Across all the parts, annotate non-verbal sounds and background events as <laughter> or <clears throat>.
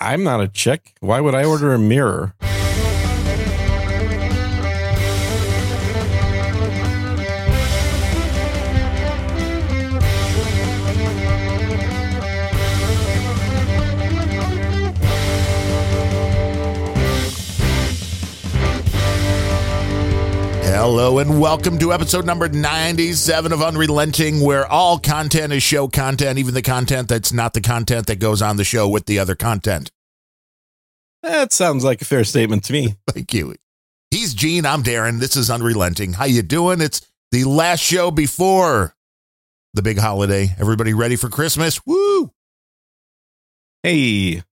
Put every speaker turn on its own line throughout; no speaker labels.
I'm not a chick. Why would I order a mirror?
Hello and welcome to episode number 97 of Unrelenting, where all content is show content, even the content that's not the content that goes on the show with the other content. <laughs>
That sounds like a fair statement to me.
Thank you. He's Gene, I'm Darren. This is Unrelenting. How you doing? It's the last show before the big holiday. Everybody ready for Christmas? Woo!
Hey,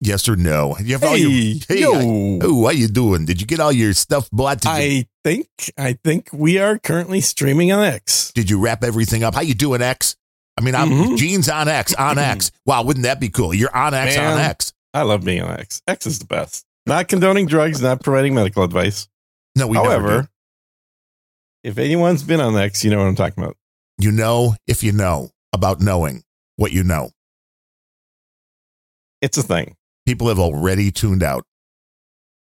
Yes or no? You have all your
hey,
hey,
yo.
Oh, how you doing? Did you get all your stuff bought? Did you,
I think I think we are currently streaming on X.
did you wrap everything up? How you doing, X? I mean, I'm
Mhm.
Gene's on X,
<clears throat>
on X. Wow, wouldn't that be cool? You're on X, on
Man.
X.
I love being on X. X is the best. Not condoning drugs, not providing medical advice.
No, we never
However, if anyone's been on X, you know what I'm talking about.
do. you know if you know about knowing what you know.
It's a thing.
People have already tuned out.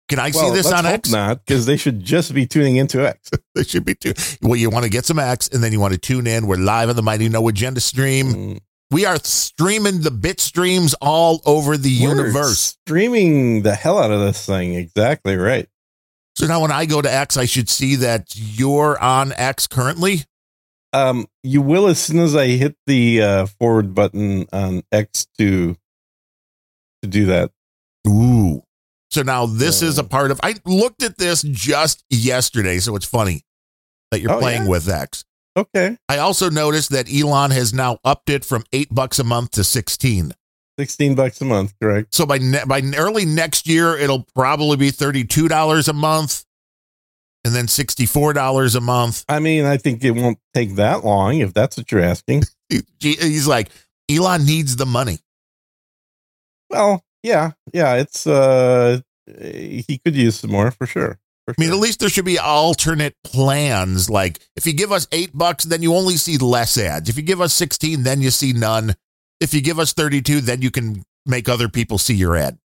Can I see this on X?
Not because they should just be tuning into X.
They should be too. Well, you want to get some X, and then you want to tune in. We're live on the Mighty No Agenda stream.
Mm,
We are streaming the bit streams all over the
we're
universe.
streaming the hell out of this thing. Exactly right.
So now, when I go to X, I should see that you're on X currently.
Um, you will as soon as I hit the uh, forward button on X to to do that.
Ooh. So now this is a
Oh.
part of. I looked at this just yesterday, so it's funny that you're
Oh,
playing
yeah?
with X.
Okay,
I also noticed that Elon has now upped it from eight bucks a month to sixteen.
sixteen bucks a month, correct?
So by ne- by early next year, it'll probably be thirty two dollars a month, and then sixty four dollars a month.
I mean, I think it won't take that long if that's what you're asking.
He- He's like, Elon needs the money.
Well, yeah, yeah, it's uh, he could use some more for sure. For
I mean,
sure.
at least there should be alternate plans. Like, if you give us eight bucks, then you only see less ads. If you give us 16, then you see none. If you give us 32, then you can make other people see your ad.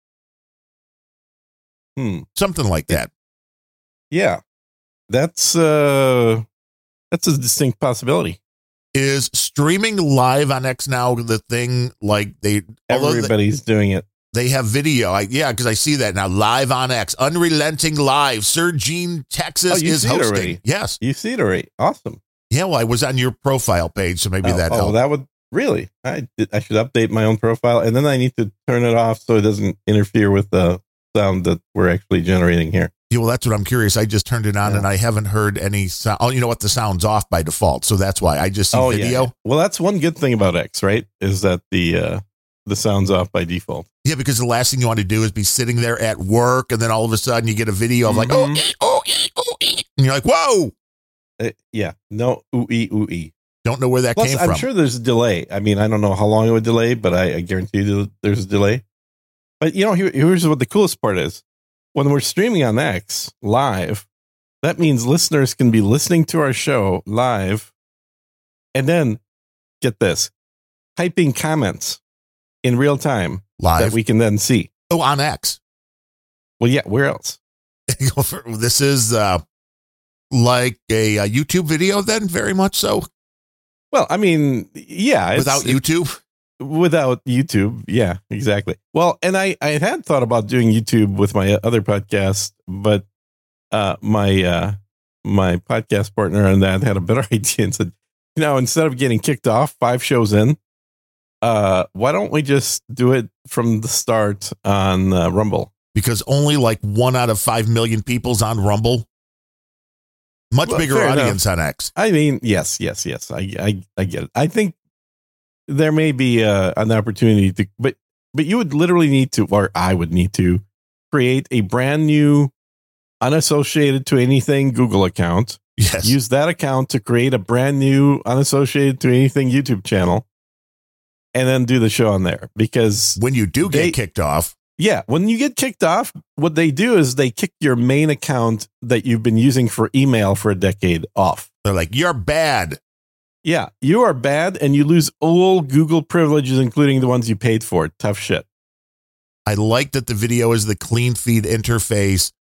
Hmm.
Something like that.
yeah, that's uh, that's a distinct possibility.
Is streaming live on X now the thing? Like, they, although they-
Everybody's doing it.
they have video. I, yeah, because I see that now. Live on X, Unrelenting Live. Sir Gene, Texas
Oh, you
is
see it
hosting.
already.
Yes.
You see it already? Awesome.
Yeah, well, I was on your profile page, so maybe
oh,
that
oh,
helped.
that would really. I did, I should update my own profile, and then I need to turn it off so it doesn't interfere with the sound that we're actually generating here.
Yeah, well, that's what I'm curious. I just turned it on
Yeah.
and I haven't heard any sound. Oh, you know what? The sound's off by default, so that's why I just see
Oh, yeah,
video.
yeah.
Yeah.
Well, that's one good thing about X, right? Is that the uh, the sound's off by default.
because the last thing you want to do is be sitting there at work, and then all of a sudden you get a video of like, oh,
Mhm.
eh, oh, eh, oh, eh, and you're like, whoa,
Uh, yeah. No. Ooh ee ooh ee.
don't know where that
Plus,
came
I'm
from.
sure there's a delay. I mean, I don't know how long it would delay, but I, I guarantee you there's a delay. But you know, here, here's what the coolest part is: when we're streaming on X live, that means listeners can be listening to our show live, and then get this, typing comments in real time that
Live.
we can then see.
oh, on X. <laughs>
Well, yeah, where else?
this is uh, like a, uh YouTube video, then very much so.
Well, I mean, yeah, it's-
Without YouTube,
without YouTube. Yeah, exactly. Well, and I I had thought about doing YouTube with my other podcast, but uh my uh my podcast partner on that had a better <laughs> idea and said, you know, instead of getting kicked off five shows in, uh why don't we just do it from the start on uh, Rumble?
because only like one out of five million people's on Rumble. Much
Well,
bigger
fair enough.
audience on X.
I mean, yes, yes, yes. I I I get it. I think there may be uh an opportunity to but but you would literally need to or I would need to create a brand new unassociated to anything Google account.
Yes.
Use that account to create a brand new unassociated to anything YouTube channel and then do the show on there because
when you do get
They-
kicked off,
yeah, when you get kicked off, what they do is they kick your main account that you've been using for email for a decade off.
they're like, you're bad.
Yeah, you are bad and you lose all Google privileges, including the ones you paid for. Tough shit.
I like that the video is the clean feed interface.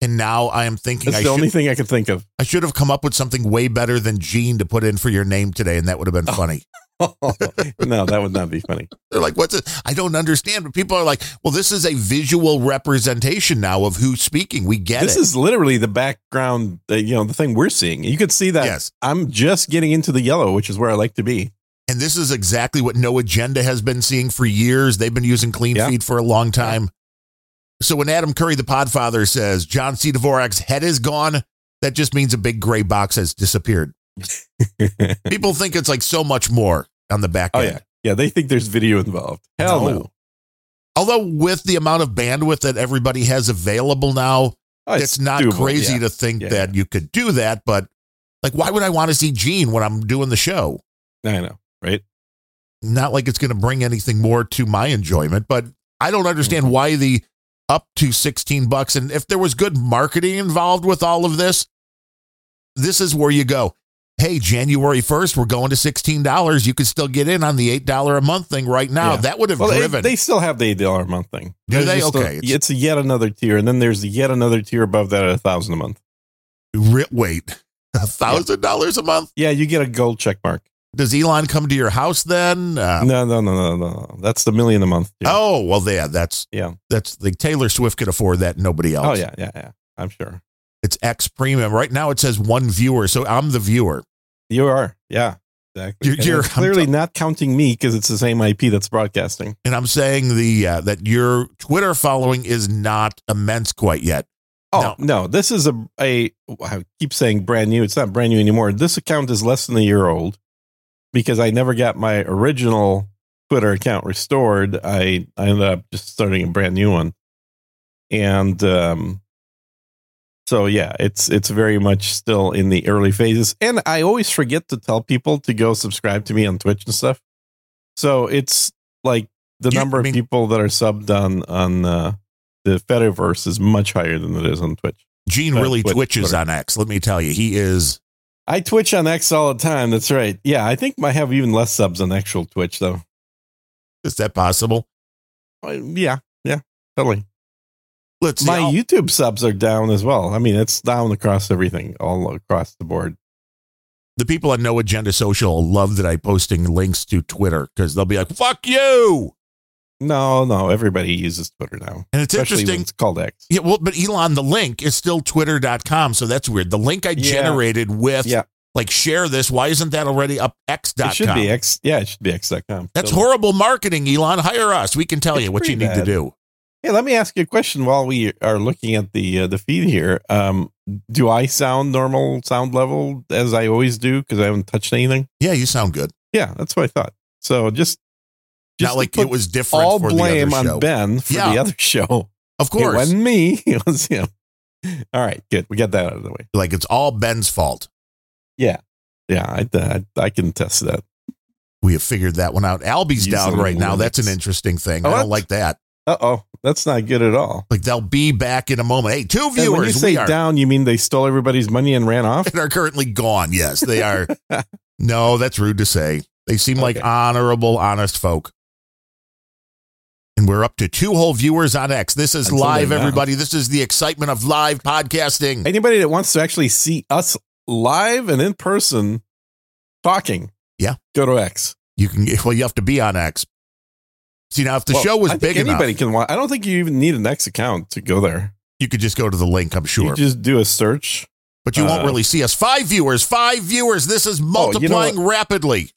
And now I am thinking
That's
I
the only
should,
thing I could think of.
I should have come up with something way better than Gene to put in for your name today, and that would have been
Oh.
funny.
<laughs> no, that would not be funny.
They're like, what's it? I don't understand. But people are like, well, this is a visual representation now of who's speaking. We get
This
it.
is literally the background, uh, you know, the thing we're seeing. You could see that
yes.
I'm just getting into the yellow, which is where I like to
<laughs>
be.
And this is exactly what No Agenda has been seeing for years. They've been using Clean
Yeah.
Feed for a long time. So when Adam Curry, the podfather, says John C. Dvorak's head is gone, that just means a big gray box has
<laughs>
disappeared. People think it's like so much more on the back
oh
end.
yeah, yeah. They think there's video involved. Hell no.
No. Although with the amount of bandwidth that everybody has available now,
Oh,
it's, not
doable,
crazy
yeah.
to think
Yeah,
that you could do that. But like, why would I want to see Gene when I'm doing the show?
I know, right?
not like it's going to bring anything more to my enjoyment, but I don't understand
Mm-hmm.
why the up to 16 bucks and if there was good marketing involved with all of this, this is where you go. Hey, January 1st, we're going to $16. You can still get in on the $8 a month thing right now.
Yeah.
That would have
Well, they,
driven.
they still have the eight dollar a month thing.
Do
There's
they?
just a-
Okay, it's-
it's, a yet another tier, and then there's yet another tier above that at a thousand a month.
Ri- Wait, <laughs> $1,000 a month?
Yeah, you get a gold check mark.
Does Elon come to your house then? Uh,
No, no, no, no, no, no. That's the million a month. tier.
Oh, well, yeah, that's,
Yeah.
that's the Taylor Swift could afford that. Nobody else.
oh yeah, yeah, yeah. I'm sure
It's X premium. Right now it says one viewer. So I'm the viewer.
you are. Yeah, exactly.
You're-
And
you're-
it's clearly not counting me because it's the same IP that's broadcasting.
And I'm saying the uh, that your Twitter following is not immense quite yet.
Oh no, this is a a I keep saying brand new. It's not brand new anymore. This account is less than a year old because I never got my original Twitter account restored. I I ended up just starting a brand new one, and um, so yeah, it's it's very much still in the early phases. And I always forget to tell people to go subscribe to me on Twitch and stuff. So it's like the
You-
number
I mean-
of people that are subbed on on. Uh, the Fediverse is much higher than it is on Twitch.
Gene
Uh,
really
Twi-
twitches
Twitter.
on X. Let me tell you, he is.
I Twitch on X all the time. That's right. Yeah, I think I have even less subs on actual Twitch though.
Is that possible? Oh,
Uh, Yeah, yeah, totally.
Let's see.
My
I'll-
YouTube subs are down as well. I mean, it's down across everything, all across the board.
the people on No Agenda Social love that I posting links to Twitter because they'll be like, "Fuck you."
No, no, everybody uses Twitter now,
And it's
especially when
interesting.
it's called X.
Yeah, well, but Elon, the link is still twitter.com, so that's weird. The link I
Yeah.
generated with
Yeah.
like share this, why isn't that already up x.com?
It should be X. Yeah, it should be X.com.
That's
So-
horrible marketing, Elon. Hire us. We can tell
It's
you what you
pretty
need to
bad.
do.
Hey, let me ask you a question while we are looking at the uh, the feed here. Um, do I sound normal sound level as I always do because I haven't touched anything?
Yeah, you sound good.
Yeah, that's what I thought. So just, just
Not
to
like
put
it was different
all
for
blame
the other show.
on Ben for
Yeah.
the other show. <laughs>
Of
It
course.
wasn't me. <laughs> It was him. All right, good. We got that out of the way.
like it's all Ben's fault.
Yeah, I I, I can test that.
We have figured that one out. Albie's
Using
down right now.
limits.
That's an interesting thing. I
What?
don't like that.
Uh oh, that's not good at all.
Like they'll be back in a moment. Hey, two
And when you
viewers.
say
We are
down, you mean they stole everybody's money and ran off?
<laughs> and are currently gone. Yes,
<laughs>
they are. no, that's rude to say. They seem like
Okay.
honorable, honest folk. And we're up to two whole viewers on X. This is
Until
live,
they're not.
everybody. This is the excitement of live podcasting.
Anybody that wants to actually see us live and in person talking,
Yeah.
go to X.
You can <laughs> well, you have to be on X. See now, if the
Well,
show was
I think
big enough,
anybody can. Watch. I don't think you even need an X account to go there.
you could just go to the link. I'm
You
sure,
just do a search.
but you won't
uh, Oh,
really see us. Five viewers, five viewers. This is multiplying rapidly.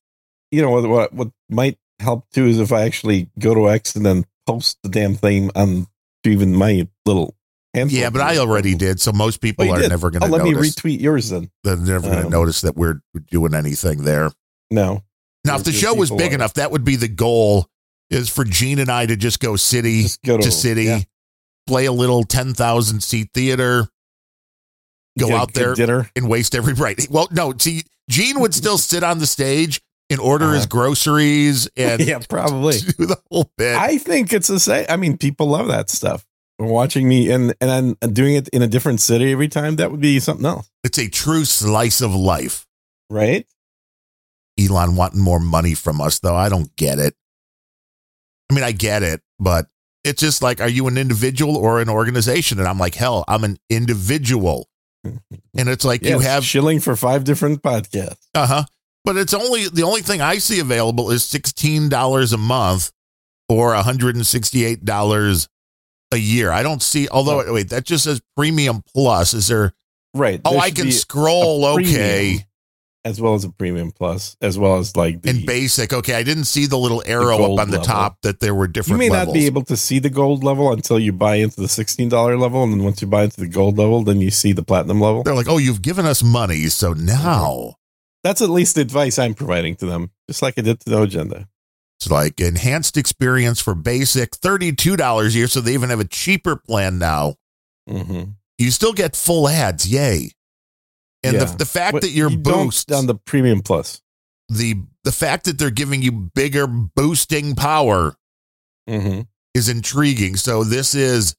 you know what what what might help too is if I actually go to X and then post the damn thing on to even my little handful.
Yeah, but I already did, so most people
Oh, you
are
did.
never
Oh,
going to
let me
notice.
retweet yours then.
They're never going to
Um,
notice that we're doing anything there.
No,
Now, if the
your
show was
people
big
are-
enough, that would be the goal: is for Gene and I to just go city
just go to,
to city,
yeah.
play a little ten thousand seat theater, go
Get a
out
good
there,
dinner.
and waste every right. Well, no, see, Gene would still sit on the stage and order his
Uh-huh.
groceries
<laughs>
and
yeah,
<laughs>
probably.
do the whole bit.
I think it's the same. I mean, people love that stuff. Watching me and and I'm doing it in a different city every time that would be something else,
it's a true slice of life.
right?
Elon wanting more money from us, though. I don't get it. I mean, I get it, but it's just like, are you an individual or an organization? And I'm like, hell, I'm an
<laughs>
individual. And it's like you
Yes,
have
shilling for five different podcasts.
uh huh. But it's only the only thing I see available is sixteen dollars a month or hundred and sixty eight dollars a year. I don't see. Although wait, that just says premium plus. Is there?
Right.
Oh,
there
I
should
can
be a
scroll. Okay,
premium, as well as a premium plus, as well as like the.
and basic. Okay, I didn't see the little arrow
gold
up on the
level.
top that there were
you
different.
may
levels.
not be able to see the gold level until you buy into the sixteen dollar level, and then once you buy into the gold level, then you see the platinum level.
They're like, oh, you've given us money, so now
Mm-hmm. That's at least the advice I'm providing to them, just like I did to No Agenda.
it's like enhanced experience for basic thirty two dollars a year. So they even have a cheaper plan now.
Mm-hmm.
You still get full ads. Yay. And
Yeah.
the, the fact that your boost
on the premium plus.
the the fact that they're giving you bigger boosting power
Mm-hmm.
is intriguing. So this is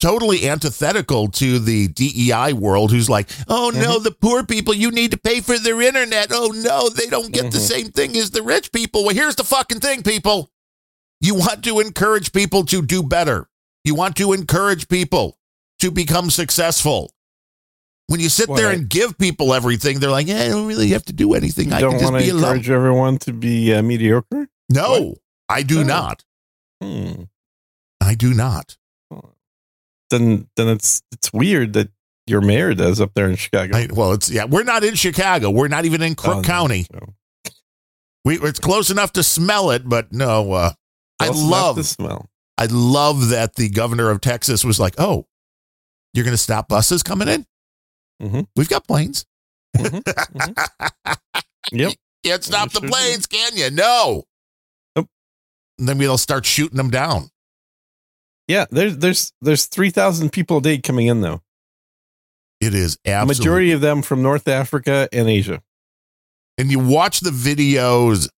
totally antithetical to the DEI world who's like, "Oh
Mm-hmm.
no, the poor people you need to pay for their internet. Oh no, they don't get the
Mhm.
same thing as the rich people." Well, here's the fucking thing, people. You want to encourage people to do better. You want to encourage people to become successful. When you sit there
Well, I-
and give people everything, they're like, "Yeah, I don't really have to do anything. I can
Don't
just
want to
be alone."
encourage everyone to be uh, mediocre.
No,
What?
I do
No.
not.
Hmm.
I do not.
Then, then it's it's weird that your mayor does up there in Chicago.
I, well, it's yeah. We're not in Chicago. We're not even in Crook
Oh, no.
County.
No.
We it's close enough to smell it, but no. Uh, I
Close enough
love
the smell.
I love that the governor of Texas was like, "Oh, you're going to stop buses coming in?
Mhm.
We've got planes.
Mhm,
<laughs>
Yep.
Can't stop the
sure do.
planes, can you? No.
Nope.
And then we'll start shooting them down.
Yeah, there's there's there's three thousand people a day coming in though.
It is
A
absolutely.
Majority of them from North Africa and Asia.
and you watch the videos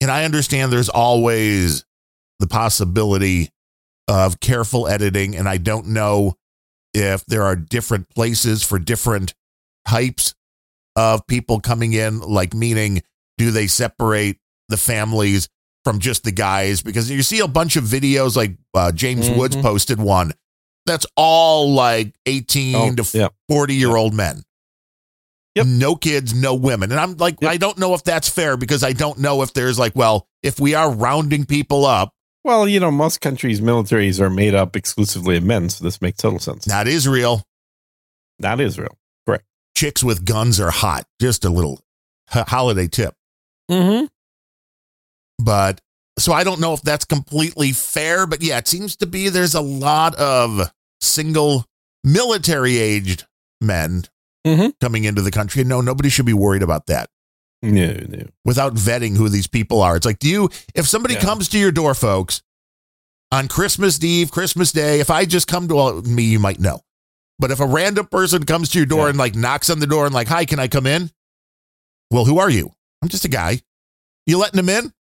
and i understand there's always the possibility of careful editing and i don't know if there are different places for different types of people coming in like meaning do they separate the families from just the guys because you see a bunch of videos like uh, james woods
Mhm.
posted one that's all like 18 to
yeah,
40 year old men.
Yep.
No kids, no women. And I'm like,
Yep.
I don't know if that's fair because I don't know if there's like, well, if we are rounding people up,
Well, you know, most countries' militaries are made up exclusively of men, so this makes total sense.
not Israel,
Not Israel.
chicks with guns are hot. Just a little h- holiday tip.
Mm-hmm.
But so I don't know if that's completely fair. But yeah, it seems to be there's a lot of single military aged men
Mhm.
coming into the country. And no, nobody should be worried about that.
No, no.
without vetting who these people are. It's like, do you, if somebody
Yeah.
comes to your door, folks, on Christmas Eve, Christmas Day, if I just come to well, me, you might know. But if a random person comes to your door
Yeah.
and like knocks on the door and like, hi, can I come in? Well, who are you? I'm just a guy. You letting him in?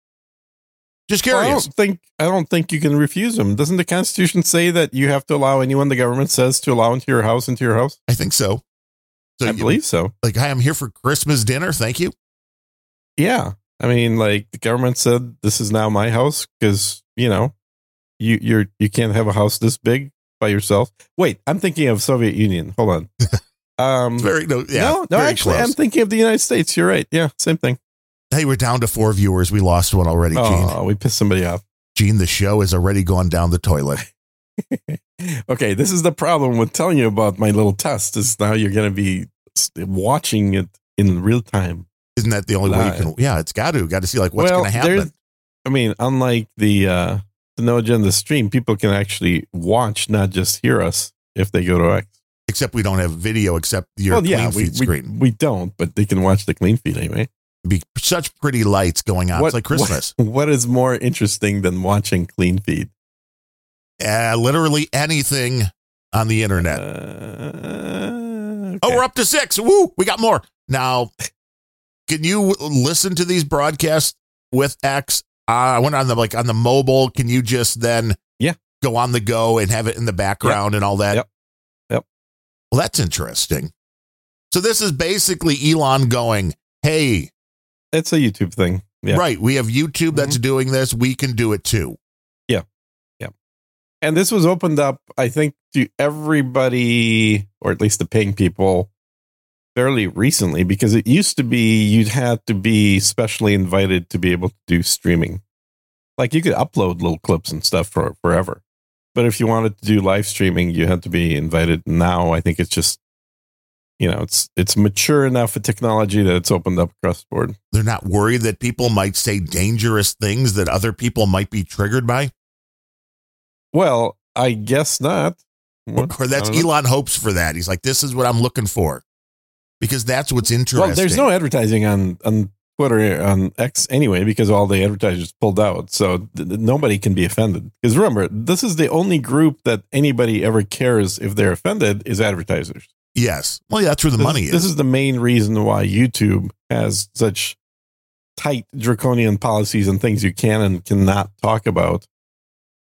Just
Well, I
curious.
don't think I don't think you can refuse them. Doesn't the Constitution say that you have to allow anyone the government says to allow into your house into your house?
I think so. So
I
you-
believe so.
like, hi, I'm here for Christmas dinner. Thank you.
Yeah. I mean, like the government said, this is now my house because you know, you you're you can't have a house this big by yourself. Wait, I'm thinking of Soviet Union. Hold
<laughs>
on. Um,
It's very no, yeah,
no, no,
very
actually,
close.
I'm thinking of the United States. You're right. Yeah, same thing.
hey, we're down to four viewers. We lost one already, Gene.
Oh, we pissed somebody off.
Gene, the show has already gone down the toilet.
Okay, this is the problem with telling you about my little test. Is now you're going to be s- watching it in real time.
Isn't that the only way you
Live.
can? Yeah, it's got to. Got to see like what's
Well,
going to happen.
there's- I mean, unlike the uh, the No Agenda stream, people can actually watch, not just hear us, if they go to X.
Except we don't have video. Except your
well, yeah,
clean
we,
feed screen.
we we don't, but they can watch the clean feed anyway.
Be such pretty lights going on. it's like Christmas.
what- <laughs> what is more interesting than watching clean feed?
Uh, literally anything on the internet.
Uh,
Oh,
okay.
we're up to six. Woo! We got more now. Can you listen to these broadcasts with X? Uh, I went on the like on the mobile. Can you just then
Yeah.
go on the go and have it in the background and all that?
Yep. Yep.
Well, that's interesting. So this is basically Elon going, "Hey,
it's a YouTube thing. Yeah. Mm-hmm.
Right. We have YouTube that's doing this. We can do it too.
Yeah. Yeah. And this was opened up, I think, to everybody, or at least the paying people, fairly recently because it used to be you'd had to be specially invited to be able to do streaming. Like you could upload little clips and stuff for forever. But if you wanted to do live streaming, you had to be invited. Now I think it's just you know, it's it's mature enough for technology that it's opened up across the board.
They're not worried that people might say dangerous things that other people might be triggered by.
Well, I guess not.
Or that's Elon hopes for that. He's like, this is what I'm looking for because that's what's interesting. Well,
there's no advertising on on Twitter on X anyway because all the advertisers pulled out, so th- nobody can be offended. Because remember, this is the only group that anybody ever cares if they're offended is advertisers.
Yes, well, yeah, that's where the
This
money
is-
is.
This is the main reason why YouTube has such tight draconian policies and things you can and cannot talk about,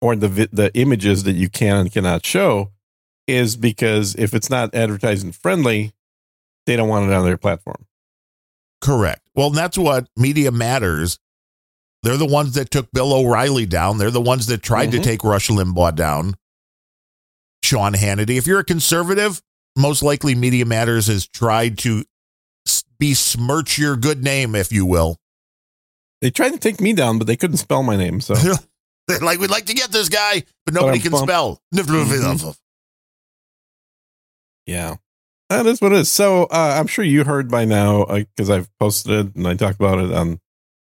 or the vi- the images that you can and cannot show, is because if it's not advertising friendly, they don't want it on their platform.
Correct. Well, that's what Media Matters. They're the ones that took Bill O'Reilly down. They're the ones that tried
Mhm.
to take Rush Limbaugh down. Sean Hannity. If you're a conservative, most likely Media Matters has tried to s- besmirch your good name, if you will. <laughs>
They tried to take me down, but they couldn't spell my name. So
They're like, we'd like to get this guy, but nobody can
Ba-dum-bum.
spell.
Mhm. yeah, that is what it is. So uh, I'm sure you heard by now because I've posted it and I talked about it on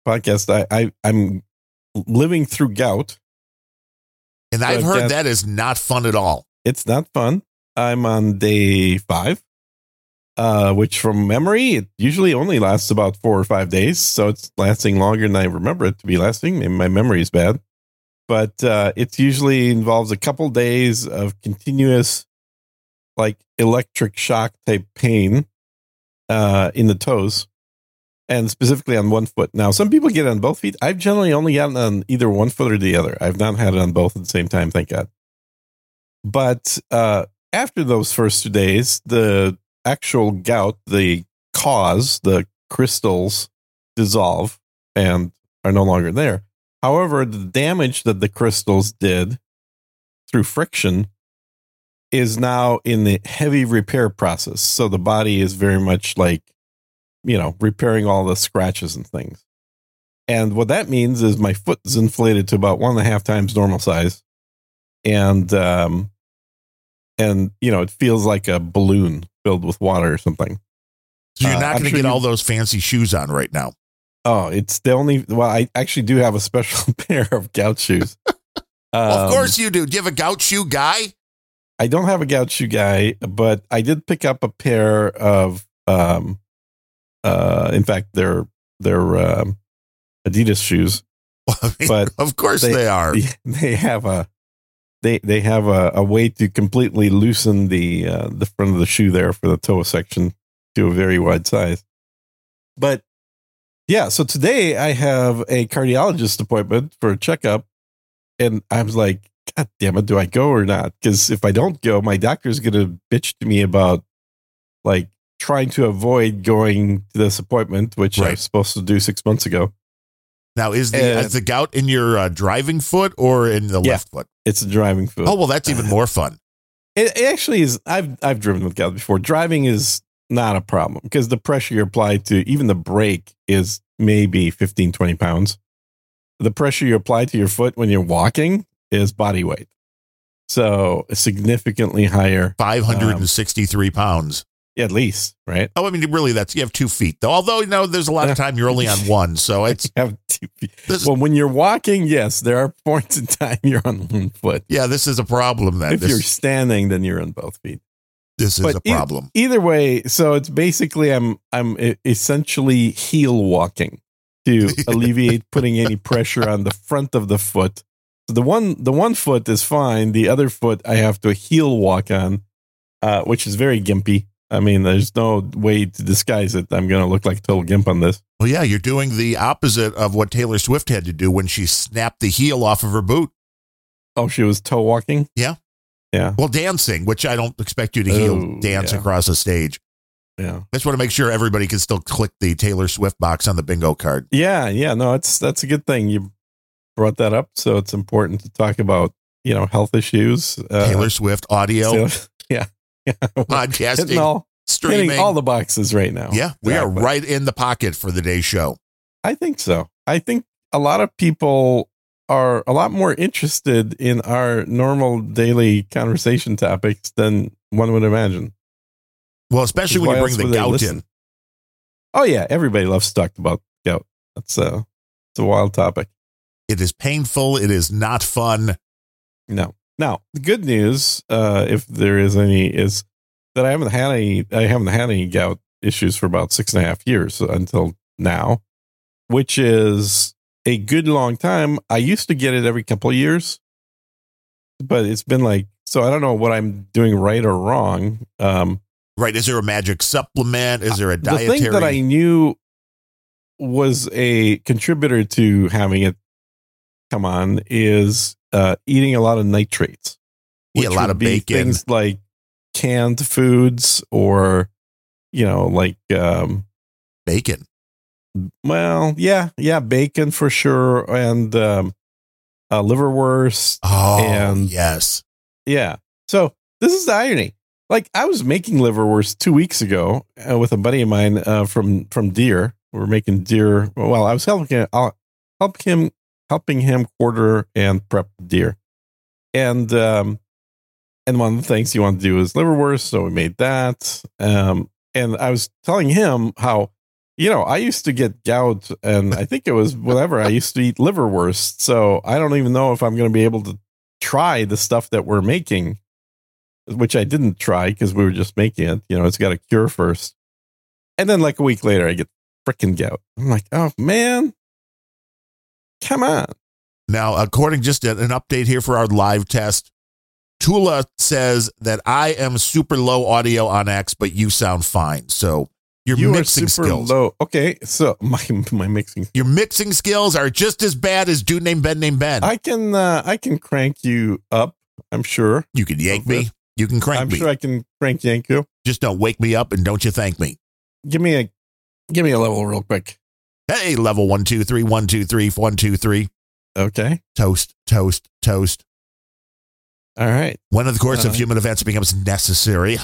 podcast. I, I I'm living through gout.
<laughs> And I've
So
heard
that-
that is not fun at all.
It's not fun. I'm on day five, uh, which from memory it usually only lasts about four or five days. So it's lasting longer than I remember it to be lasting. Maybe my memory is bad, but uh, it usually involves a couple days of continuous, like electric shock type pain uh, in the toes, and specifically on one foot. Now, some people get it on both feet. I've generally only gotten on either one foot or the other. I've not had it on both at the same time. Thank God. But uh, after those first two days, the actual gout, the cause, the crystals dissolve and are no longer there. However, the damage that the crystals did through friction is now in the heavy repair process. So the body is very much like, you know, repairing all the scratches and things. And what that means is my foot is inflated to about one and a half times normal size. And, um, and you know, it feels like a balloon filled with water or something.
So you're
Uh,
not
I'm
going to
sure
get
you-
all those fancy shoes on right now.
Oh, it's the only. Well, I actually do have a special <laughs> pair of gout shoes.
Well,
Um,
<laughs> of course you do. Do you have a gout shoe guy? <laughs>
I don't have a gout shoe guy, but I did pick up a pair of. Um, uh, in fact, they're they're um, Adidas shoes, but
of course
they-
they, <laughs> are.
they have a they they have a, a way to completely loosen the uh, the front of the shoe there for the toe section to a very wide size. But yeah, so today I have a cardiologist appointment for a checkup, and I was like, God damn it, do I go or not? Because if I don't go, my doctor's gonna bitch to me about like trying to avoid going to this appointment, which I
Right.
was supposed to do six months ago.
Now, is the
And-
is the gout in your uh, driving foot or in the
uh, Yeah. Uh,
left foot?
It's a driving foot.
Oh well, that's even more fun.
It, it actually is. I've I've driven with Gallop before. Driving is not a problem because the pressure you apply to even the brake is maybe 15, 20 pounds. The pressure you apply to your foot when you're walking is body weight. So significantly higher,
Five hundred
um,
and sixty-three pounds.
at least, right? <laughs>
Oh, I mean, really, that's you have two feet though. Although you know, there's a
Uh,
lot of time you're only on
<laughs>
one, so it's
Have two feet.
this.
Well, when you're walking, yes, there are <laughs> points in time you're on one foot.
yeah, this is a problem. Then
If you're
this,
standing, then you're on both feet.
this is
but
a
it-
problem.
either way so it's basically i'm i'm e- essentially heel walking
<laughs>
to alleviate putting any pressure on the front of the foot so the one the one foot is fine the other foot i have to heel walk on uh, which is very gimpy i mean there's no way to disguise it i'm gonna look like a total gimp on this
Well, yeah, you're doing the opposite of what Taylor Swift had to do when she snapped the heel off of her boot
oh she was toe walking
Yeah.
yeah
while dancing, which I don't expect you to heel
Oh,
dance
yeah.
across a stage.
yeah
I just want to make sure everybody can still click the Taylor Swift box on the bingo card.
Yeah, yeah, no, it's that's a good thing you brought that up. So it's important to talk about you know health issues. Uh,
Taylor Swift
<laughs>
audio
so- yeah, yeah, We're hitting
podcasting
all
streaming.
hitting all the boxes right now.
yeah, we are
Exactly.
right in the pocket for the day show.
I think so. I think a lot of people are a lot more interested in our normal daily conversation topics than one would imagine.
Well, especially when
Why
you
else
bring the
would they
gout
listen?
in.
Oh yeah, everybody loves to talk about gout. That's a it's a wild topic.
It is painful. It is not fun.
No. Now, the good news, uh, if there is any, is that I haven't had any I haven't had any gout issues for about six and a half years until now, which is a good long time. I used to get it every couple of years, but it's been like so I don't know what I'm doing right or wrong. Um
Right? Is there a magic supplement? Is there a
the
dietary?
thing that I knew was a contributor to having it come on is uh, eating a lot of nitrates.
Yeah, a
which
lot
would
of
be
bacon.
Things like canned foods or, you know, like, um,
bacon.
well, yeah, yeah, bacon for sure. And um, uh, liverwurst.
Oh,
And-
yes.
Yeah. So this is the irony. Like I was making liverwurst two weeks ago uh, with a buddy of mine uh, from from deer. We were making deer. Well, I was helping him, I'll help him helping him quarter and prep deer, and um, and one of the things he wanted to do is liverwurst. So we made that. Um, and I was telling him how you know I used to get gout, and I think it was whatever I used to eat liverwurst. So I don't even know if I'm going to be able to try the stuff that we're making, which I didn't try because we were just making it. You know, it's got a cure first. And then like a week later, I get freaking gout. I'm like, oh man, come on.
Now, according just an update here for our live test, Tula says that I am super low audio on X, but you sound fine. So your
You are
mixing
super
skills,
low. Okay. So <laughs> my, my mixing,
your mixing skills are just as bad as dude named Ben named Ben.
I can, uh, I can crank you up. I'm sure.
you can yank me. You can crank
I'm
me.
sure I can crank yank you.
just don't wake me up and don't you thank me.
Give me a, give me a level real quick.
Hey, level one, two, three, one, two, three, one, two, three.
Okay.
Toast, toast, toast.
All right.
When of the course of
Uh-huh.
human events becomes necessary.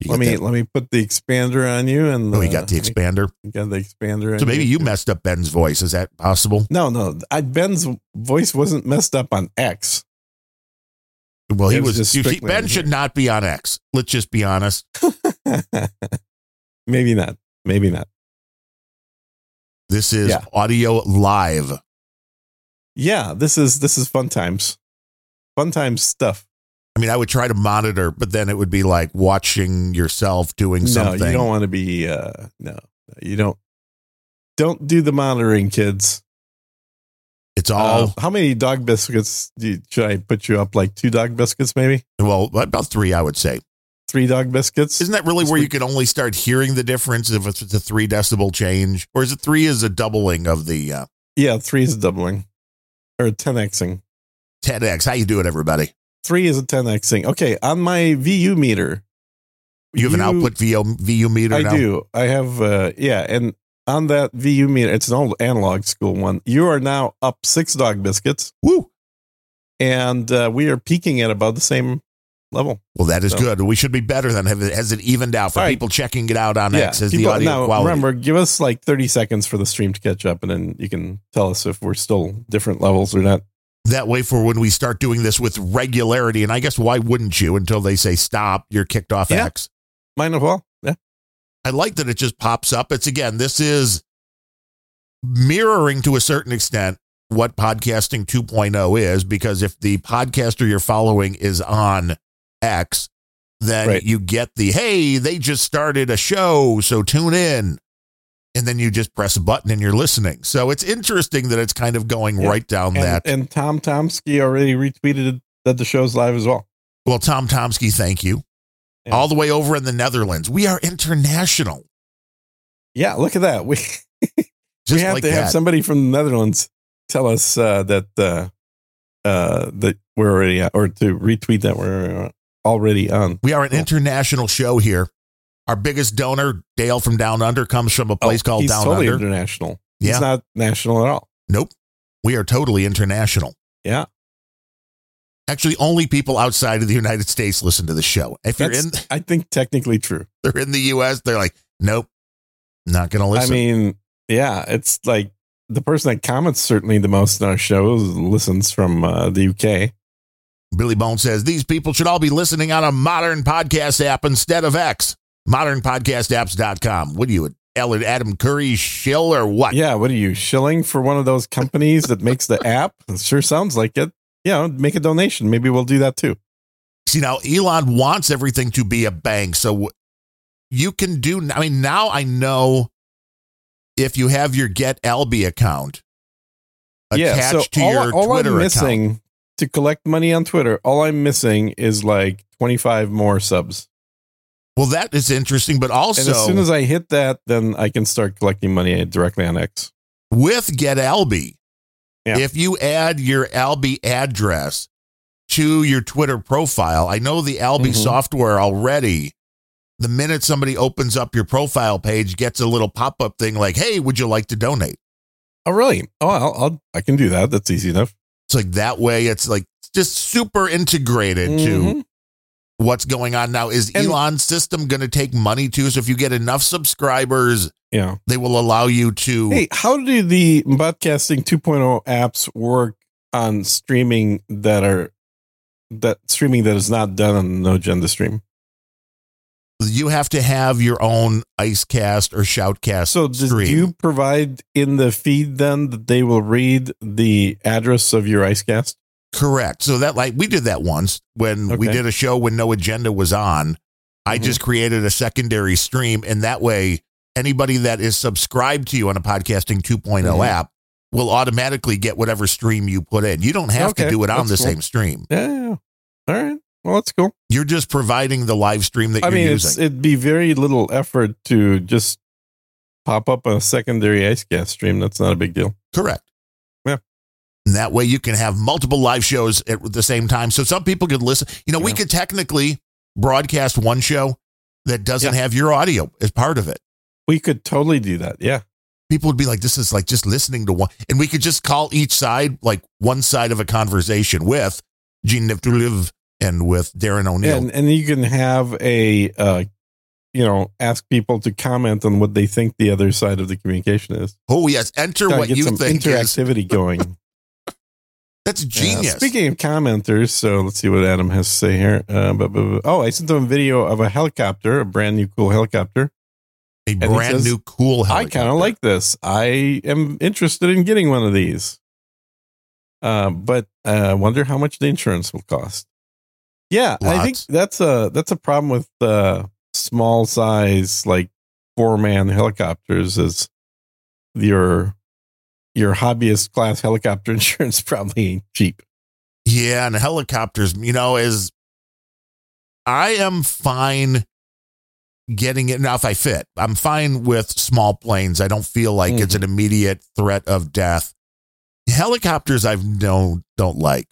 You
Let
got
me,
that-
let me put the expander on you and
oh, you got the
uh,
expander.
you got the expander.
So
on
maybe you messed up Ben's voice. Is that possible?
No, no. I, Ben's voice wasn't messed up on X. <laughs>
Well, he
It was
was.
just
you see,
strictly
ben
in
should
here.
not be on X. Let's just be honest.
maybe not. Maybe not.
This is
Yeah.
audio live.
Yeah, this is this is fun times. Fun times stuff.
I mean, I would try to monitor, but then it would be like watching yourself doing
No,
something.
you don't want to be uh no. You don't don't do the monitoring, kids.
it's
Uh,
all
how many dog biscuits do you, should I put you up? Like two dog biscuits, maybe
well about three, I would say.
three dog biscuits.
Isn't that really
Just
where
like-
you can only start hearing the difference if it's a three decibel change, or is it three is a doubling of the uh,
yeah, three is doubling or ten xing.
10x? How you do it, everybody?
Three is a ten xing. Okay, on my VU meter,
You have an output VO, VU meter
I
now.
do. I have uh yeah, and on that VU meter, it's an old analog school one. You are now up six dog biscuits,
Woo!
and uh, we are peaking at about the same level.
Well, that is
So-
good. We should be better than have it, has it evened out for
All right.
people checking it out on X as the
people-
audio
now
quality.
remember, give us like thirty seconds for the stream to catch up, and then you can tell us if we're still different levels or not.
that way for when we start doing this with regularity. And I guess why wouldn't you until they say stop, you're kicked off
Yeah.
X.
Mine as well. Yeah.
I like that it just pops up. It's again, this is mirroring to a certain extent what podcasting 2.0 is because if the podcaster you're following is on X, then
Right.
you get the hey, they just started a show, so tune in. And then you just press a button and you're listening. So it's interesting that it's kind of going
Yeah.
right down
And,
that.
and Tom Tomsky already retweeted that the show's live as well.
Well, Tom Tomsky, thank you.
Yeah.
All the way over in the Netherlands. We are international.
Yeah, look at that. We
Just
we have
like
to
that.
have somebody from the Netherlands tell us uh, that uh, uh, that we're already on, or to retweet that we're uh, already on.
we are an
Cool.
international show here. Our biggest donor, Dale from Down Under, comes from a place
Oh,
called
he's
Down
totally
Under.
international.
Yeah.
He's not national at all.
nope. We are totally international.
Yeah.
Actually, only people outside of the United States listen to the show. If you're
That's,
in, <laughs>
I think technically true.
they're in the U.S. They're like, nope, not gonna listen.
I mean, yeah, it's like the person that comments certainly the most on our show is- listens from uh, the UK.
Billy Bone says these people should all be listening on a modern podcast app instead of X. Modernpodcastapps.com. What are you, L and Adam Curry shill or what?
Yeah, what are you shilling for one of those companies that makes the app? It sure sounds like it. Yeah, make a donation. Maybe we'll do that too.
See, now Elon wants everything to be a bank. So you can do, I mean, now I know if you have your Get Albi account attached to
all,
your
all
Twitter
I'm
account.
missing to collect money on Twitter, all I'm missing is like 25 more subs.
Well, that is interesting, but also.
And as soon as I hit that, then I can start collecting money directly on X.
with Get Albi.
Yeah.
If you add your Albi address to your Twitter profile, I know the Albi
Mhm.
software already. The minute somebody opens up your profile page, gets a little pop up thing like, "Hey, would you like to donate?"
Oh, really? Oh, I'll, I'll I can do that. That's easy enough.
It's like that way. It's like just super integrated to
Mhm.
what's going on now. Is
And-
Elon's system going to take money too? So if you get enough subscribers,
Yeah.
they will allow you to.
Hey, how do the podcasting 2.0 apps work on streaming that are that streaming that is not done on No Agenda Stream?
You have to have your own IceCast or Shoutcast.
So, does
stream.
you provide in the feed then that they will read the address of your IceCast?
Correct. So that like we did that once when we
Okay.
did a show when no agenda was on. I
Mhm.
just created a secondary stream and that way anybody that is subscribed to you on a podcasting 2
Mhm.
app will automatically get whatever stream you put in. You don't have to
Okay,
do it on the
that's cool.
same stream.
Yeah, yeah. All right. Well, that's cool.
You're just providing the live stream that
I
you're
mean, it's,
using.
it'd be very little effort to just pop up on a secondary IceCast stream. That's not a big deal.
Correct.
Yeah.
And that way you can have multiple live shows at the same time. So some people could listen. You know, we
Yeah.
could technically broadcast one show that doesn't have your audio as part of it.
We could totally do that. Yeah.
people would be like, this is like just listening to one. And we could just call each side like one side of a conversation with Gene Niftuliv and with Darren O'Neill.
And and you can have a uh, you know ask people to comment on what they think the other side of the communication is.
oh, yes. Enter
Gotta
what
get
you
some
think is. <laughs>
interactivity going.
That's
Yeah.
genius.
Speaking of commenters, so let's see what Adam has to say here. Uh, but, but- but- oh, I sent them a video of a helicopter, a brand new cool helicopter.
a
he
brand
says,
new cool
I
helicopter.
kind of like this. I am interested in getting one of these. Uh, but uh, I wonder how much the insurance will cost. Yeah, I think
Lots.
that's a that's a problem with uh, small size like four man helicopters is your your hobbyist class helicopter <laughs> insurance probably ain't cheap.
Yeah. And helicopters, you know, is I am fine getting it now if I fit. I'm fine with small planes. I don't feel like it's
Mm-hmm.
an immediate threat of death. Helicopters I've no don't like.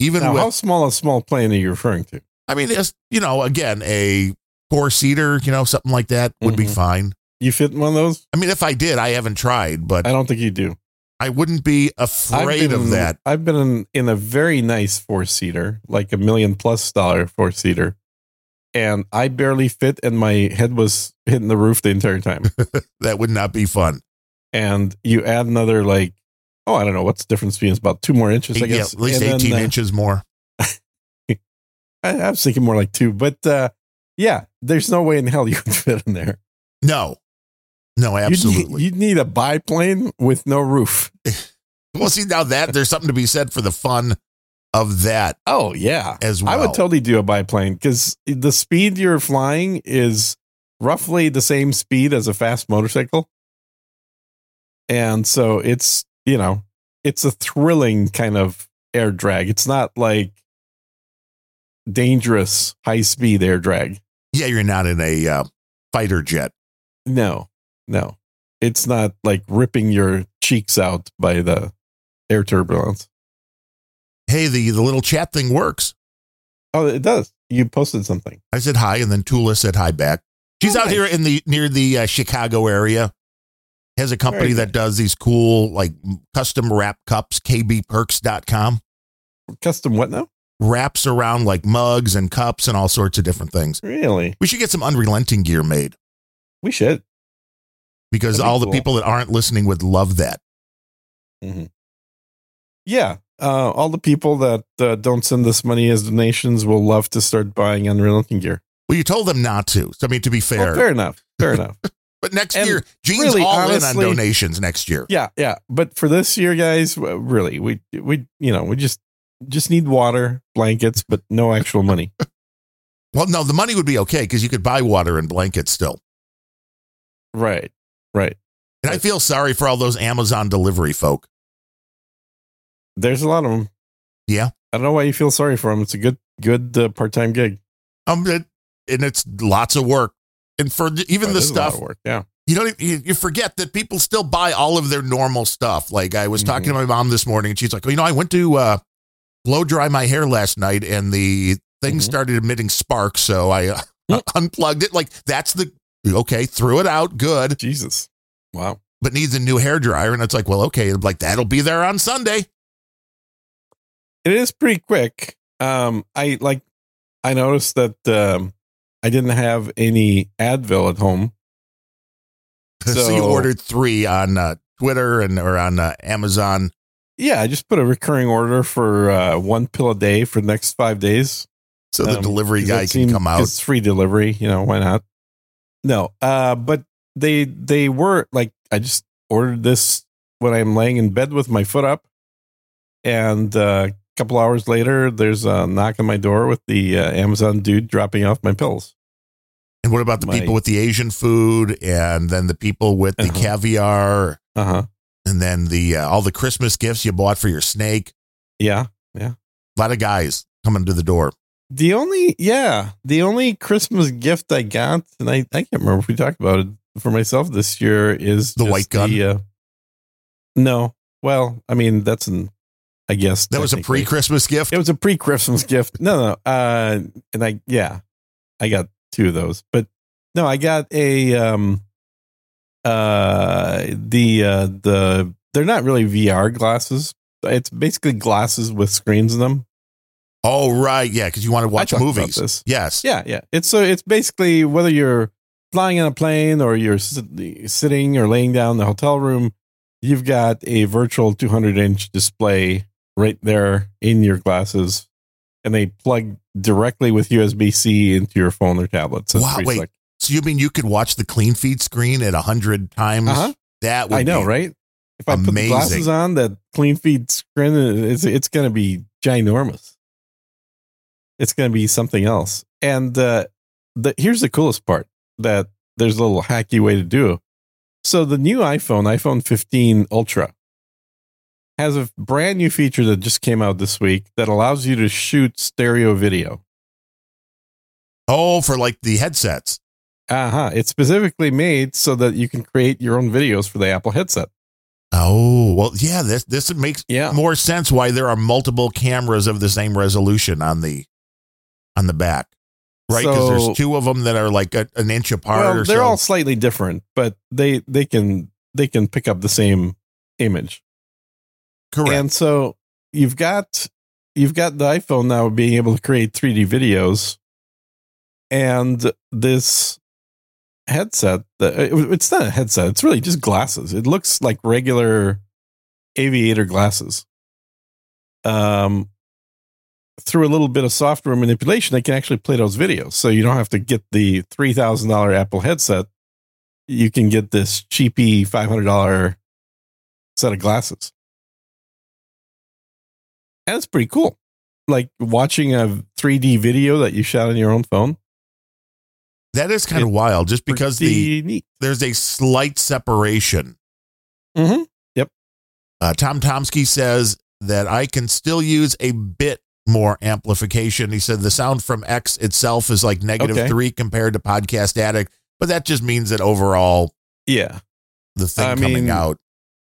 Even
Now,
with
how small a small plane are you referring to?
I mean, it's, you know, again, a four seater, you know, something like that would be
Mhm.
fine.
You fit in one of those?
I mean, if I did, I haven't tried, but
I don't think you do.
I wouldn't be afraid
I've been-
of that.
I've been in, in a very nice four seater, like a million plus dollar four seater, and I barely fit, and my head was hitting the roof the entire
<laughs>
time.
That would not be fun.
and you add another like, oh, I don't know what's the difference between it's about two more inches, I
yeah,
guess.
at least
And then,
18
uh,
inches more.
I, I was thinking more like two, but uh, yeah, there's no way in hell you could <laughs> fit in there.
No, no,
You'd need-
absolutely.
you'd need a biplane with no roof.
well, see, now that there's something to be said for the fun of that
Oh yeah,
as well.
I would totally do a biplane because the speed you're flying is roughly the same speed as a fast motorcycle. And so it's, you know, it's a thrilling kind of air drag. It's not like dangerous high speed air drag.
yeah, you're not in a uh, fighter jet.
No, no. It's not like ripping your cheeks out by the air turbulence.
Hey, the, the little chat thing works.
Oh, it does. You posted something.
I said hi, and then Tula said hi back. She's
Oh,
out here in the near the uh, Chicago area. Has a
Very
company that does these cool like custom wrap cups. KBPerks.com.
Custom what now?
wraps around like mugs and cups and all sorts of different things.
Really?
We should get some unrelenting gear made
We should.
because
That'd be
all the
cool.
people that aren't listening would love that.
Yeah. Uh, all the people that uh, don't send us money as donations will love to start buying unrelenting gear.
Well, you told them not to. So I mean, to be fair,
Well, fair enough. Fair enough. <laughs>
but next
And
year, Gene's
really,
all
honestly-
in on donations next year.
Yeah, yeah. But for this year, guys, w- really, we we you know we just just need water, blankets, but no actual
<laughs>
money.
Well, no, the money would be okay because you could buy water and blankets still.
right, right.
And I feel sorry for all those Amazon delivery folk.
There's a lot of them.
Yeah.
I don't know why you feel sorry for them. It's a good good uh, part time gig.
Um, it, and it's lots of work. And for th- even
Oh,
the
this is a lot
stuff,
of work. Yeah.
you don't even- you, you forget that people still buy all of their normal stuff. Like I was talking to
Mm-hmm.
my mom this morning, and she's like, "Oh, you know, I went to uh, blow dry my hair last night, and the thing
Mhm.
started emitting sparks, so I uh,
Hmm.
<laughs> unplugged it. Like that's the okay, threw it out, good,
Jesus. Wow.
but needs a new hair dryer. And it's like, well, okay, and like that'll be there on Sunday. <laughs>
It is pretty quick. Um, I like. I noticed that um, I didn't have any Advil at home.
So, you
So-
ordered three on uh, Twitter and or on uh, Amazon.
Yeah, I just put a recurring order for uh, one pill a day for the next five days.
So the
Um,
delivery
'cause
guy
it
can
seemed-
come out.
It's free delivery, you know, why not? No, uh, but they they were like I just ordered this when I'm laying in bed with my foot up, and uh, a couple hours later, there's a knock on my door with the uh, Amazon dude dropping off my pills.
And what about the
My-
people with the Asian food, and then the people with the
Uh-huh.
caviar,
Uh huh.
and then the uh, all the Christmas gifts you bought for your snake?
Yeah.
A lot of guys coming to the door.
The only yeah, the only Christmas gift I got, and I, I can't remember if we talked about it for myself this year is
The white gun?
the, uh, no, well, I mean that's an I guess
That was a
technically.
pre-Christmas gift.
It was a pre Christmas gift. No, no, uh, and I yeah, I got two of those, but no, I got a um, uh, the uh, the they're not really VR glasses. It's basically glasses with screens in them.
Oh right, yeah, because you want to watch
talked about
movies.
this.
Yes,
Yeah, yeah. It's so it's basically whether you're flying on a plane or you're sit- sitting or laying down in the hotel room, you've got a virtual 200 inch display right there in your glasses, and they plug directly with USB C into your phone or tablet. So it's
Wow,
pretty
wait.
slick.
So you mean you could watch the clean feed screen at hundred times?
Uh-huh.
That would
I know,
be-
right? If I put the
amazing.
glasses on, that clean feed screen, it's it's going to be ginormous. It's going to be something else. And uh, the here's the coolest part that there's a little hacky way to do. it. So the new iPhone, iPhone 15 Ultra, has a brand new feature that just came out this week that allows you to shoot stereo video.
Oh, for like the headsets.
Uh huh. It's specifically made so that you can create your own videos for the Apple headset.
Oh well, yeah. This this makes
Yeah.
<laughs> more sense why there are multiple cameras of the same resolution on the on the back, right? Because
So-
there's two of them that are like a, an inch apart
Well,
or
they're
so.
all slightly different, but they they can they can pick up the same image.
Correct.
And so you've got you've got the iPhone now being able to create 3D videos, and this headset the- it- it's not a headset it's really just glasses it looks like regular aviator glasses um through a little bit of software manipulation they can actually play those videos so you don't have to get the $3000 apple headset you can get this cheapy $500 set of glasses and it's pretty cool like watching a 3d video that you shot on your own phone
that is kind of wild, just because the
pretty neat
there's a slight separation.
mm-hmm.
Uh, Tom Tomsky says that I can still use a bit more amplification. He said the sound from X itself is like negative
Okay.
three compared to Podcast Addict, but that just means that overall
yeah
the thing
I
coming
mean,
out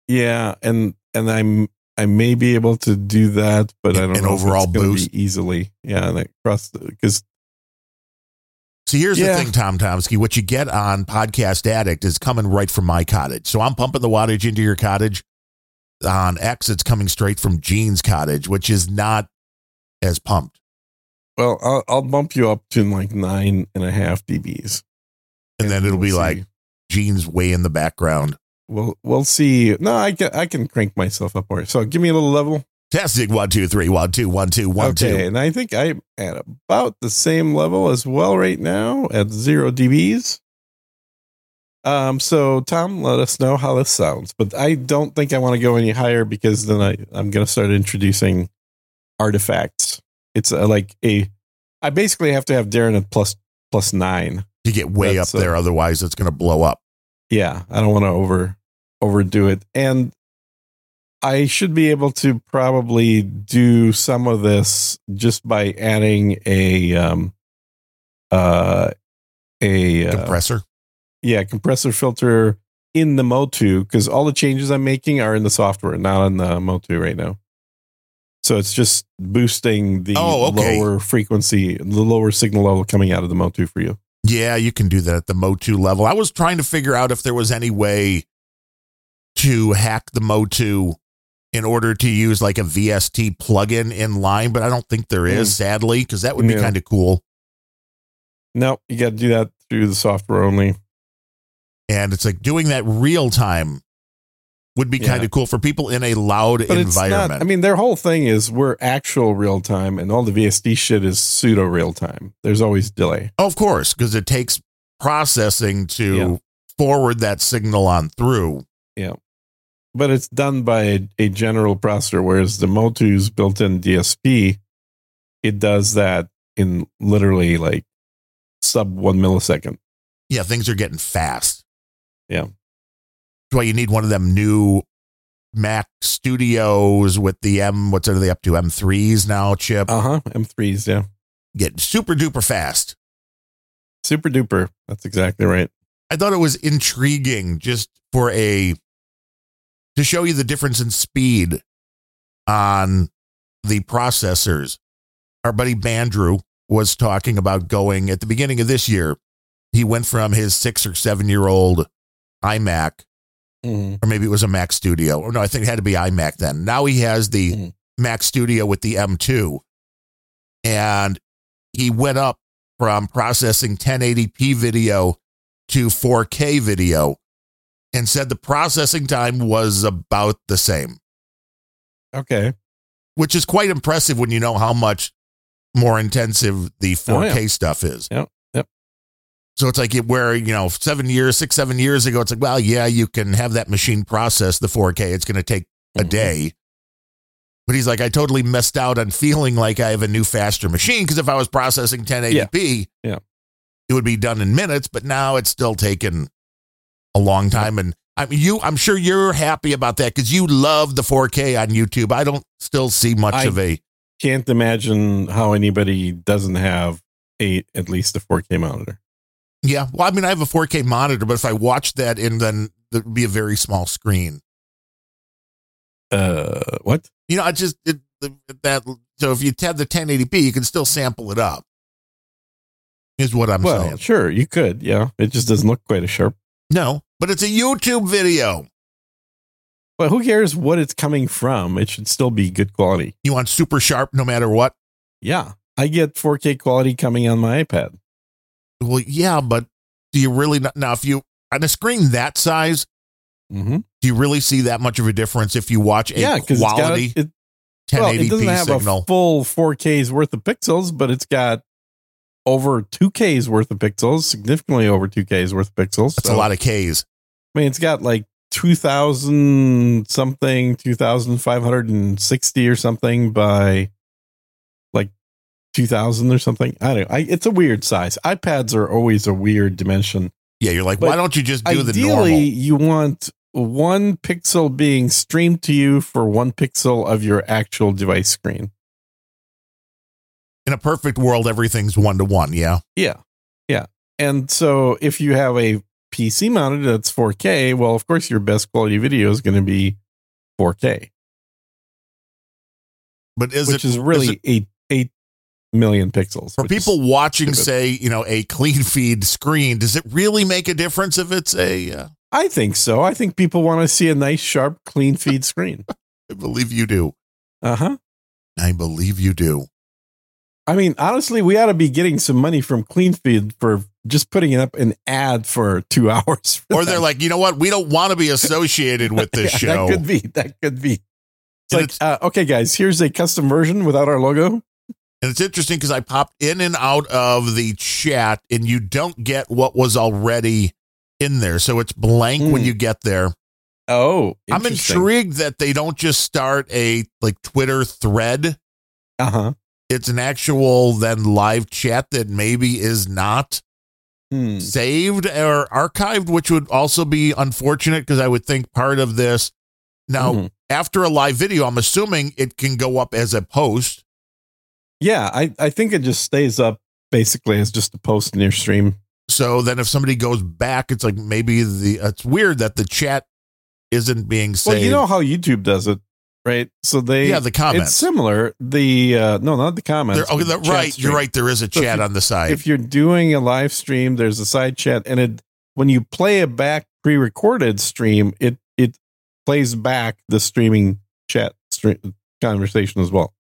yeah and and i'm i may be able to do that but i don't
An
know if it's
overall
gonna be
boost.
easily yeah and across because
So here's
Yeah.
the thing, Tom Tomsky. What you get on Podcast Addict is coming right from my cottage. So I'm pumping the wattage into your cottage. On X, it's coming straight from Gene's cottage, which is not as pumped.
Well, I'll, I'll bump you up to like nine and a half dBs,
And then it'll
we'll
be
see.
like Gene's way in the background.
we'll we'll see. No, I can I can crank myself up more. So give me a little level.
Testing one, two, three, one, two, one, two, one, two.
okay, and I think I'm at about the same level as well right now at zero dBs. Um, so Tom, let us know how this sounds. But I don't think I want to go any higher because then I I'm gonna start introducing artifacts. It's uh like a I basically have to have Darren at plus plus nine.
You get way
That's,
up there, otherwise it's going to blow up.
yeah i don't want to over overdo it and i should be able to probably do some of this just by adding a um uh a uh,
Compressor.
yeah compressor filter in the motu because all the changes i'm making are in the software not on the motu right now so it's just boosting the
Oh, okay.
lower frequency the lower signal level coming out of the motu for you
Yeah, you can do that at the Motu level. I was trying to figure out if there was any way to hack the Motu in order to use like a VST plugin in line, but I don't think there is, sadly, because that would be
Hmm. Yeah.
kind of cool.
no you got to do that through the software only
And it's like doing that real time would be
Yeah.
kind of cool for people in a loud environment.
It's not, I mean, their whole thing is we're actual real time, and all the VSD shit is pseudo real time. There's always delay.
Of course, because it takes processing to
Yeah.
forward that signal on through.
But it's done by a, a general processor, whereas the Motu's built in DSP, it does that in literally like sub one millisecond.
Yeah, things are getting fast.
Yeah.
That's why you need one of them new Mac studios with the M, what's are they up to? M3s now chip.
Uh huh. M3s, yeah.
Get super duper fast.
Super duper. That's exactly right.
I thought it was intriguing just for a to show you the difference in speed on the processors. Our buddy Bandrew was talking about going at the beginning of this year. He went from his six or seven year old iMac, or maybe it was a Mac Studio, or no, I think it had to be iMac then. Now he has the
Mhm.
Mac Studio with the M2, and he went up from processing 1080p video to 4K video and said the processing time was about the same,
Okay.
which is quite impressive when you know how much more intensive the 4K
Oh, yeah.
stuff is.
Yep, yep.
So it's like it- where, you know, seven years, six, seven years ago, it's like, well, yeah, you can have that machine process the 4K. It's going to take a day. But he's like, I totally missed out on feeling like I have a new faster machine because if I was processing 1080p,
Yeah.
it would be done in minutes. But now it's still taking a long time. And I mean, you, I'm sure you're happy about that because you love the 4K on YouTube. I don't still see much
I-
of a
Can't imagine how anybody doesn't have a at least a 4K monitor.
Yeah. Well, I mean, I have a 4K monitor, but if I watch that and then it would be a very small screen.
Uh, what?
You know, I just it, the- that. So if you have the 1080p, you can still sample it up. Is what I'm
well,
saying.
sure, you could. Yeah, it just doesn't look quite as sharp.
No, but it's a YouTube video.
But who cares what it's coming from? It should still be good quality.
You want super sharp, no matter what.
Yeah, I get 4K quality coming on my iPad.
Well, yeah, but do you really not, now? If you on a screen that size,
Mm-hmm.
do you really see that much of a difference if you watch a
Yeah, because it's got
quality
it, it, well, it
1080p
doesn't have a
signal?
full 4K's worth of pixels, but it's got over 2K's worth of pixels, significantly over 2K's worth of pixels.
That's a lot of K's.
I mean, it's got like 2000 something, 2560 or something by like 2000 or something. I don't know. I, it's a weird size. iPads are always a weird dimension.
Yeah, you're like,
But
why don't you just do the
Ideally,
normal?
you want one pixel being streamed to you for one pixel of your actual device screen.
in a perfect world, everything's one to one. Yeah.
Yeah. Yeah. And so if you have a PC mounted that's 4K, well, of course, your best quality video is going to be 4K.
But is
which
it
is really
it-
eight eight million pixels
for
which is-
people watching,
stupid.
say, you know, a clean feed screen, does it really make a difference if it's a, uh,
I think so. I think people want to see a nice, sharp,
<laughs>
clean feed screen.
I believe you do.
Uh huh.
I believe you do.
I mean, honestly, we ought to be getting some money from CleanFeed for just putting up an ad for two <laughs> hours. for
Or they're
that.
like, you know what? We don't want to be associated with this
<laughs> Yeah,
show.
That could be. That could be. It's
And
like, uh, okay, guys, here's a custom version without our logo.
And it's interesting because I popped in and out of the chat, and you don't get what was already in there. So it's blank when
Hmm.
you get there.
Oh,
I'm intrigued that they don't just start a like Twitter thread.
Uh huh.
It's an actual then live chat that maybe is not
Hmm.
saved or archived, which would also be unfortunate because I would think part of this.
Hmm.
Now, after a live video, I'm assuming it can go up as a post.
Yeah, I, I think it just stays up basically as just a post in your stream.
So then if somebody goes back, it's like maybe the it's weird that the chat isn't being saved.
Well, you know how YouTube does it, right? So they
yeah, the
it's
comments.
similar. The uh no, not the
There,
comments.
okay,
but the
that-
chat
right. You're
stream.
right. There is a
So if
chat
you-
on the side.
If you're doing a live stream, there's a side chat and it when you play a back pre-recorded stream, it it plays back the streaming chat stream conversation as well.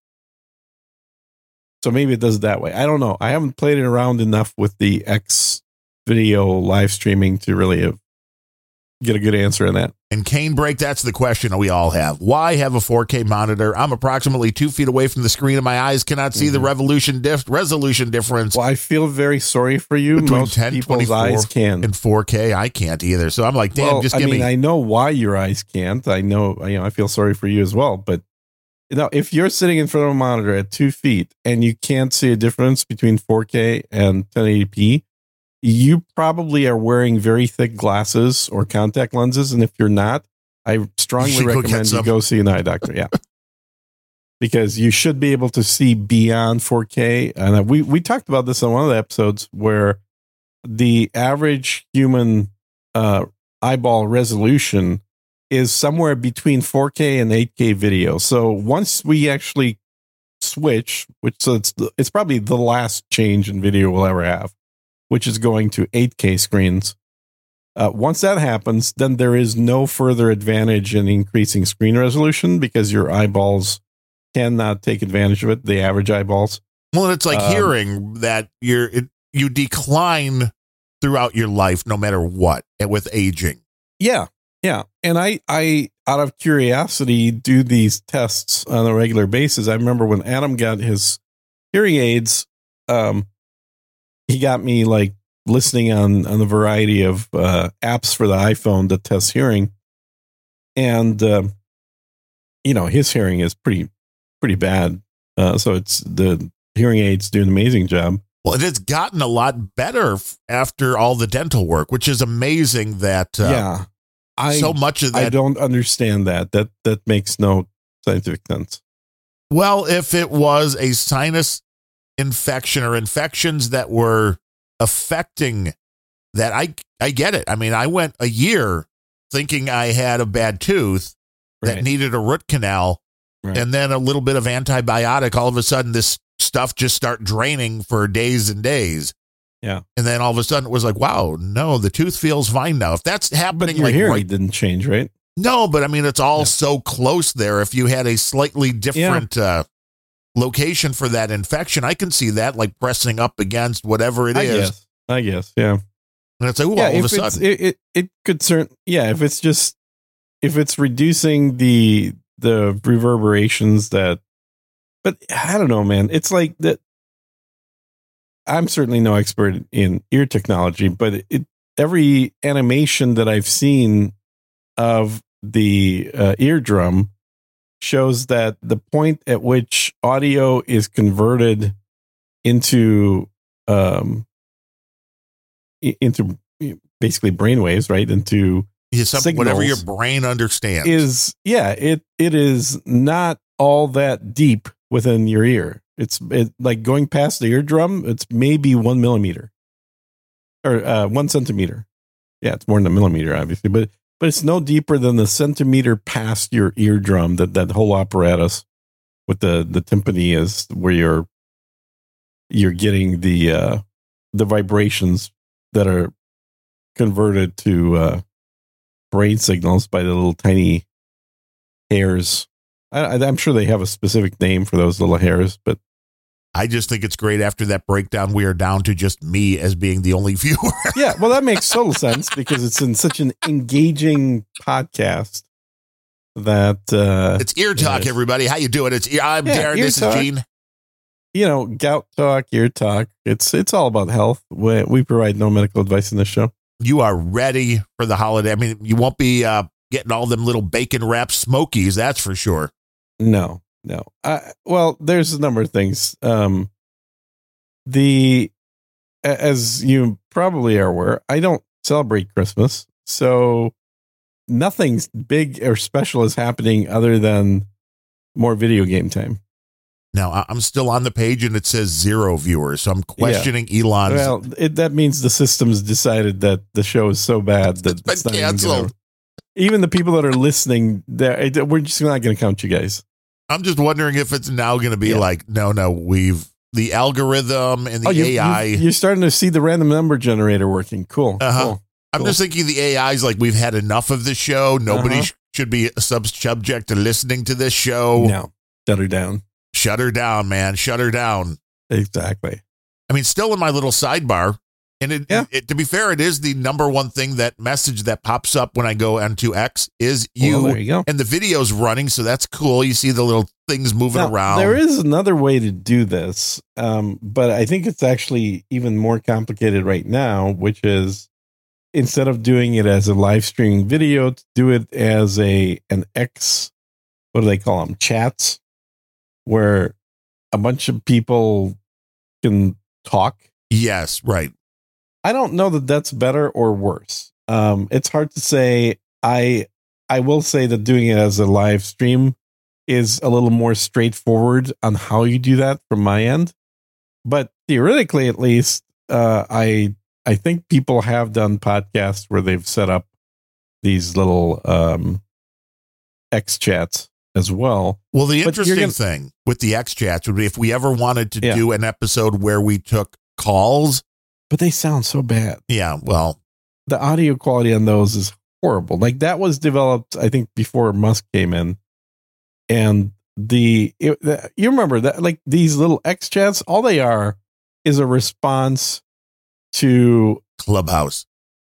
So maybe it does it that way. I don't know. I haven't played it around enough with the X video live streaming to really uh, get a good answer on that.
And cane break, that's the question we all have. Why have a 4K monitor? I'm approximately two feet away from the screen and my eyes cannot see the
Mhm.
revolution dif- resolution difference
Well, I feel very sorry for you.
Between
Most
10,
people's
24
eyes can.
in 4K. I can't either. So I'm like, damn,
well,
just
I
give
mean,
me.
I know why your eyes can't. I know, you know, I feel sorry for you as well. But you know, if you're sitting in front of a monitor at two feet and you can't see a difference between 4K and 1080p, you probably are wearing very thick glasses or contact lenses. And if you're not, I
You
strongly
should go get
recommend you
some.
go see an eye doctor. Yeah. Because you should be able to see beyond 4K. And uh, we, we talked about this on one of the episodes where the average human uh, eyeball resolution is somewhere between 4K and 8K video. So once we actually switch, which so it's the, it's probably the last change in video we'll ever have, which is going to 8K screens. Uh, once that happens, then there is no further advantage in increasing screen resolution because your eyeballs cannot take advantage of it. The average eyeballs.
well, it's like
um,
hearing that you're it, you decline throughout your life, no matter what, and with aging.
Yeah. Yeah. And I, I, out of curiosity, do these tests on a regular basis. I remember when Adam got his hearing aids, um, he got me like listening on, on a variety of uh, apps for the iPhone that test hearing. And, um, you know, his hearing is pretty, pretty bad. Uh, so it's the hearing aids do an amazing job.
Well, it has gotten a lot better f- after all the dental work, which is amazing that uh,
yeah. I,
so much of
I
that
don't understand that. That, that makes no scientific sense.
Well, if it was a sinus infection or infections that were affecting that, I I get it. I mean, I went a year thinking I had a bad tooth that
Right.
needed a root canal,
Right.
and then a little bit of antibiotic. All of a sudden, this stuff just start draining for days and days.
Yeah.
and then all of a sudden, it was like, wow, no, the tooth feels fine now. If that's
But
happening,
your
like
hearing
right,
didn't change, right?
no, but I mean, it's all
Yeah.
so close there. If you had a slightly different uh, location for that infection, I can see that like pressing up against whatever it is.
I guess. I guess. Yeah.
And it's like, oh,
yeah.
all of
if
a
it's-
sudden.
it, it it could certain. Yeah. If it's just if it's reducing the the reverberations that, but I don't know, man. It's like that. I'm certainly no expert in ear technology, but it every animation that I've seen of the uh, eardrum shows that the point at which audio is converted into um i- into basically brainwaves right into
It's something, whatever your
signals
brain understands.
is yeah it it is not all that deep within your ear it's it, like going past the eardrum it's maybe one millimeter or uh one centimeter yeah it's more than a millimeter obviously but but it's no deeper than the centimeter past your eardrum that that whole apparatus with the the timpani is where you're you're getting the uh the vibrations that are converted to uh brain signals by the little tiny hairs. I, I, I'm sure they have a specific name for those little hairs, but
I just think it's great after that breakdown, we are down to just me as being the only <laughs> viewer.
yeah, well, that makes total sense because it's in such an engaging podcast that uh,
it's ear talk,
Yes.
everybody. How you doing? It's I'm
Yeah,
Darren.
Ear
This
Talk.
is Gene.
you know gout talk, ear talk. It's it's all about health. We, we provide no medical advice in this show.
You are ready for the holiday. I mean, you won't be uh, getting all them little bacon wrapped smokies, that's for sure.
No, no. I, well, there's a number of things. Um, the a- as you probably are aware, I don't celebrate Christmas, so nothing big or special is happening other than more video game time.
Now I- I'm still on the page and it says zero viewers, so I'm questioning Elon's.
Well, it, that means the system's decided that the show is so bad that
It's
not even
been
gonna-
canceled.
Even the people that are listening, they're- it- we're just not going to count you guys.
I'm just wondering if it's now going to be
Yeah.
like, no, no, we've the algorithm and the
Oh, you,
AI.
are starting to see the random number generator working. Cool.
Uh-huh.
cool.
I'm just thinking the AI's like we've had enough of this show. Nobody
Uh-huh.
sh- should be sub subject to listening to this show.
No, shut her down.
Shut her down, man. Shut her down.
Exactly.
I mean, still in my little sidebar. And it,
Yeah.
it- to be fair, it is the number one thing that message that pops up when I go onto X is you.
Well, there you go.
and the video's running, so that's cool. You see the little things moving
Now,
around.
There is another way to do this, um, but I think it's actually even more complicated right now, which is instead of doing it as a live streaming video, to do it as a an X. What do they call them? Chats, where a bunch of people can talk.
yes, right.
I don't know that that's better or worse. Um, it's hard to say. I I will say that doing it as a live stream is a little more straightforward on how you do that from my end. But theoretically, at least, uh, I I think people have done podcasts where they've set up these little um, X chats as well.
Well, the
you're
interesting
gonna-
thing with the X chats would be if we ever wanted to
Yeah.
do an episode where we took calls.
But they sound so bad.
Yeah, well,
the audio quality on those is horrible. Like that was developed, I think, before Musk came in, and the, it, the you remember that like these little X chats, all they are is a response to
Clubhouse.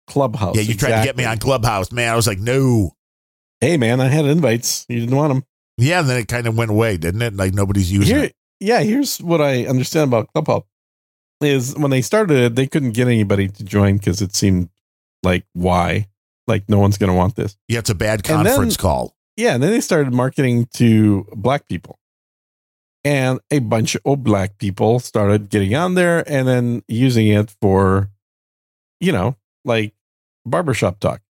Clubhouse.
yeah, you tried to get me on
Exactly.
Clubhouse, man. I was like, no.
Hey, man, I had invites. You didn't want them.
Yeah, and then it kind of went away, didn't it? Like nobody's using
Here,
it.
yeah, here's what I understand about Clubhouse is when they started it, they couldn't get anybody to join because it seemed like why, like no one's going to want this.
Yeah, it's a bad
And then-
conference call.
Yeah, and then they started marketing to black people. And a bunch of black people started getting on there and then using it for, you know, like barbershop talk,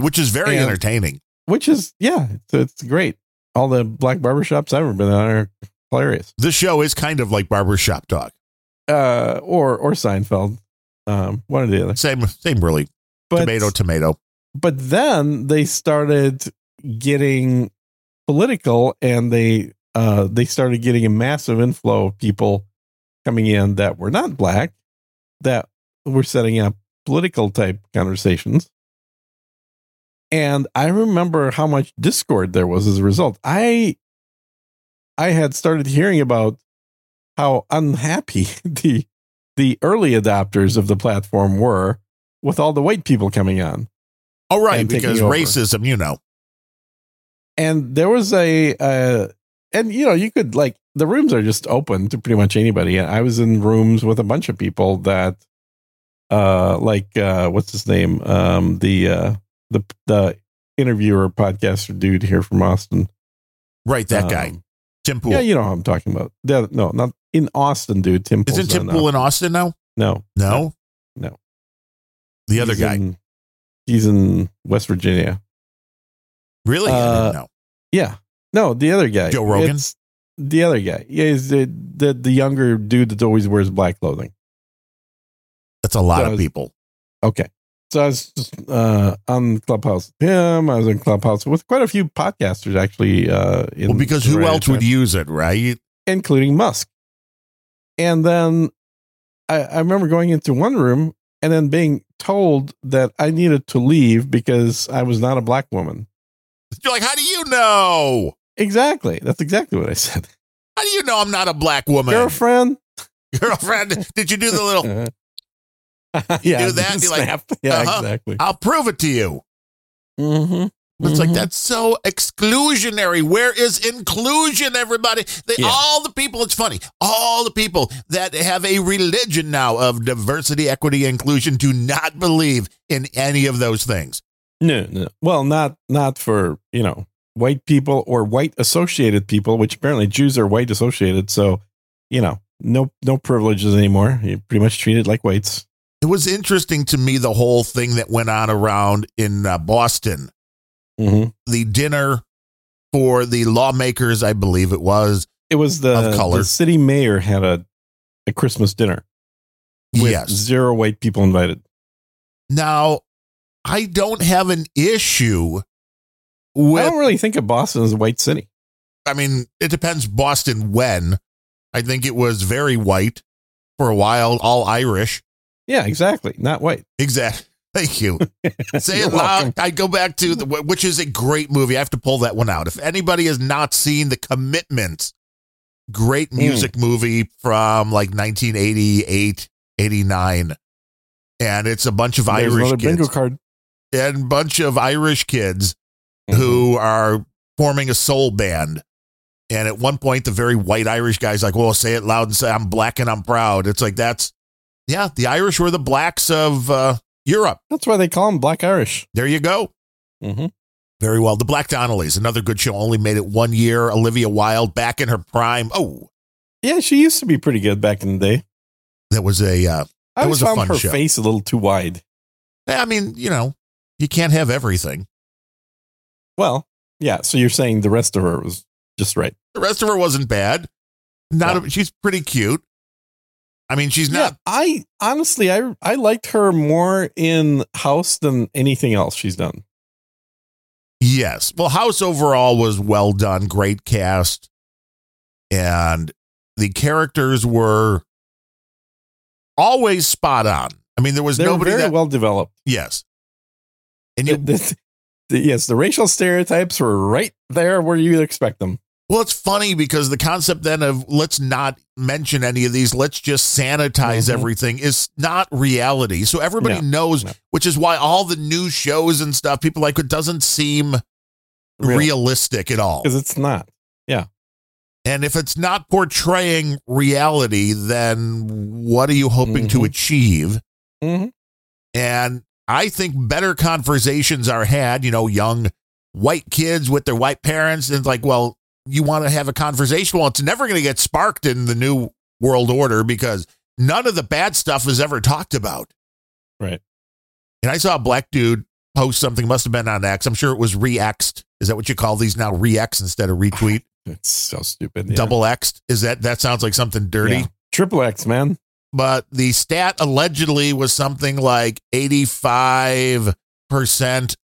Which is very
And-
entertaining.
which is, yeah, it's, it's great. All the black barbershops I've ever been on are hilarious.
This show is kind of like barbershop talk.
Uh, or, or Seinfeld, um, one or the other.
Same, same, really.
But,
tomato, tomato.
but then they started getting political and they uh they started getting a massive inflow of people coming in that were not black that were setting up political type conversations and i remember how much discord there was as a result i i had started hearing about how unhappy <laughs> the the early adopters of the platform were with all the white people coming on
Oh, right,
And taking
because
over.
racism, you know.
and there was a uh and you know you could like the rooms are just open to pretty much anybody and i was in rooms with a bunch of people that uh like uh what's his name um the uh the the interviewer podcaster dude here from austin
Right, that
Um,
guy. Tim Pool.
yeah you know who i'm talking about The- no not in austin dude tim Pool's
Isn't Tim
not
Pool in Austin now?
no
No.
No.
The other
He's
guy.
in- he's in west virginia
really? I
uh,
didn't know.
Yeah. No, the other guy.
Joe Rogan?
It's the other guy. Yeah, is the, the the younger dude that always wears black clothing.
That's a lot
so-
of people.
Okay. So I was just, uh, on Clubhouse with him. I was in Clubhouse with quite a few podcasters actually. Uh, in
Well, because who
variety
else would
times,
use it, right?
including Musk? And then I, I remember going into one room and then being told that I needed to leave because I was not a black woman.
You're like, how do you know?
Exactly. That's exactly what I said.
How do you know I'm not a black woman?
Girlfriend.
Girlfriend, did you do
<laughs>
the little?
yeah, do
Uh-huh. that, be like,
<laughs> yeah,
uh-huh.
exactly.
I'll prove it to you.
Mm-hmm.
It's like that's so exclusionary. Where is inclusion, everybody? They,
Yeah.
All the people. It's funny. All the people that have a religion now of diversity, equity, inclusion do not believe in any of those things.
No, no. Well, not not for you know white people or white associated people, which apparently Jews are white associated. So you know, no no privileges anymore. You pretty much treated like whites.
It was interesting to me the whole thing that went on around in uh, Boston
Mm-hmm.
the dinner for the lawmakers, I believe it was.
It was the,
Of color.
the city mayor had a a Christmas dinner with
yes.
zero white people invited.
Now, I don't have an issue
I
with,
don't really think of Boston as a white city.
I mean, it depends Boston when. I think it was very white for a while, all Irish.
Yeah, exactly. Not white. <laughs>
Exactly. <laughs> Thank you. Say
You're
it loud. I go back to the, which is a great movie. I have to pull that one out. If anybody has not seen The Commitment, great
Hmm.
music movie from like 1988, 89. And it's a bunch of
There's
Irish
another
kids
bingo card.
and bunch of Irish kids who are forming a soul band. And at one point, the very white Irish guy's like, well, say it loud and say, I'm black and I'm proud. It's like, that's, yeah, the Irish were the blacks of uh, Europe.
That's why they call them Black Irish.
There you go.
Mm-hmm.
Very well. The Black Donnellys, another good show, only made it one year. Olivia Wilde back in her prime. Oh,
Yeah, she used to be pretty good back in the day.
that was a.
I
Uh, That
always
was a
found
fun
her
show.
face a little too wide.
I mean, you know, you can't have everything.
Well, yeah. So you're saying the rest of her was just right.
The rest of her wasn't bad. Not. a- she's pretty cute. I mean, she's
Yeah,
not.
I honestly, I I liked her more in House than anything else she's done.
Yes. Well, House overall was well done. Great cast, and the characters were always spot on. I mean, there was
They're
nobody
very
that.
well developed.
yes. And
<laughs> The-
you
the- the- yes, the racial stereotypes were right there where you'd expect them.
Well, it's funny because the concept then of let's not mention any of these, let's just sanitize
Mhm.
everything is not reality. So everybody
No,
knows,
no.
which is why all the new shows and stuff, people like it doesn't seem realistic at all.
because it's not.
And if it's not portraying reality, then what are you hoping to
Mhm.
achieve?
Mhm.
And I think better conversations are had, you know, young white kids with their white parents. And it's like, well, you want to have a conversation. Well, it's never going to get sparked in the new world order because none of the bad stuff is ever talked about.
Right.
And I saw a black dude post something, must have been on X. I'm sure it was re Xed. Is that what you call these now? Re X instead of retweet?
It's so stupid. yeah.
Double Xed? Is that, that sounds like something dirty?
Yeah. triple X, man.
but the stat allegedly was something like 85%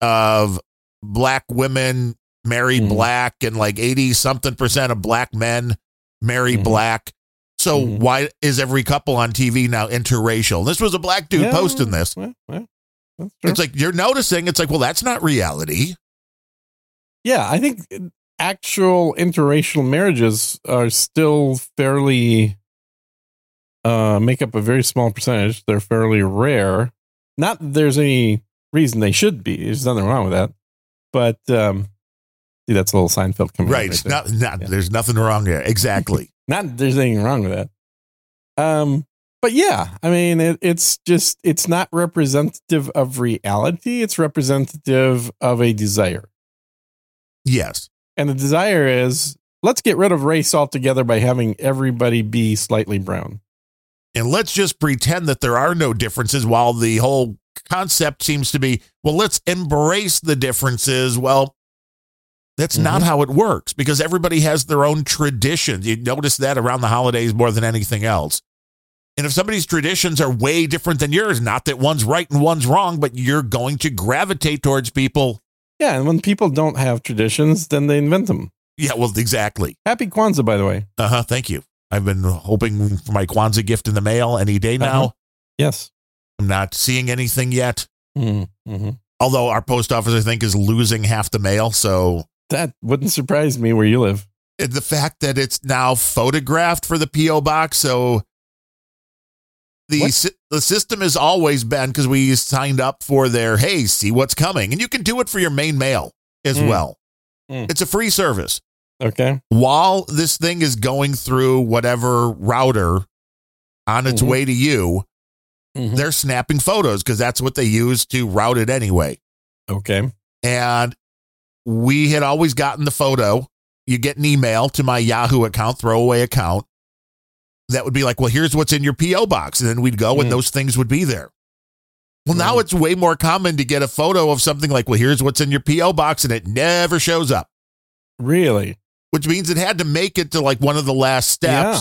of black women marry
Mhm.
black and like 80 something percent of black men marry
Mhm.
black. So
Mhm.
why is every couple on TV now interracial? This was a black dude
Yeah,
posting this.
well, well, that's true.
It's like you're noticing it's like well that's not reality.
Yeah, I think actual interracial marriages are still fairly uh make up a very small percentage. They're fairly rare. Not that there's any reason they should be. There's nothing wrong with that. But um see that's a little Seinfeld coming out
Right.
there.
Not, not
Yeah.
there's nothing wrong there.
<laughs>
Exactly.
Not that there's anything wrong with that. Um, but yeah, I mean, it, it's just it's not representative of reality. It's representative of a desire,
yes.
and the desire is let's get rid of race altogether by having everybody be slightly brown.
and let's just pretend that there are no differences while the whole concept seems to be well let's embrace the differences well that's not how it works because everybody has their own traditions you notice that around the holidays more than anything else and if somebody's traditions are way different than yours not that one's right and one's wrong but you're going to gravitate towards people
Yeah, and when people don't have traditions, then they invent them.
yeah well exactly
Happy Kwanzaa, by the way.
uh-huh thank you i've been hoping for my kwanzaa gift in the mail any day now
Uh-huh. Yes.
i'm not seeing anything yet
Mm-hmm.
Although our post office, I think, is losing half the mail. So
That wouldn't surprise me where you live.
and the fact that it's now photographed for the PO box, so the
What?
sy- the system has always been because we signed up for their hey, see what's coming, and you can do it for your main mail as
Mm.
well.
Mm.
It's a free service
Okay.
while this thing is going through whatever router on its
Mhm.
way to you,
Mhm.
they're snapping photos because that's what they use to route it anyway.
Okay.
And we had always gotten the photo. You get an email to my Yahoo account, throwaway account. That would be like, well, here's what's in your P.O. box. And then we'd go
Mhm.
and those things would be there. Well, now
Mhm.
it's way more common to get a photo of something like, well, here's what's in your P.O. box. And it never shows up,
Really?
which means it had to make it to like one of the last steps.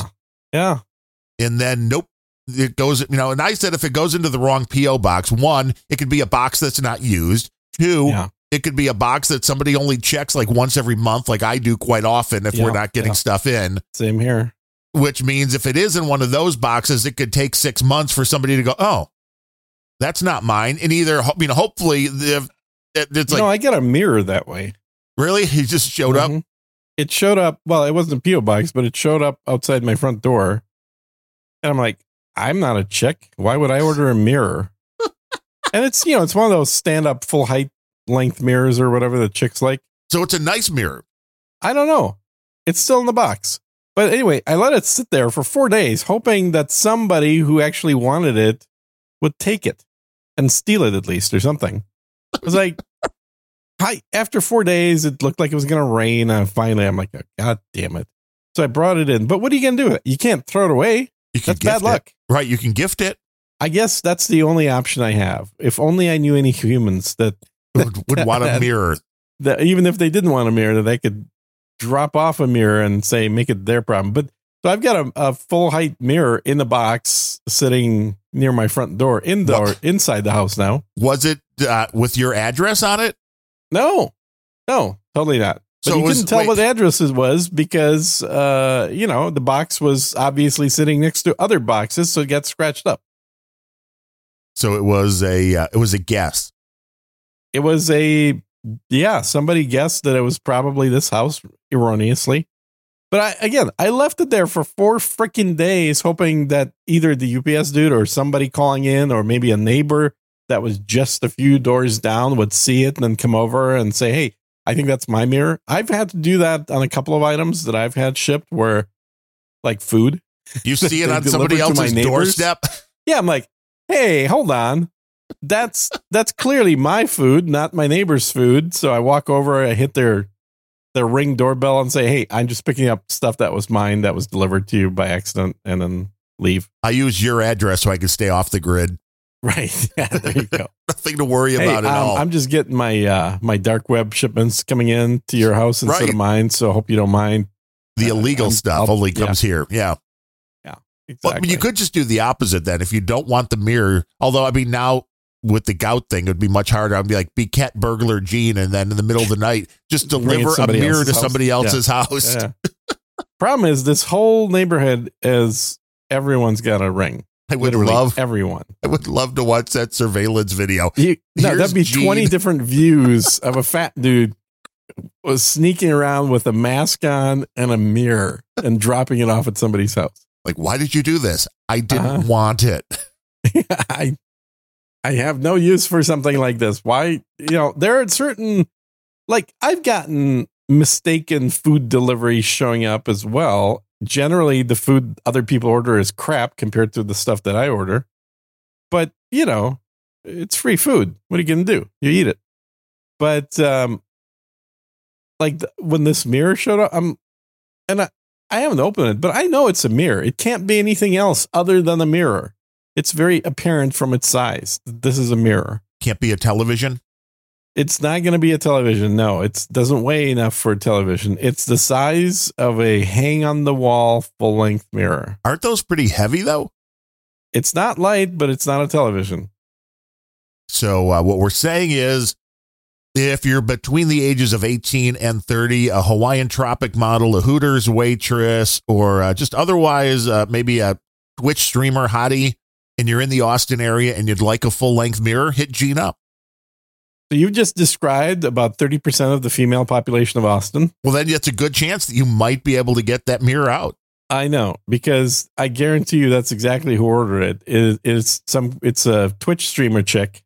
Yeah. Yeah.
and then nope it goes you know and i said if it goes into the wrong po box one it could be a box that's not used two
Yeah.
it could be a box that somebody only checks like once every month like i do quite often if
Yeah,
we're not getting
yeah.
stuff in
Same here.
which means if it is in one of those boxes it could take six months for somebody to go oh that's not mine and either ho- you know hopefully if it- it's
You
like
know, I get a mirror that way.
really he just showed up
Mhm. It showed up. Well, it wasn't a PO box, but it showed up outside my front door, and I'm like, I'm not a chick. Why would I order a
<laughs>
mirror? and it's you know, it's one of those stand up full height length mirrors or whatever the chicks like.
so it's a nice mirror
I don't know. It's still in the box. But anyway, I let it sit there for four days, hoping that somebody who actually wanted it would take it and steal it at least or something. I was like, <laughs> hi. After four days, it looked like it was going to rain. And finally, I'm like, "Oh, God damn it. So I brought it in. But what are you going to do with it? You can't throw it away.
you can
That's bad
gift it.
luck.
right you can gift
<laughs>
it
I guess that's the only option I have. If only I knew any humans that,
would, would want a mirror
that even if they didn't want a mirror, that they could drop off a mirror and say, make it their problem. But so I've got a, a full height mirror in the box sitting near my front door, indoor,
<laughs> What?
inside the house now.
was it uh, with your address on it
No, no, totally not. But
So
you
it was-
couldn't tell
wait.
what address it was because, uh, you know, the box was obviously sitting next to other boxes, so it got scratched up.
So it was a uh, it was a guess.
It was a, yeah, somebody guessed that it was probably this house erroneously. But I, again, I left it there for four freaking days, hoping that either the UPS dude or somebody calling in, or maybe a neighbor that was just a few doors down would see it and then come over and say, Hey, I think that's my mirror. I've had to do that on a couple of items that I've had shipped where, like food. <laughs>
You see it
They
on somebody
delivered to my
else's
neighbors?
doorstep.
Yeah, I'm like, Hey, hold on. That's that's clearly my food, not my neighbor's food. So I walk over, I hit their their ring doorbell and say, Hey, I'm just picking up stuff that was mine that was delivered to you by accident and then leave. <laughs>
I use your address so I can stay off the grid.
Right. Yeah, there you
<laughs>
go.
Nothing to worry
Hey,
about at
um,
all.
I'm just getting my uh, my dark web shipments coming in to your house instead
Right.
of mine, so I hope you don't mind.
the illegal
I'm-
stuff
I'll-
only
yeah.
comes here. Yeah.
Exactly.
But you could just do the opposite then. If you don't want the mirror, although I mean now with the gout thing, it would be much harder. I'd be like, be cat burglar Gene, and then in the middle of the night, just
Bring it
deliver a
somebody
mirror to
else's house.
somebody
Yeah.
else's house.
Yeah. Problem is, this whole neighborhood is everyone's got a ring.
I would
Literally
love,
everyone.
I would love to watch that surveillance video.
You, no,
Here's
that'd be
Gene.
twenty different views of a fat dude was sneaking around with a mask on and a mirror and dropping it off at somebody's house.
Like, why did you do this? I didn't
Uh-huh.
want it.
<laughs> I I have no use for something like this. Why, you know, there are certain like I've gotten mistaken food delivery showing up as well. Generally, the food other people order is crap compared to the stuff that I order. But, you know, it's free food. What are you going to do? You eat it. But um like th- when this mirror showed up, I'm and I, I haven't opened it, but I know it's a mirror. It can't be anything else other than a mirror it's very apparent from its size. that This is a mirror.
Can't be a television.
It's not going to be a television. No, it doesn't weigh enough for a television. It's the size of a hang on the wall full length mirror.
Aren't those pretty heavy though?
It's not light, but it's not a television.
So uh, what we're saying is, if you're between the ages of 18 and 30, a Hawaiian Tropic model, a Hooters waitress, or uh, just otherwise uh, maybe a Twitch streamer hottie, and you're in the Austin area and you'd like a full length mirror, hit Gene up.
So you've just described about 30% of the female population of Austin.
Well, then it's a good chance that you might be able to get that mirror out.
I know because I guarantee you that's exactly who ordered it. It is some it's a Twitch streamer chick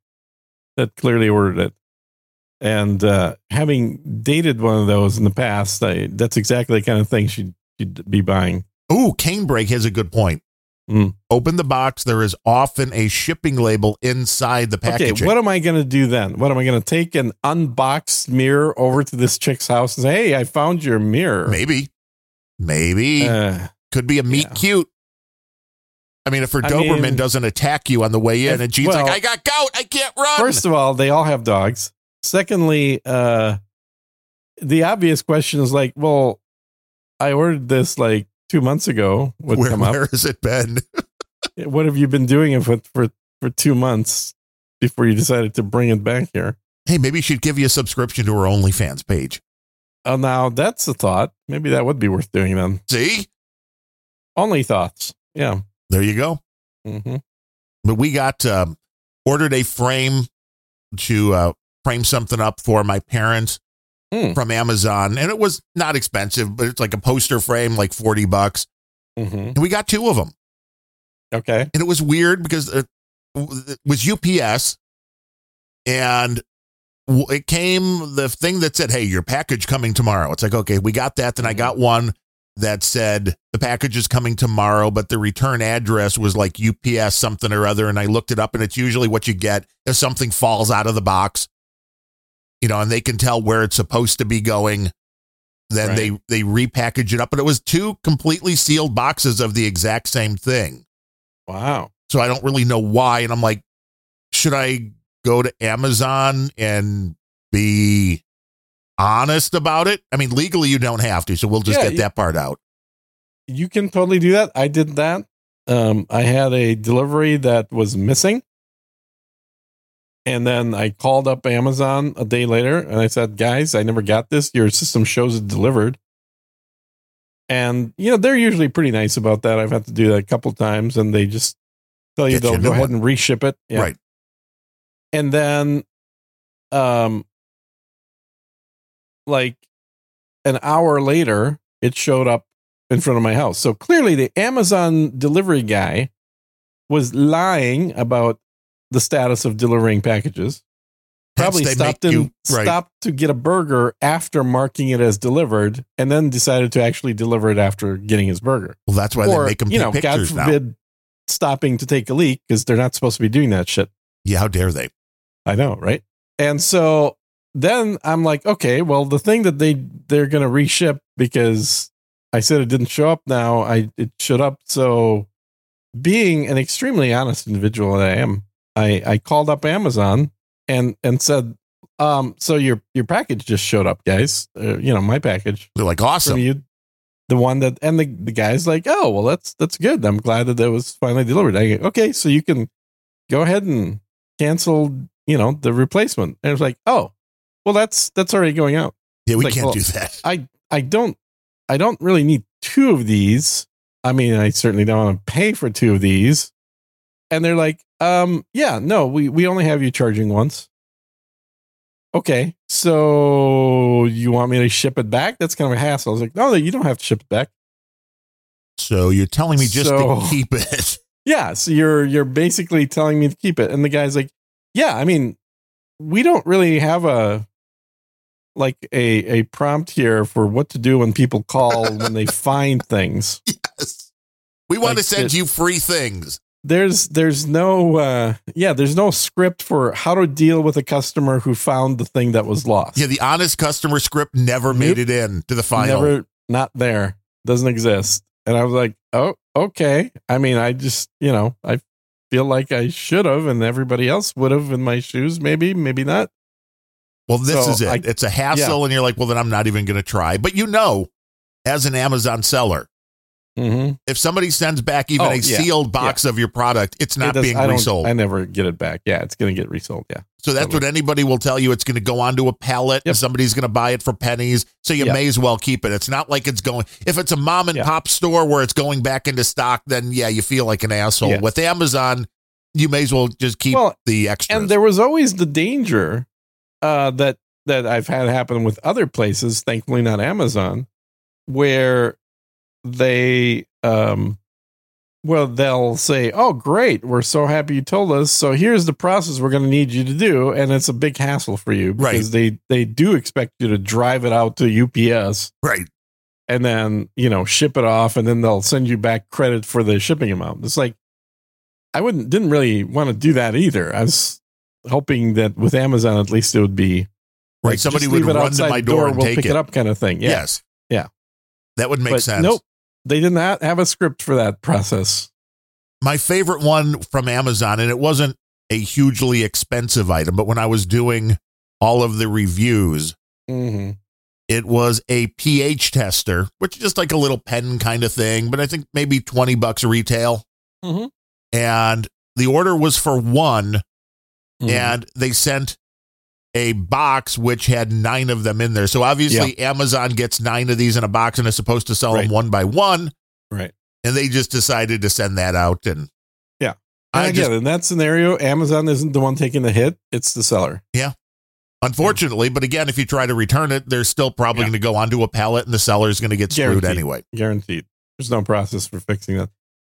that clearly ordered it. And uh, having dated one of those in the past, I, that's exactly the kind of thing she'd, she'd be buying.
Ooh, Canebrake has a good point.
Mm.
Open the box. There is often a shipping label inside the packaging.
Okay, what am I going to do then? What am I going to take an unboxed mirror over to this chick's house and say, "Hey, I found your mirror."
Maybe. Maybe.
Uh,
Could be a meet
yeah.
cute. I mean, if her
I
Doberman
mean-
doesn't attack you on the way in
If-
and Gene's like,
well-
I got gout. I can't
<laughs>
run.
First of all, they all have dogs. Secondly, uh, the obvious question is like, well, I ordered this like two months ago. Would
where,
come up. Eh,
where has it been?
What have you been doing for for for two months before you decided to bring it back here?
Hey, maybe she'd give you a subscription to her OnlyFans page.
Oh, now that's a thought. Maybe that would be worth doing then.
See?
Only thoughts. Yeah.
There you go.
hmm
but we got um, ordered a frame to uh, frame something up for my parents
Hmm.
from Amazon, and it was not expensive, but it's like a poster frame, like forty bucks,
hmm
and we got two of them,
Okay.
and it was weird because it it was UPS, and w- it came the thing that said, "Hey, your package coming tomorrow." It's like, okay, we got that. Then I got
Mm-hmm.
one that said the package is coming tomorrow, but the return address was like UPS something or other. And I looked it up, and it's usually what you get if something falls out of the box, you know, and they can tell where it's supposed to be going. Then
Right.
they they repackage it up, but it was two completely sealed boxes of the exact same thing
Wow.
so I don't really know why. And I'm like, should I go to Amazon and be honest about it? I mean, legally you don't have to, so we'll just
Yeah,
get
you-
that part out.
You can totally do that. I did that. Um, I had a delivery that was missing. And then I called up Amazon a day later and I said, guys, I never got this. Your system shows it delivered. And, you know, they're usually pretty nice about that. I've had to do that a couple times and they just tell you
Get you
they'll
a
go
new
ahead and reship it. Yeah.
Right.
And then, um, like an hour later, it showed up in front of my house. So clearly, the Amazon delivery guy was lying about the status of delivering packages.
Hence,
Probably
they
stopped
make
and
you- right.
stopped to get a burger after marking it as delivered, and then decided to actually deliver it after getting his burger.
Well, that's why they make them take pictures
God
now.
forbid, stopping to take a leak because they're not supposed to be doing that shit.
Yeah, how dare they?
I know, right? And so then I'm like, okay, well, the thing that they they're gonna reship because I said it didn't show up now, I it showed up. So being an extremely honest individual that I am, I I called up Amazon and and said, um, so your your package just showed up, guys. Uh, you know, my package
They're like,
from
awesome.
you the one that and the, the guy's like oh well that's that's good i'm glad that that was finally delivered I go, okay so you can go ahead and cancel you know the replacement and it's like oh well that's that's already going out
Yeah, we
like,
can't
well,
do that.
i i don't i don't really need two of these i mean i certainly don't want to pay for two of these and they're like um yeah no we we only have you charging once okay so you want me to ship it back that's kind of a hassle i was like no no, you don't have to ship it back
So you're telling me just to
So- <laughs>
keep it.
yeah so you're you're basically telling me to keep it and the guy's like yeah i mean we don't really have a like a a prompt here for what to do when people call when they find things
we want to
Like
send
it-
you free things.
there's there's no uh yeah there's no script for how to deal with a customer who found the thing that was lost
Yeah, the honest customer script never made it in to the final.
never not there doesn't exist and i was like oh okay i mean i just you know i feel like i should have and everybody else would have in my shoes maybe maybe not
Well, this
So
is it.
I-
it's a hassle, and you're like, well, then I'm not even going to try. But you know, as an Amazon seller,
mm-hmm.
if somebody sends back even
Oh,
a
yeah,
sealed box of your product, it's not being
I don't-
resold.
I never get it back. Yeah, it's going to get resold. Yeah.
so that's what anybody will tell you. It's going to go onto a pallet,
Yep.
and somebody's going to buy it for pennies. So you
Yeah.
may as well keep it. It's not like it's going. If it's a mom and
Yeah.
pop store where it's going back into stock, then yeah, you feel like an asshole.
Yes.
With Amazon, you may as well just keep
Well,
the extras.
And there was always the danger uh, that that I've had happen with other places, thankfully not Amazon, where they um well they'll say, "Oh great, we're so happy you told us. So here's the process we're going to need you to do." And it's a big hassle for you
Right.
because they they do expect you to drive it out to UPS
Right.
and then you know ship it off and then they'll send you back credit for the shipping amount it's like i wouldn't didn't really want to do that either i was hoping that with amazon at least it would be
Right.
like,
Somebody
just
would
leave it
run to
outside
my door, and
we'll
take
pick
it.
it. up kind of thing yeah
Yes.
Yeah.
That would make
But
sense.
nope they did not have a script for that process
my favorite one from Amazon, and it wasn't a hugely expensive item, but when I was doing all of the reviews,
mm-hmm.
it was a pH tester, which is just like a little pen kind of thing, but I think maybe 20 bucks retail.
Mhm.
And the order was for one,
Mm-hmm.
and they sent a box which had nine of them in there. So obviously, Amazon gets nine of these in a box and is supposed to sell
Right.
them one by one.
Right.
And they just decided to send that out. And
Yeah.
I
Mm-hmm. again
just,
in that scenario amazon isn't the one taking the hit it's the seller
unfortunately, but again, if you try to return it, they're still probably
Yeah.
going to go onto a pallet and the seller's going to get screwed
Guaranteed.
anyway.
guaranteed there's no process for fixing that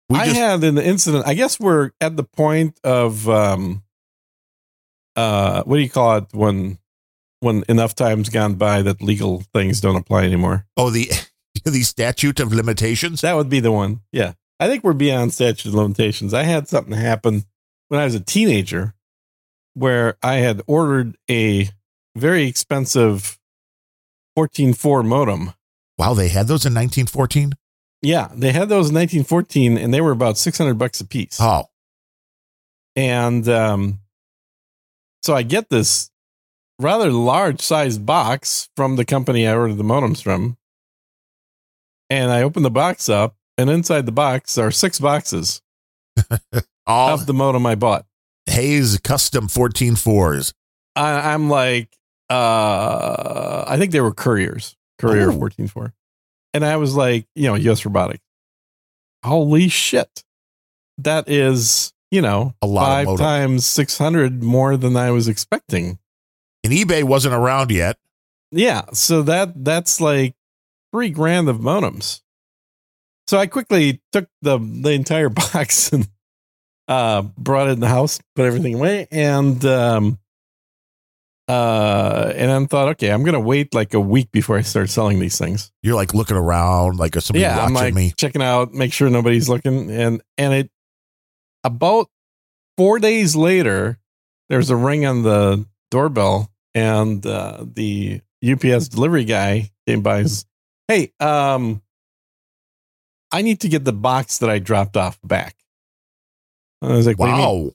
We
I
just,
had an incident. I guess we're at the point of um uh what do you call it when when enough time's gone by that legal things don't apply anymore.
oh, the, <laughs> the statute of limitations.
That would be the one. Yeah. I think we're beyond statute of limitations. I had something happen when I was a teenager where I had ordered a very expensive 14.4 modem.
Wow, they had those in 1914?
Yeah, they had those in 1914 and they were about 600 bucks a piece.
Oh,
and um, so I get this rather large sized box from the company I ordered the modems from, and I open the box up, and inside the box are six boxes
all
of the modem I bought.
Hayes custom 14 fours.
I, I'm like, uh, I think they were couriers, courier
Oh.
fourteen four, and I was like, you know, U.S. robotic. Holy shit, that is you know
A lot of
five
modem.
times six hundred more than I was expecting.
And eBay wasn't around yet.
yeah so that that's like three grand of modems so i quickly took the the entire <laughs> box and uh brought it in the house put everything away and um uh and i thought okay i'm gonna wait like a week before i start selling these things
You're like looking around, like is somebody
yeah i'm
watching
like
me?
checking out make sure nobody's looking and and it about four days later there's a ring on the doorbell and uh, the ups delivery guy came by and says hey um i need to get the box that i dropped off back and i was like "What do you mean?"
Wow.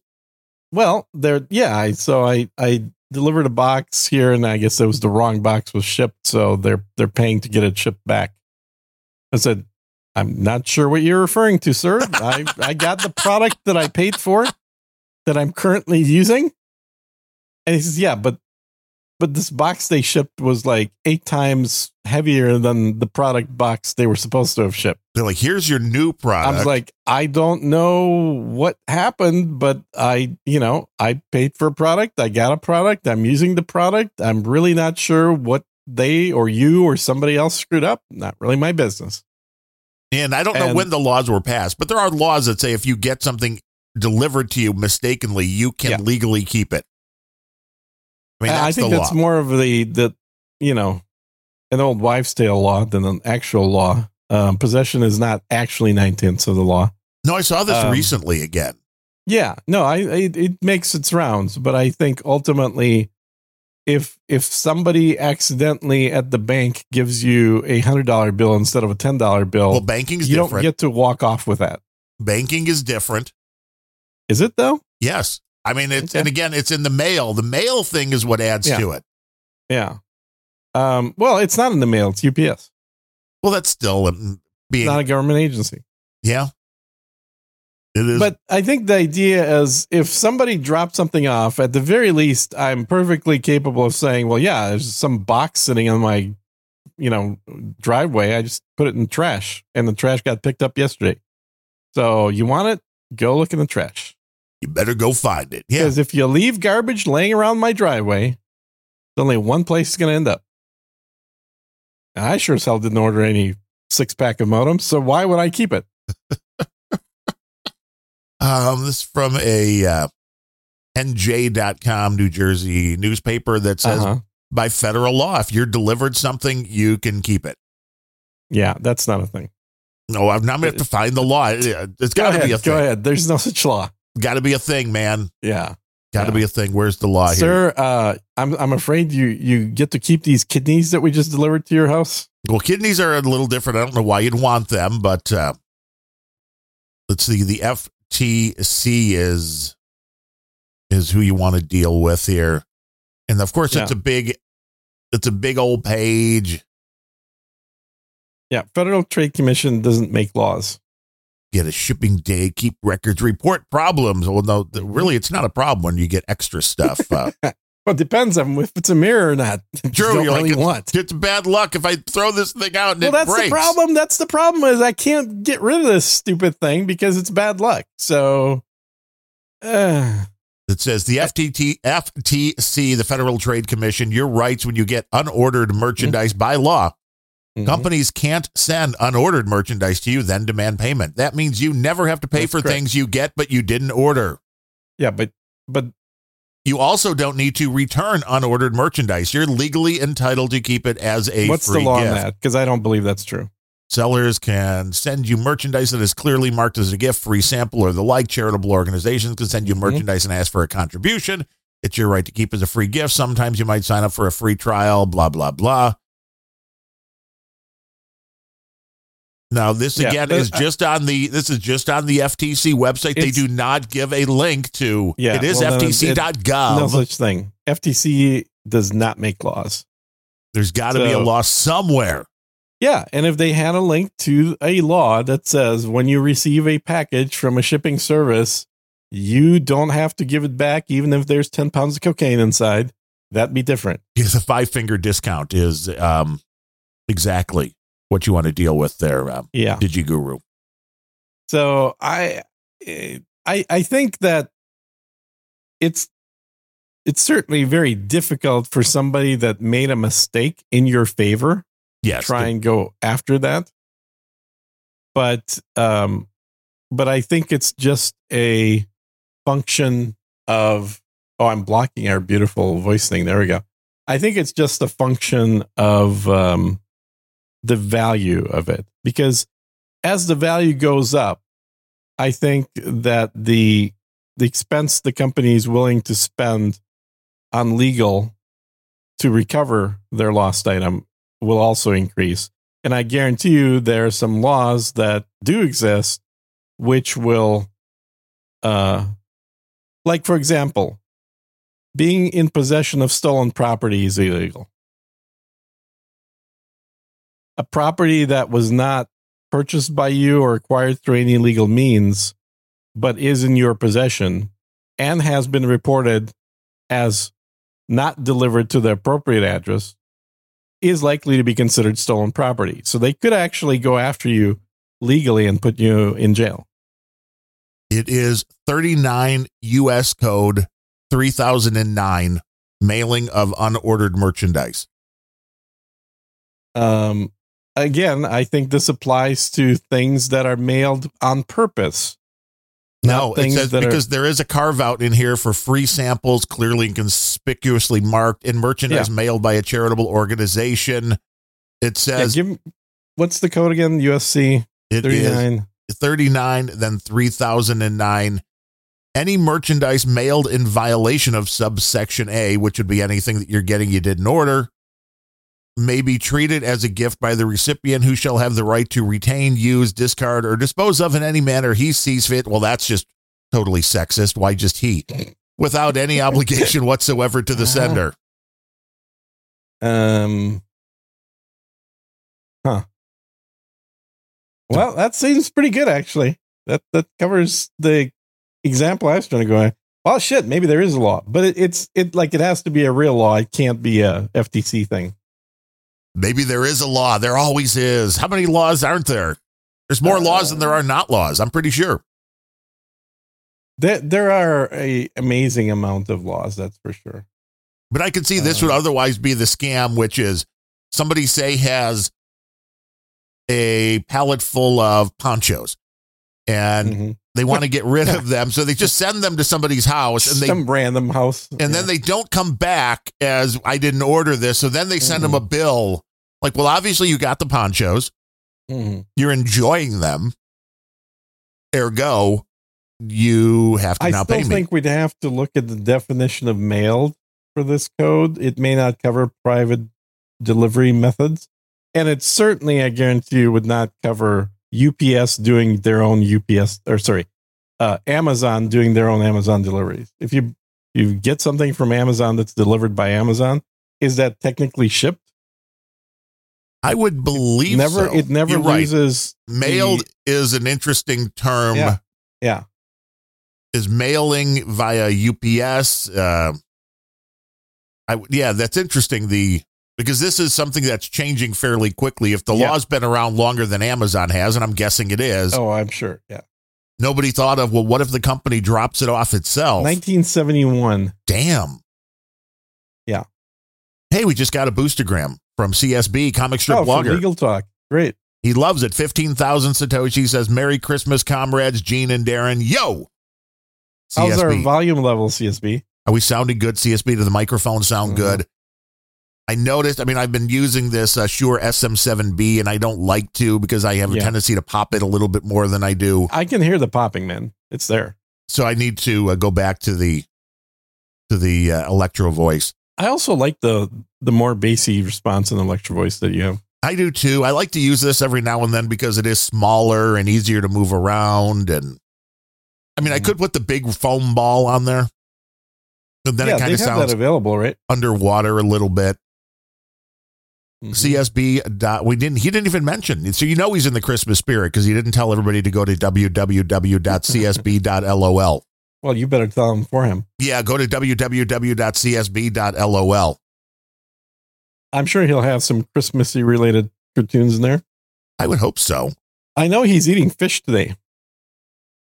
Well, there, yeah. I, so I I delivered a box here, and I guess it was the wrong box was shipped, so they're they're paying to get it shipped back. I said, I'm not sure what you're referring to, sir. I I got the product that I paid for, that I'm currently using. And he says, yeah, but but this box they shipped was like eight times heavier than the product box they were supposed to have shipped.
They're like, here's your new
I was
product.
like, I don't know what happened, but I, you know, I paid for a product. I got a product. I'm using the product. I'm really not sure what they or you or somebody else screwed up. Not really my business.
and I don't know
and-
when the laws were passed, but there are laws that say if you get something delivered to you mistakenly, you can
Yeah.
legally keep it. I mean, that's
I think
the
that's
law.
more of the, the, you know, an old wives' tale law than an actual law. Um, possession is not actually nine tenths of the law.
no, I saw this
um,
recently again.
Yeah, no, I it, it makes its rounds, but I think ultimately, if if somebody accidentally at the bank gives you a hundred dollar bill instead of a ten dollar bill,
Well,
oh,
banking's
you don't
different.
get to walk off with that.
Banking is different.
Is it though?
Yes. I mean, it's,
Okay.
and again, it's in the mail. The mail thing is what adds
Yeah.
to it.
Yeah. Um, well, it's not in the mail. It's UPS,
Well, that's still um, being,
not a government agency.
yeah. It is.
But I think the idea is if somebody dropped something off, at the very least, I'm perfectly capable of saying, well, yeah, there's some box sitting on my, you know, driveway. I just put it in the trash and the trash got picked up yesterday. So you want it? Go look in the trash.
you better go find it. Yeah.
Because if you leave garbage laying around my driveway, only one place it's going to end up. And I sure as hell didn't order any six pack of modems, so why would I keep it?
Um, this is from a uh, NJ.com New Jersey newspaper that says
Uh-huh.
by federal law, if you're delivered something, you can keep it.
Yeah, that's not a thing.
No, I'm not going to have to find the law. It- It's
Go
got to
ahead.
be a
Go
thing.
ahead. There's no such law.
Got to be a thing, man.
Yeah.
Got to
Yeah.
be a thing. Where's the law here?
Sir, uh, I'm I'm afraid you you get to keep these kidneys that we just delivered to your house.
Well, kidneys are a little different. I don't know why you'd want them, but uh, let's see. The FTC is is who you want to deal with here, and of course, it's a
Yeah.
big, it's a big old page.
Yeah, Federal Trade Commission doesn't make laws.
Get a shipping day, keep records, report problems. Well, no, th- really,
Mm-hmm.
it's not a problem when you get extra stuff.
<laughs>
Uh,
Well, it depends on if it's a mirror or not. <laughs> Just
True,
don't
you're like,
really want.
it's bad luck if I throw this thing out and
Well,
it
that's
breaks.
the problem. That's the problem is I can't get rid of this stupid thing because it's bad luck. So, uh,
It says the FTT, FTC, the Federal Trade Commission, your rights when you get unordered merchandise
Mm-hmm.
by law. Companies can't send unordered merchandise to you, then demand payment. That means you never have to pay
That's
for
correct.
things you get but you didn't order.
yeah, but but
You also don't need to return unordered merchandise. You're legally entitled to keep it as a
what's the
free
law
gift.
on that? Because I don't believe that's true.
Sellers can send you merchandise that is clearly marked as a gift, free sample, or the like. Charitable organizations can send you
Mhm.
merchandise and ask for a contribution. It's your right to keep as a free gift. Sometimes you might sign up for a free trial, blah, blah, blah. Now, this
Yeah, Uh,
again
but
is
I-
just on the this is just on the FTC website. They
It's-
do not give a link to
Yeah,
it is
well, then it-
FTC.gov.
no such thing. FTC does not make laws.
There's gotta be a
So-
law somewhere.
Yeah, and if they had a link to a law that says when you receive a package from a shipping service, you don't have to give it back, even if there's ten pounds of cocaine inside, that'd be different.
Yeah, the five finger discount is um, exactly what you want to deal with there, um,
Yeah.
DigiGuru.
So I, I, I think that it's it's certainly very difficult for somebody that made a mistake in your favor
Yes,
try and go after that. But um, but I think it's just a function of oh, I'm blocking our beautiful voice thing. There we go. I think it's just a function of um, the value of it because as the value goes up, I think that the the expense the company is willing to spend on legal to recover their lost item will also increase. And I guarantee you there are some laws that do exist which will uh like for example, being in possession of stolen property is illegal. A property that was not purchased by you or acquired through any legal means but is in your possession and has been reported as not delivered to the appropriate address is likely to be considered stolen property. So they could actually go after you legally and put you in jail.
it is 39 U.S. Code 3009, mailing of unordered merchandise.
Um, again, I think this applies to things that are mailed on purpose.
No,
Not
it
things
says
that are-
because there is a carve out in here for free samples, clearly and conspicuously marked, and merchandise mailed by a charitable organization. It
Yeah,
says
give, me- what's the code again? USC
it is
39.
39, then 3009. Any merchandise mailed in violation of subsection A, which would be anything that you're getting you didn't order, may be treated as a gift by the recipient who shall have the right to retain, use, discard, or dispose of in any manner he sees fit. Well, that's just totally sexist. Why just he? Without any obligation whatsoever to the sender.
Um, huh. Well, that seems pretty good, actually. That that covers the example I was trying to go. At. Well, shit, maybe there is a law, but it, it's it like it has to be a real law. It can't be a FTC thing.
Maybe there is a law. There always is. How many laws aren't there? There's more laws than there are not laws. I'm pretty sure.
There there are a amazing amount of laws, that's for sure.
But I could see this would
Uh.
otherwise be the scam, which is somebody say has a pallet full of ponchos and
Mhm.
they want to get rid of them. So they just send them to somebody's house and they
some random house,
and then they don't come back as I didn't order this. So then they send them a
Mm-hmm.
bill. Like, well, obviously you got the ponchos.
they
You're enjoying them. Ergo, you have to
I
now
still
pay me.
think we'd have to look at the definition of mailed for this code. It may not cover private delivery methods. And it certainly, I guarantee you, would not cover UPS doing their own UPS or sorry, uh, Amazon doing their own Amazon deliveries. If you you get something from Amazon that's delivered by Amazon, is that technically shipped?
I would believe
never
so.
it never
You're right.
loses
Mailed is an interesting term.
Yeah. Yeah.
Is mailing via UPS? Uh, I w- yeah, that's interesting. The because this is something that's changing fairly quickly. If the
Yeah.
law's been around longer than Amazon has, and I'm guessing it is,
oh I'm sure. Yeah.
nobody thought of well, what if the company drops it off itself?
Nineteen seventy one.
Damn.
Yeah.
Hey, we just got a boostergram from CSB comic strip
Oh, for
blogger.
legal talk. Great.
He loves it. 15,000 Satoshi says, Merry Christmas, comrades, Gene and Darren. Yo!
How's our
CSB.
volume level, CSB?
Are we sounding good, CSB? Do the microphone sound
Mhm.
good? I noticed, I mean, I've been using this uh, Shure SM7B, and I don't like to because I have a
Yeah.
tendency to pop it a little bit more than I do.
I can hear the popping, man. It's there.
So I need to uh, go back to the to the uh, electro voice.
I also like the the more bassy response in the lecture voice that you have.
I do too. I like to use this every now and then because it is smaller and easier to move around. And I mean, I
Mhm.
could put the big foam ball on there, but then it
they
kind of
have
sounds
that mm-hmm. available, right?
underwater a little bit.
Mhm.
CSB dot. We didn't. He didn't even mention. So you know he's in the Christmas spirit because he didn't tell everybody to go to
<laughs>
www.csb.lol.
Well, you better tell him for him.
Yeah, go to www.csb.lol.
I'm sure he'll have some Christmassy related cartoons in there.
I would hope so.
I know he's eating fish today.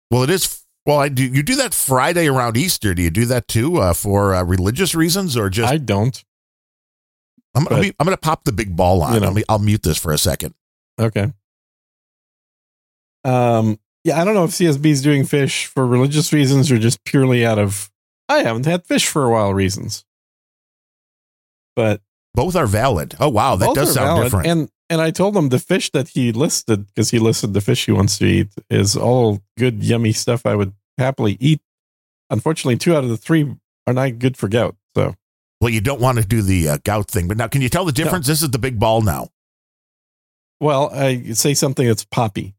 Well, it is. Well, I do. You do that Friday around Easter. Do you do that too uh, for uh, religious reasons or just?
I don't.
I'm, gonna
but-
be- I'm going to pop the big ball on.
You know.
I'll, be- I'll mute this for a second.
Okay. Um. Yeah, I don't know if CSB's doing fish for religious reasons or just purely out of I haven't had fish for a while reasons. But
Both are valid. Oh wow, that
Both
does
are
sound
valid.
different.
And and I told him the fish that he listed because he listed the fish he wants to eat is all good, yummy stuff I would happily eat. Unfortunately, two out of the three are not good for gout. So
well, you don't want to do the uh, gout thing, but now can you tell the difference? This is the big ball now.
well, I say something that's poppy.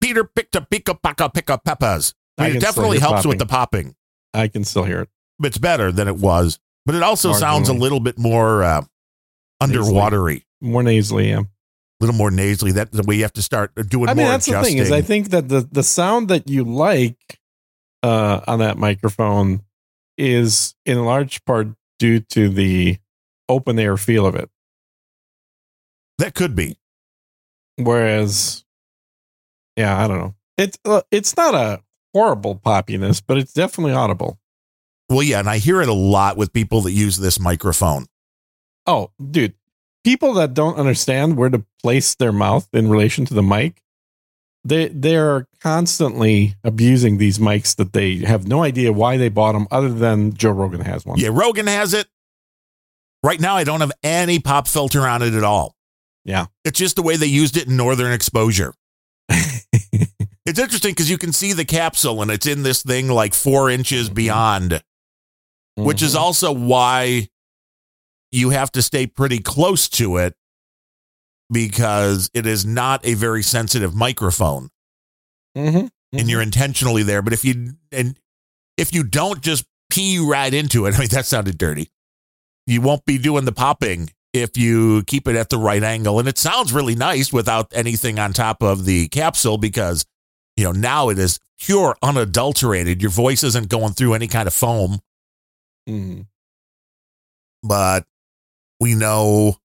Peter picked a pica paca pica peppers. I
I
mean, it
can still
definitely
hear
helps
popping.
with the popping.
I can still hear it.
But It's better than it was, but it also sounds a
Marginally.
little bit more uh,
Nasally.
underwatery, a
More nasally, yeah.
little more nasally. That the way you have to start uh, doing
I mean,
more
that's
adjusting.
the thing is, I think that the the sound that you like uh, on that microphone is in large part due to the open air feel of it.
that could be.
Whereas, yeah, I don't know. It's uh, it's not a horrible poppiness, but it's definitely audible.
Well, yeah, and I hear it a lot with people that use this microphone.
Oh, dude, people that don't understand where to place their mouth in relation to the mic, they they are constantly abusing these mics that they have no idea why they bought them, other than Joe Rogan has one.
Yeah, Rogan has it. Right now, I don't have any pop filter on it at all.
Yeah.
It's just the way they used it in Northern Exposure. It's interesting because you can see the capsule and it's in this thing like four inches beyond, which
Mm-hmm.
is also why you have to stay pretty close to it because it is not a very sensitive microphone
Mhm.
and you're intentionally there. But if you and if you don't just pee right into it, <laughs> I mean that sounded dirty. You won't be doing the popping if you keep it at the right angle, and it sounds really nice without anything on top of the capsule because you know now it is pure, unadulterated. Your voice isn't going through any kind of foam,
Mhm.
but we know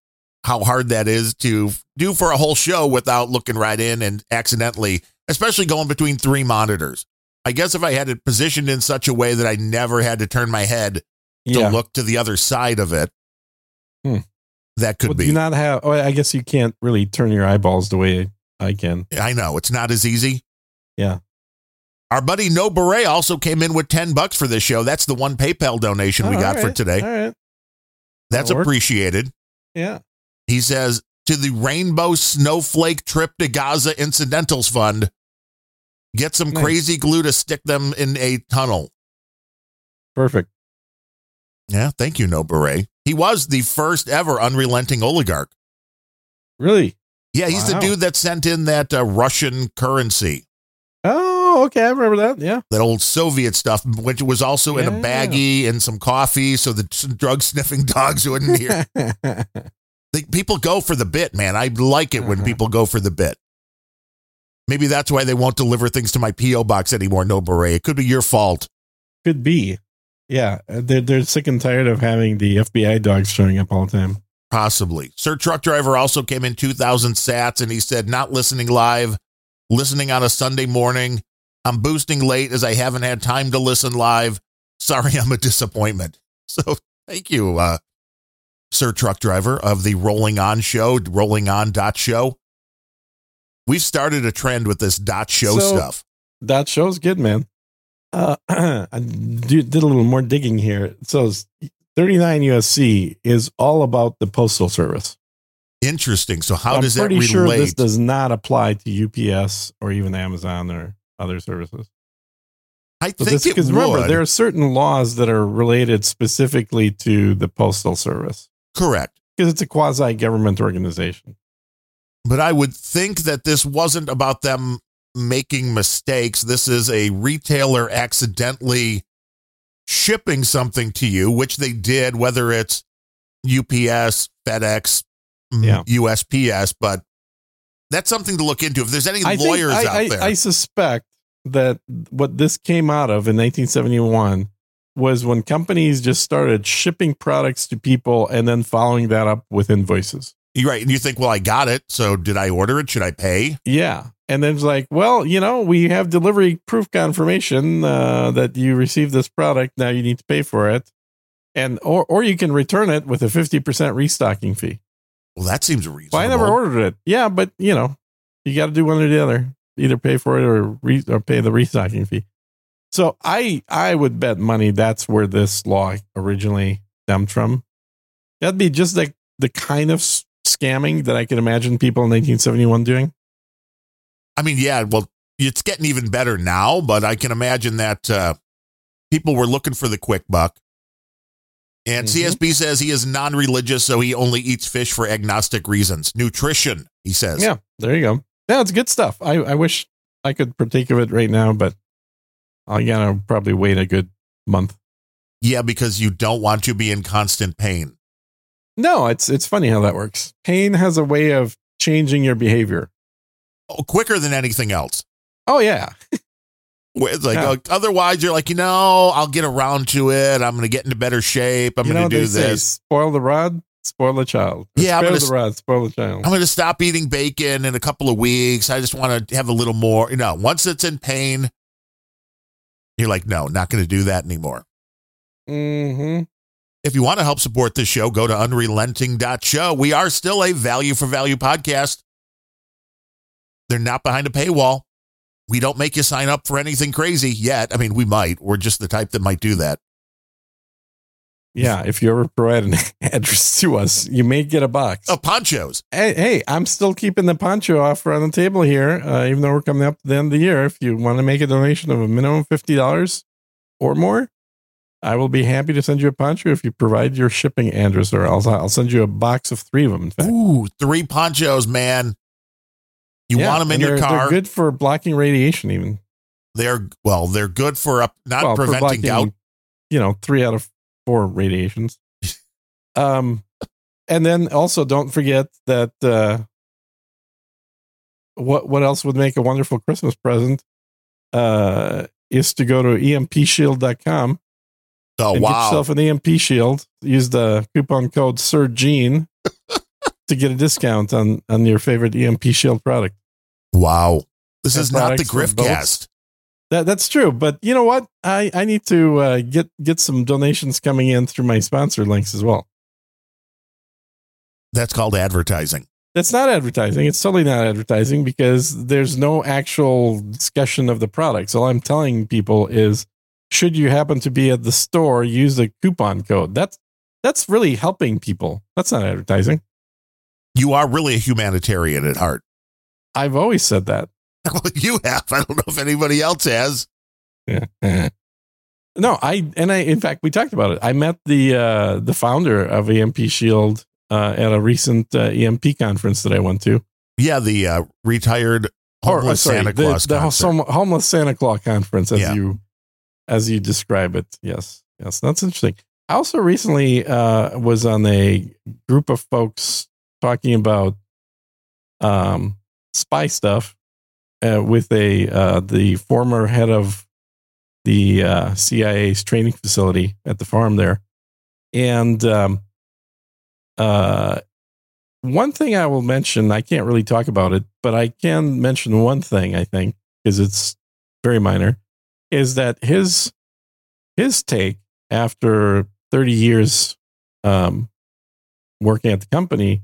how hard that is to do for a whole show without looking right in and accidentally, especially going between three monitors. I guess if I had it positioned in such a way that I never had to turn my head
Yeah.
to look to the other side of it.
Hmm.
That could
Well, do
be.
you not have? Oh, I guess you can't really turn your eyeballs the way I can.
I know it's not as easy.
Yeah.
Our buddy No Beret also came in with 10 bucks for this show. That's the one PayPal donation we
Oh,
got
all
for
right,
today.
All right.
That's
that'll work.
appreciated.
Yeah.
He says to the Rainbow Snowflake Trip to Gaza Incidentals Fund, get some
Nice.
crazy glue to stick them in a tunnel.
Perfect.
Yeah, thank you, No Beret. He was the first ever unrelenting oligarch.
Really.
Yeah, he's the
Wow.
dude that sent in that uh, Russian currency,
Oh, okay. I remember that.
<laughs>
Yeah.
that old Soviet stuff, which was also in a
Yeah.
baggie and some coffee so the drug sniffing <laughs> dogs wouldn't hear. The- people go for the bit, man. I like it when
Uh-huh.
people go for the bit. Maybe that's why they won't deliver things to my P.O. box anymore, no beret. It could be your fault.
<laughs> Could be. Yeah. uh, They're they're sick and tired of having the FBI dogs showing up all the time.
Possibly. Sir Truck Driver also came in 2,000 sats and he said, not listening live, listening on a Sunday morning. I'm boosting late as I haven't had time to listen live. Sorry, <laughs> I'm a disappointment. <laughs> So thank you, uh, Sir Truck Driver of the Rolling On Show, rolling on dot show. We've started a trend with this dot show
So-
stuff.
That show's good, man. Uh, <clears throat> I do- did a little more digging here. So, it's- 39 USC is all about the postal service.
Interesting. So how
I'm
does that
pretty
relate?
sure this does not apply to UPS or even Amazon or other services.
I
So
think
this,
it
because
would.
remember, there are certain laws that are related specifically to the postal service
Correct.
because it's a quasi government organization.
But I would think that this wasn't about them making mistakes. This is a retailer accidentally shipping something to you, which they did, whether it's UPS, FedEx, mm,
Yeah.
USPS, but that's something to look into. If there's any
think-
lawyers out
I,
there,
I suspect that what this came out of in 1971 was when companies just started shipping products to people and then following that up with invoices.
you're right. And you think, well, I got it. So did I order it? Should I pay?
Yeah. And then it's like, well, you know, we have delivery proof confirmation uh, that you received this product. Now you need to pay for it. And or, or you can return it with a 50% restocking fee.
Well, that seems reasonable.
Well, I never ordered it. Yeah, but you know, you got to do one or the other. Either pay for it or re- or pay the restocking fee. So I I would bet money that's where this law originally stemmed from. That'd be just like the kind of s- scamming that I could imagine people in 1971 doing.
I mean, yeah, well, it's getting even better now, but I can imagine that uh, people were looking for the quick buck. And
Mhm.
CSB says he is non religious, so he only eats fish for agnostic reasons. Nutrition, he says.
Yeah, there you go. Yeah, it's good stuff. I I wish I could partake of it right now, but I gotta probably wait a good month.
Yeah, because you don't want to be in constant pain.
No, it's it's funny how that works. Pain has a way of changing your behavior.
Oh, quicker than anything else.
Oh yeah.
Where it's like,
Yeah.
uh, otherwise, you're like, you know, I'll get around to it. I'm going to get into better shape. I'm
You know
going to
what
do
they say,
this.
spoil the rod, spoil the child. Or
Yeah, I'm
spoil
gonna
the
s-
rod, spoil the child.
I'm going to stop eating bacon in a couple of weeks. I just want to have a little more. You know, once it's in pain, you're like, no, not going to do that anymore.
hmm
If you want to help support this show, go to unrelenting.show. We are still a value for value podcast. They're not behind a paywall. We don't make you sign up for anything crazy yet. I mean, we might. We're just the type that might do that.
Yeah, if you ever provide an <laughs> address to us, you may get a box.
Oh, ponchos.
Hey, hey, I'm still keeping the poncho offer on the table here, uh, even though we're coming up to the end of the year. If you want to make a donation of a minimum fifty dollars or more, I will be happy to send you a poncho if you provide your shipping address, or else I'll send you a box of three of them. In fact,
Ooh, three ponchos, man. You
Yeah,
want 'em want them in
and
your
they're-
car.
They're good for blocking radiation, even.
They're, well, they're good for up, not
Well, for
preventing
blocking,
gout.
You know, three out of four
<laughs>
radiations. um, and then also don't forget that uh, what what else would make a wonderful Christmas present uh, is to go to E empshield.com
Oh
and get
wow!
yourself an EMP shield. Use the coupon code Sir Gene
<laughs>
to get a discount on on your favorite EMP shield product.
wow, this
And
is not the
products for
Griffcast.
That that's true, but you know what? I I need to uh, get get some donations coming in through my sponsor links as well.
That's called advertising.
That's not advertising. It's totally not advertising because there's no actual discussion of the products. All I'm telling people is, should you happen to be at the store, use the coupon code. That's that's really helping people. That's not advertising.
You are really a humanitarian at heart. <laughs>
I've always said that.
you have. I don't know if anybody else has.
<laughs> no, I and I in fact we talked about it. I met the uh the founder of EMP Shield uh at a recent uh, EMP conference that I went to.
Yeah, the uh, retired
Or,
homeless
uh, sorry,
Santa
the-
Claus.
the,
concert.
hom- homeless Santa Claus conference as
Yeah.
you as you describe it. Yes. Yes, that's interesting. I also recently uh was on a group of folks talking about um spy stuff uh, with a uh the former head of the uh, CIA's training facility at the farm there. And um, uh, one thing I will mention, I can't really talk about it, but I can mention one thing I think because it's very minor, is that his his take after 30 years um, working at the company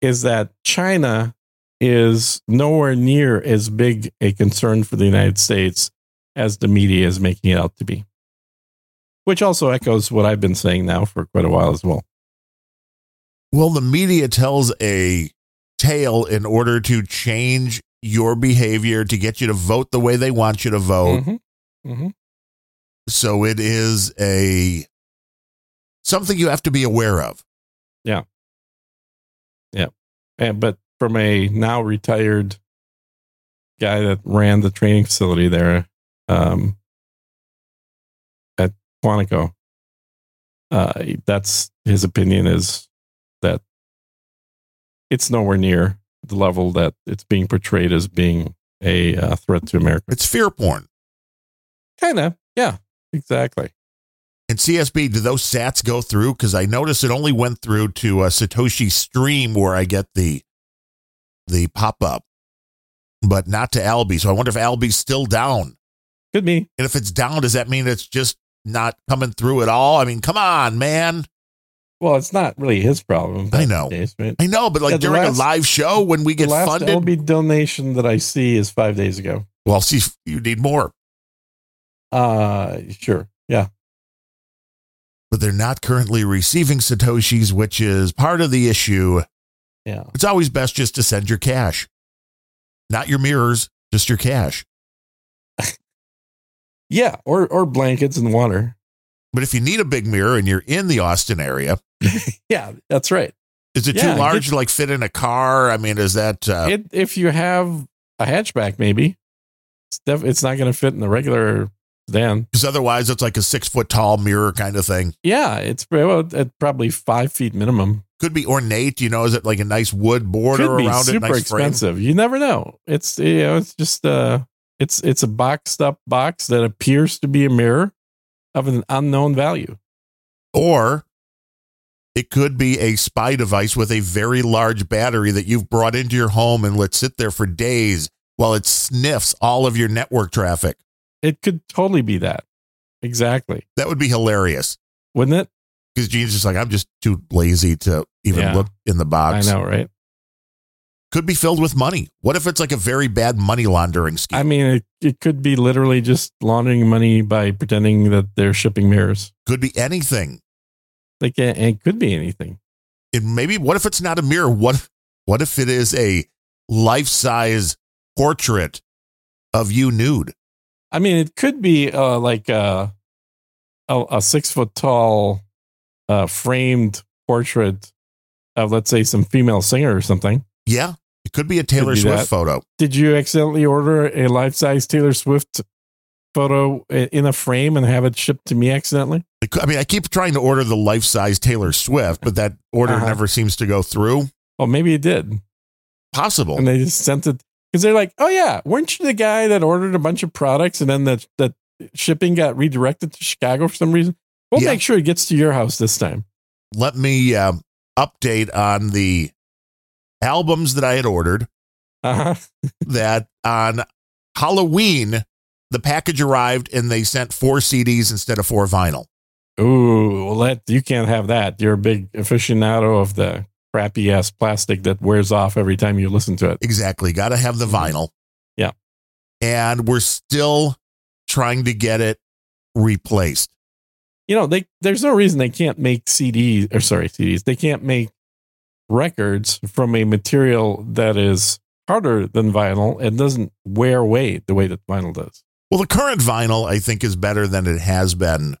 is that China is nowhere near as big a concern for the United States as the media is making it out to be, which also echoes what I've been saying now for quite a while as well.
Well, the media tells a tale in order to change your behavior to get you to vote the way they want you to vote.
Mm-hmm.
So it is a something you have to be aware of.
And, Eh, but from a now retired guy that ran the training facility there um, at Quantico, uh, that's his opinion is that it's nowhere near the level that it's being portrayed as being a uh, threat to America.
It's fear porn.
Kind of. Yeah, exactly.
And CSB, do those sats go through? Because I noticed it only went through to uh, Satoshi Stream where I get the the pop up, but not to Albie. So I wonder if Albie's still down.
Could be.
And if it's down, does that mean it's just not coming through at all? I mean, come on, man.
Well, it's not really his problem.
I know.
Days, right?
I know, but like
Yeah, the
during
last-
a live show when we
The
get
last
funded,
LB donation that I see is five days ago.
well, see, you need more,
Uh sure. Yeah.
but they're not currently receiving Satoshis, which is part of the issue.
Yeah.
It's always best just to send your cash, not your mirrors, just your cash.
Yeah. Or or blankets and water.
But if you need a big mirror and you're in the Austin area,
Yeah, that's right.
is it
Yeah,
too large to like fit in a car? I mean, is that uh,
It, if you have a hatchback, maybe it's, def- it's not going to fit in the regular sedan.
because otherwise it's like a six foot tall mirror kind of thing?
Yeah, it's pre- well, at probably five feet minimum.
Could be ornate, you know, is it like a nice wood border
Could be
around it?
super
Nice
expensive. You never know. It's you know, it's just uh, it's it's a boxed up box that appears to be a mirror of an unknown value.
or it could be a spy device with a very large battery that you've brought into your home and let sit there for days while it sniffs all of your network traffic.
It could totally be that. Exactly,
That would be hilarious
wouldn't it?
because Gene's just like, I'm just too lazy to even
Yeah.
look in the box.
I know, right?
Could be filled with money. What if it's like a very bad money laundering scheme?
I mean, it, it could be literally just laundering money by pretending that they're shipping mirrors.
could be anything.
Like, it, it could be anything.
And maybe what if it's not a mirror? What what if it is a life size portrait of you nude?
I mean, it could be uh, like a, a a six foot tall uh, framed portrait of, let's say, some female singer or something.
Yeah, it could be a Taylor
be
Swift
that.
photo.
Did you accidentally order a life size Taylor Swift photo i- in a frame and have it shipped to me accidentally?
It could- I mean, I keep trying to order the life size Taylor Swift, but that order
Uh-huh.
never seems to go through.
Well, Oh, maybe it did,
Possible.
and they just sent it because they're like, "Oh yeah, weren't you the guy that ordered a bunch of products and then that that shipping got redirected to Chicago for some reason? We'll
Yeah.
make sure it gets to your house this time."
Let me um, update on the
Uh-huh.
albums that I had ordered
Uh huh.
that on Halloween the package arrived and they sent four CDs instead of four vinyl.
Ooh, well, that you can't have that. You're a big aficionado of the crappy ass plastic that wears off every time you listen to it.
Exactly. Got to have the vinyl.
Mm-hmm. Yeah.
And we're still trying to get it replaced.
You know, they there's no reason they can't make CDs or sorry CDs. They can't make records from a material that is harder than vinyl and doesn't wear away the way that vinyl does.
Well, the current vinyl, I think, is better than it has been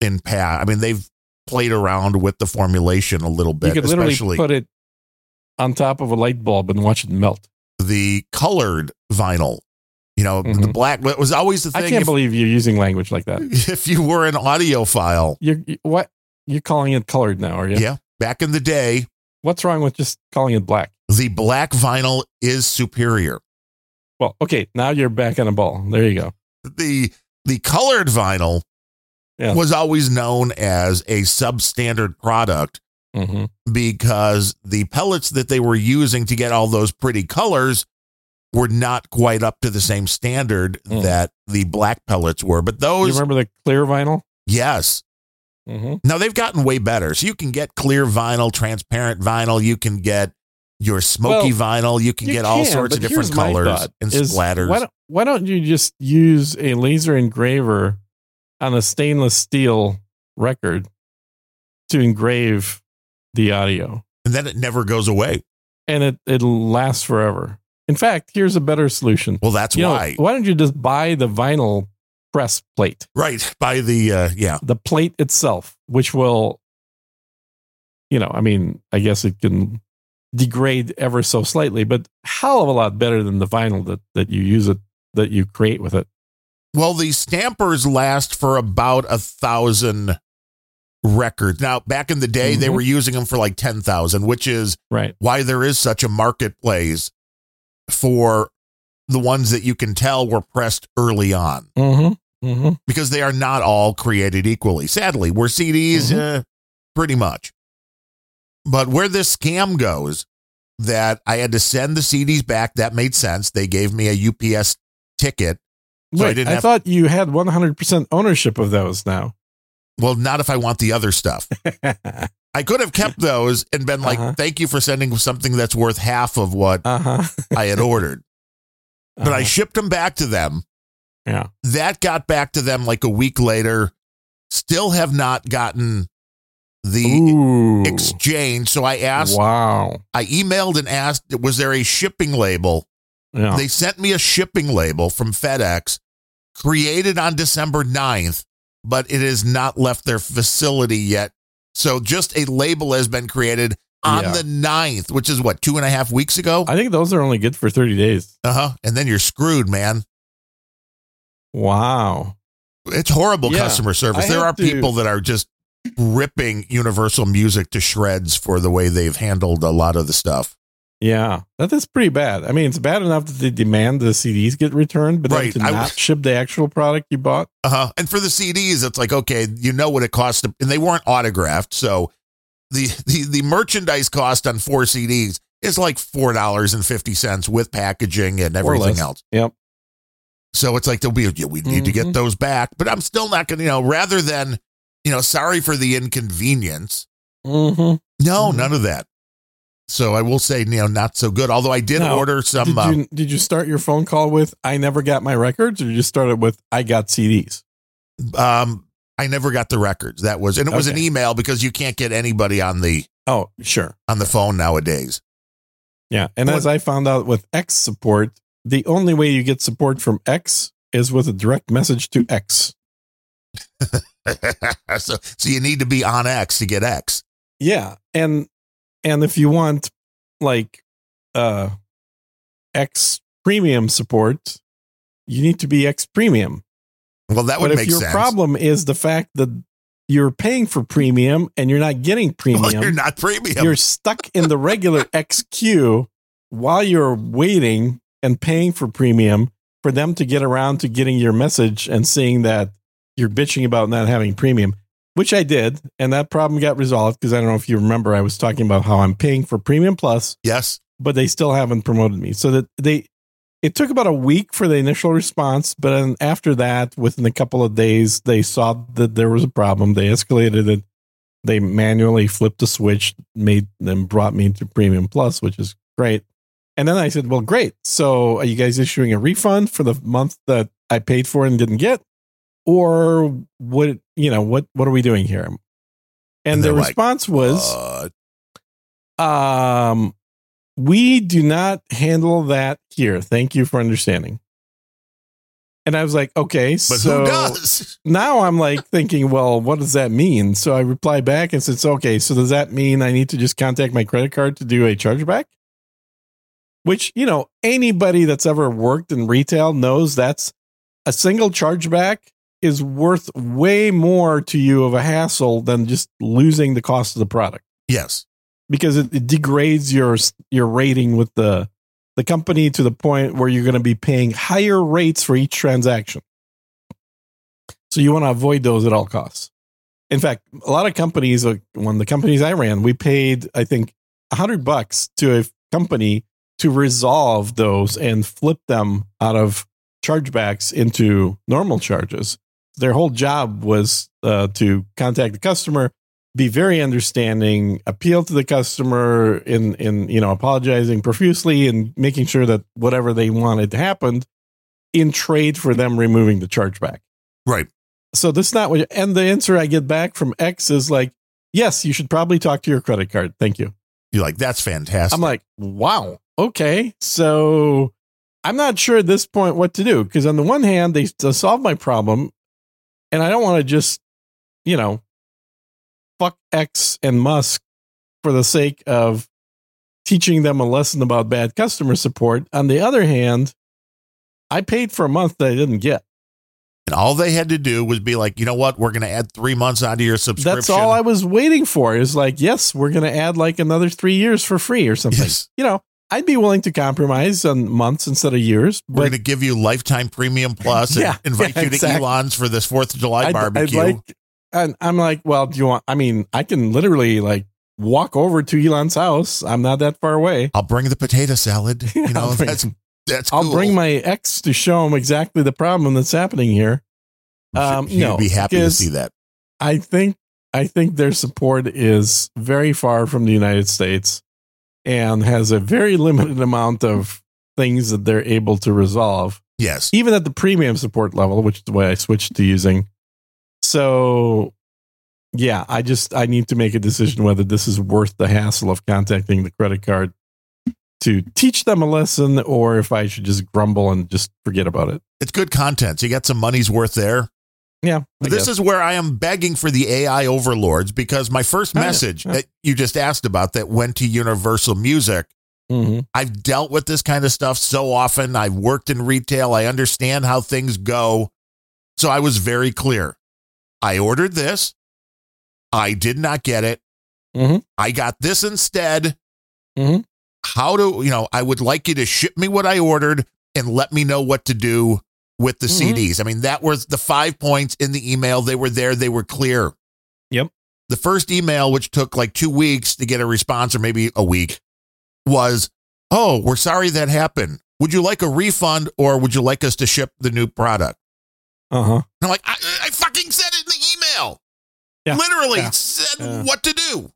in past. I mean, they've played around with the formulation a little bit,
you could literally
especially
put it on top of a light bulb and watch it melt.
the colored vinyl. You know, the
Mhm.
black it was always the
I
thing.
can't
If,
believe you're using language like that.
<laughs> if you were an audiophile
You're you- what you're calling it colored now, are you?
Yeah. back in the day,
What's wrong with just calling it black?
the black vinyl is superior.
Well, okay, now you're back on a ball. There you go.
the the colored vinyl
Yeah.
was always known as a substandard product
hmm
because the pellets that they were using to get all those pretty colors were not quite up to the same standard
Mm.
that the black pellets were. But
You
those,
remember the clear vinyl?
yes.
Mm-hmm.
Now they've gotten way better. So you can get clear vinyl, transparent vinyl. You can get your smoky vinyl. You can
you
get all
can,
sorts of
but
different
here's my
colors
thought,
and
is
splatters.
Why don't, why don't you just use a laser engraver on a stainless steel record to engrave the audio?
and then it never goes away.
And it, it'll last forever. In fact, here's a better solution.
Well, that's
You know,
why.
why don't you just buy the vinyl press plate,
right. By the, uh, yeah.
the plate itself, which will, you know, I mean, I guess it can degrade ever so slightly, but hell of a lot better than the vinyl that, that you use it, that you create with it.
Well, the stampers last for about a thousand records. Now, back in the day, they
Mhm.
were using them for like 10,000, which is
Right.
why there is such a marketplace for the ones that you can tell were pressed early on
Mm-hmm. Mm-hmm.
because they are not all created equally. Sadly, where CDs,
Mm-hmm.
eh, pretty much. But where this scam goes, that I had to send the CDs back, that made sense. They gave me a UPS ticket. So I
Wait, I,
didn't have-
thought you had 100% ownership of those <laughs> now.
Well, not if I want the
<laughs>
other stuff.
uh
I could have kept those and been like,
Uh-huh.
thank you for sending something that's worth half of what
huh.
I
<laughs>
had ordered. But I shipped them back to them.
Uh-huh. Yeah.
That got back to them like a week later. Still have not gotten the
Ooh.
exchange. So I asked,
Wow.
I emailed and asked, was there a shipping label?
Yeah.
They sent me a shipping label from FedEx created on December 9th, but it has not left their facility yet. So just a label has been created on
Yeah.
the 9th, which is what, two and a half weeks ago?
I think those are only good for 30 days.
Uh huh. And then you're screwed, man.
Wow.
It's horrible
Yeah.
customer service.
I
there
had
are
to-
people that are just ripping Universal Music to shreds for the way they've handled a lot of the stuff.
Yeah. That is pretty bad. I mean, it's bad enough that they demand the CDs get returned, but
Right.
then to
I-
not ship the actual product you bought.
Uh huh. And for the CDs, it's like, okay, you know what it costs. To, and they weren't autographed. So the, the, the merchandise cost on four CDs is like $4.50 with packaging and
Or
everything
less.
else.
Yep.
So it's like, they'll be, yeah, we need to get
Mhm.
those back. But I'm still not going to, you know, rather than, you know, sorry for the inconvenience,
Mm-hmm.
No,
Mhm.
none of that. So I will say, you know, not so good. Although I did
No.
order some.
Did,
uh,
you, did you start your phone call with, I never got my records, or you just started with, I got CDs?
um, I never got the records. That was, and it was an
Okay.
email because you can't get anybody on the
Oh, sure.
on the phone nowadays. <laughs>
Yeah. And
What-
as I found out with X support, the only way you get support from X is with a direct message to X.
so, so you need to be on X to get X.
Yeah. And and if you want like uh X premium support, you need to be X premium.
Well, that
but
would
if
make
your
sense.
problem is the fact that you're paying for premium and you're not getting
<laughs>
premium,
<laughs> Well, Oh, you're
you're,
not premium.
stuck in the regular XQ while you're waiting and paying for premium for them to get around to getting your message and seeing that you're bitching about not having premium, which I did. And that problem got resolved because I don't know if you remember, I was talking about how I'm paying for premium plus,
yes.
but they still haven't promoted me. So that they, it took about a week for the initial response, but then after that, within a couple of days, they saw that there was a problem. They escalated it. They manually flipped the switch, made them brought me to Premium Plus, which is great. And then I said, "Well, great. So are you guys issuing a refund for the month that I paid for and didn't get, or what? You know what? What are we doing here?" And,
And
the
they're like,
response was,
Uh,
um, we do not handle that here. Thank you for understanding. And I was like, okay,
but
so
who does? <laughs>
now I'm like thinking, well, what does that mean? So I reply back and says, okay, so does that mean I need to just contact my credit card to do a chargeback? Which, you know, anybody that's ever worked in retail knows that's a single chargeback is worth way more to you of a hassle than just losing the cost of the product
Yes.
because it, it degrades your your rating with the the company to the point where you're going to be paying higher rates for each transaction. So you want to avoid those at all costs. In fact, a lot of companies, like one of the companies I ran, we paid I think a hundred bucks to a company to resolve those and flip them out of chargebacks into normal charges. Their whole job was uh, to contact the customer, be very understanding, appeal to the customer in in you know apologizing profusely and making sure that whatever they wanted happened in trade for them removing the chargeback.
Right.
So that's not what and the answer I get back from X is like, yes, you should probably talk to your credit card. Thank you.
You're like, that's fantastic.
I'm like, wow, okay. So I'm not sure at this point what to do because on the one hand, they, they solve my problem, and I don't want to just, you know, fuck X and Musk for the sake of teaching them a lesson about bad customer support. On the other hand, I paid for a month that I didn't get.
and all they had to do was be like, you know what? We're going to add three months onto your subscription.
That's all I was waiting for. Is like, yes, we're going to add like another three years for free or something.
Yes.
You know, I'd be willing to compromise on months instead of years,
We're
but
going to give you lifetime premium
<laughs>
plus
Yeah,
and invite
yeah,
you to
exactly.
Elon's for this Fourth of July barbecue.
like, and I'm like, well, do you want? I mean, I can literally like walk over to Elon's house. I'm not that far away. <laughs>
I'll bring the potato salad. You know,
I'll bring-
that's that's.
I'll
cool.
bring my ex to show him exactly the problem that's happening here. um,
You'd
no,
be happy to
because-
see that.
I think I think their support is very far from the United States and has a very <laughs> limited amount of things that they're able to resolve,
Yes,
even at the premium support level, which is the way I switched to using. So yeah, I just I need to make a decision whether this is worth the hassle of contacting the credit card to teach them a lesson or if I should just grumble and just forget about it.
it's good content. So you got some money's worth there.
Yeah. I
But this
guess.
is where I am begging for the AI overlords because my first
Oh, yeah.
message
Yeah.
that you just asked about that went to Universal Music
Mhm.
I've dealt with this kind of stuff so often. I've worked in retail. I understand how things go. So I was very clear. I ordered this. I did not get it.
Mhm.
I got this instead.
Mhm.
How do you know? I would like you to ship me what I ordered and let me know what to do with the
Mhm.
CDs. I mean, that was the five points in the email. They were there, they were clear.
Yep.
The first email, which took like two weeks to get a response or maybe a week, was Oh, we're sorry that happened. Would you like a refund or would you like us to ship the new product?
Uh-huh.
And I'm like, I, I fucking said it in the email.
Yeah.
Literally
Yeah.
said
Yeah.
what to do.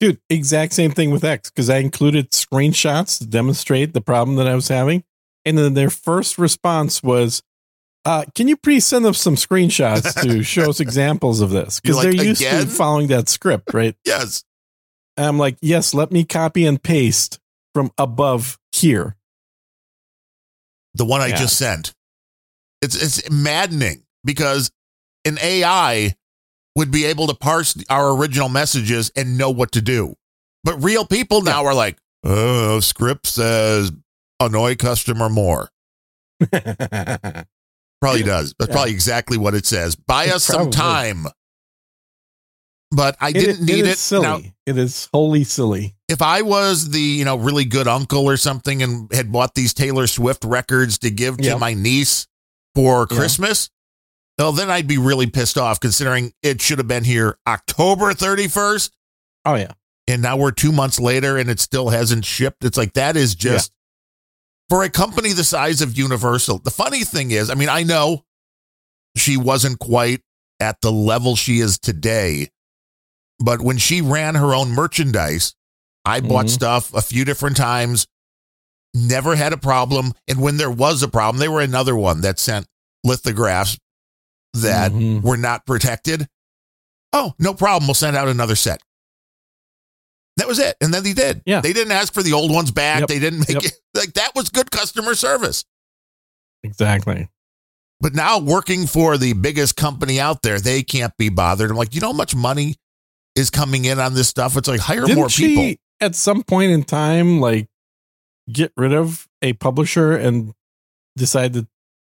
Dude, exact same thing with X because I included screenshots to demonstrate the problem that I was having. And then their first response was, uh, can you please send us some screenshots to
<laughs>
show us examples of this? Because
You're like,
they're used
"Again?"
to following that script, right?
Yes.
And I'm like, yes, let me copy and paste from above here.
The one I
Yeah.
just sent. It's it's maddening because an AI would be able to parse our original messages and know what to do. But real people now are like, oh, script says annoy customer more. Probably does. That's
Yeah.
probably exactly what it says. Buy
It
us some
probably-
time. But I didn't need
is
it.
Silly.
Now,
it is wholly silly.
if I was the, you know, really good uncle or something and had bought these Taylor Swift records to give to
Yeah.
my niece for
Yeah.
Christmas, well, then I'd be really pissed off considering it should have been here October 31st.
Oh, yeah.
And now we're two months later and it still hasn't shipped. It's like, that is just for a company the size of Universal. The funny thing is, I mean, I know she wasn't quite at the level she is today, but when she ran her own merchandise, I bought
Mhm.
stuff a few different times, never had a problem. And when there was a problem, they were another one that sent lithographs that
Mhm.
were not protected. Oh, no problem. We'll send out another set. That was it. And then they did.
Yeah.
They didn't ask for the old ones back.
Yep.
They didn't make
Yep.
it like that was good customer service.
Exactly.
But now working for the biggest company out there, they can't be bothered. I'm like, you know how much money is coming in on this stuff? It's like hire
Didn't
more
she
people.
at some point in time like get rid of a publisher and decide that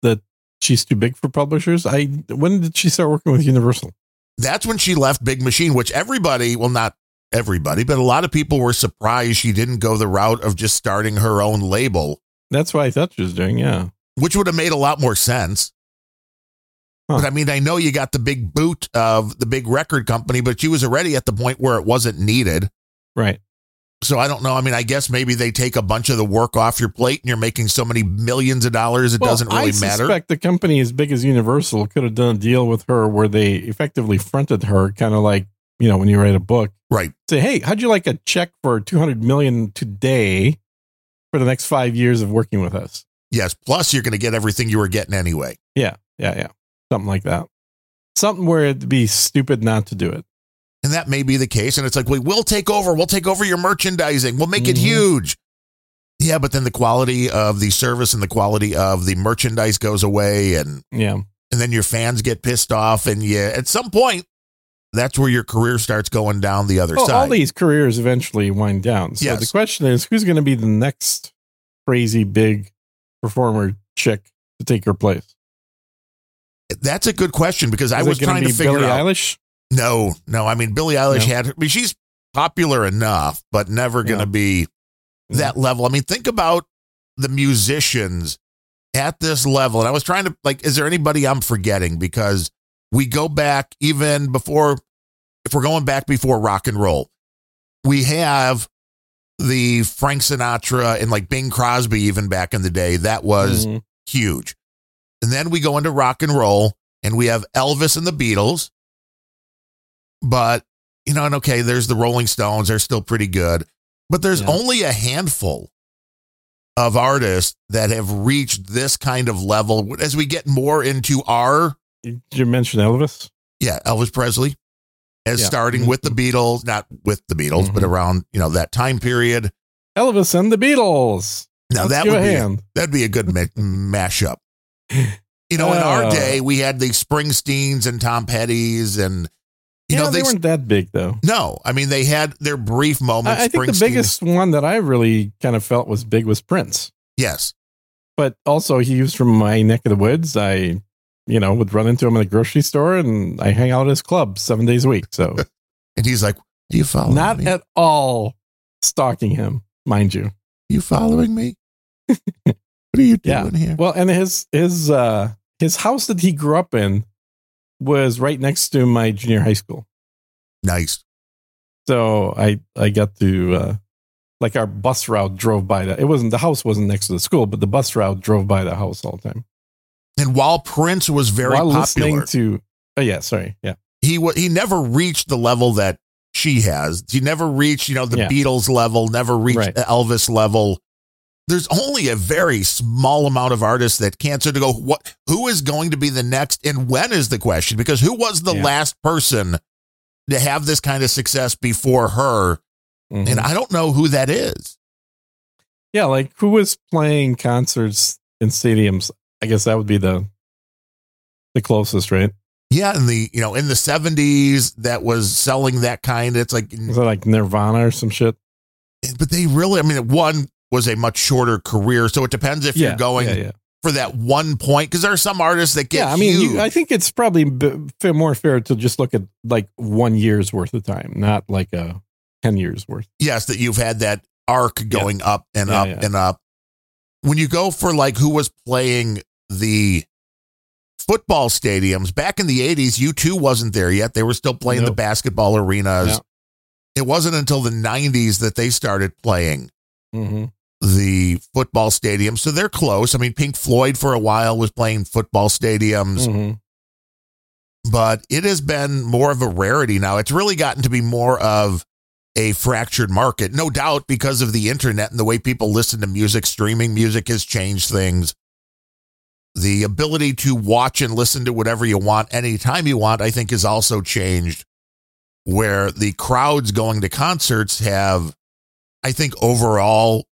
that she's too big for publishers? I when did she start working with Universal?
That's when she left Big Machine, which everybody, well, not everybody, but a lot of people were surprised she didn't go the route of just starting her own label,
That's what I thought she was doing. Yeah.
which would have made a lot more sense.
Huh.
But I mean, I know you got the big boot of the big record company, but she was already at the point where it wasn't needed.
Right.
So I don't know. I mean, I guess maybe they take a bunch of the work off your plate and you're making so many millions of dollars, it doesn't really
I
matter.
suspect the company as big as Universal could have done a deal with her where they effectively fronted her, kind of like you know when you write a book,
Right.
Say, hey, how'd you like a check for two hundred million today for the next five years of working with us?
Yes. Plus, you're going to get everything you were getting anyway.
Yeah, yeah, yeah. Something like that. Something where it'd be stupid not to do it.
And that may be the case. And it's like, we will take over. We'll take over your merchandising. We'll make it
Mhm.
huge. Yeah. But then the quality of the service and the quality of the merchandise goes away. And,
Yeah.
and then your fans get pissed off. And yeah, at some point, that's where your career starts going down the other
Well, Oh, all
side.
these careers eventually wind down. So
Yes.
the question is who's going to be the next crazy big performer chick to take her place?
that's a good question because I
Is it
was
gonna
trying to
be
figure
Billie
out.
Eilish?
No, no. I mean, Billie Eilish
No.
had, I mean, she's popular enough, but never going to
Yeah.
be
Mm-hmm.
that level. I mean, think about the musicians at this level. And I was trying to, like, is there anybody I'm forgetting? Because we go back even before, if we're going back before rock and roll, we have the Frank Sinatra and like Bing Crosby, even back in the day, that was
Mhm.
huge. And then we go into rock and roll and we have Elvis and the Beatles. But, you know, and okay, there's the Rolling Stones, they're still pretty good. But there's
Yeah.
only a handful of artists that have reached this kind of level as we get more into our,
Did you mention Elvis?
yeah, Elvis Presley as
Yeah. Mm-hmm.
starting with the Beatles, not with the Beatles, but around, you know, that time period.
Elvis and the Beatles.
Now
Let's
that
give
would
a
be
hand.
That'd be a good ma- mashup. You know, in our
Uh.
day, we had the Springsteens and Tom Petty's, and you
yeah,
know
they,
they,
weren't that big though.
no. I mean, they had their brief moments.
I, I think the
Springsteens-
biggest one that I really kind of felt was big was Prince.
yes,
but also he was from my neck of the woods. I, you know, would run into him in the grocery store and I hang out at his club seven days a week.
<laughs>
So
and he's like, "Are you following
not
me?
at all stalking him, mind you.
you following
<laughs>
me? what are you
Yeah.
doing here?
Well, and his his uh his house that he grew up in was right next to my junior high school.
Nice.
So I I got to uh like our bus route drove by that. It wasn't the house wasn't next to the school, but the bus route drove by the house all the time.
And while Prince was very
While
popular,
listening to oh yeah, sorry. Yeah.
he wa he never reached the level that she has. He never reached, you know, the
Yeah.
Beatles level, never reached
Right.
the Elvis level. There's only a very small amount of artists that can so to go what who is going to be the next and when is the question because who was the
Yeah.
last person to have this kind of success before her
Mhm.
and I don't know who that is.
Yeah, like who was playing concerts in stadiums? I guess that would be the the closest, right?
Yeah, in the you know in the 70s that was selling that kind it's like
Was that like Nirvana or some shit?
but they really I mean one was a much shorter career so it depends if
yeah,
you're going
yeah, yeah.
for that one point because there are some artists that get
yeah I mean,
huge.
you, I think it's probably b- fair- more fair to just look at like one year's worth of time, not like a ten years worth.
yes that you've had that arc going up and
Yeah,
up
yeah.
and up when you go for like who was playing the football stadiums back in the 80s u2 wasn't there yet they were still playing the
Nope.
basketball arenas
No.
it wasn't until the 90s that they started playing
Mm-hmm.
the football stadium. So they're close. I mean, Pink Floyd for a while was playing football stadiums,
Mhm.
but it has been more of a rarity now. It's really gotten to be more of a fractured market, no doubt because of the internet and the way people listen to music. Streaming music has changed things. The ability to watch and listen to whatever you want anytime you want, I think, has also changed. Where the crowds going to concerts have, I think, overall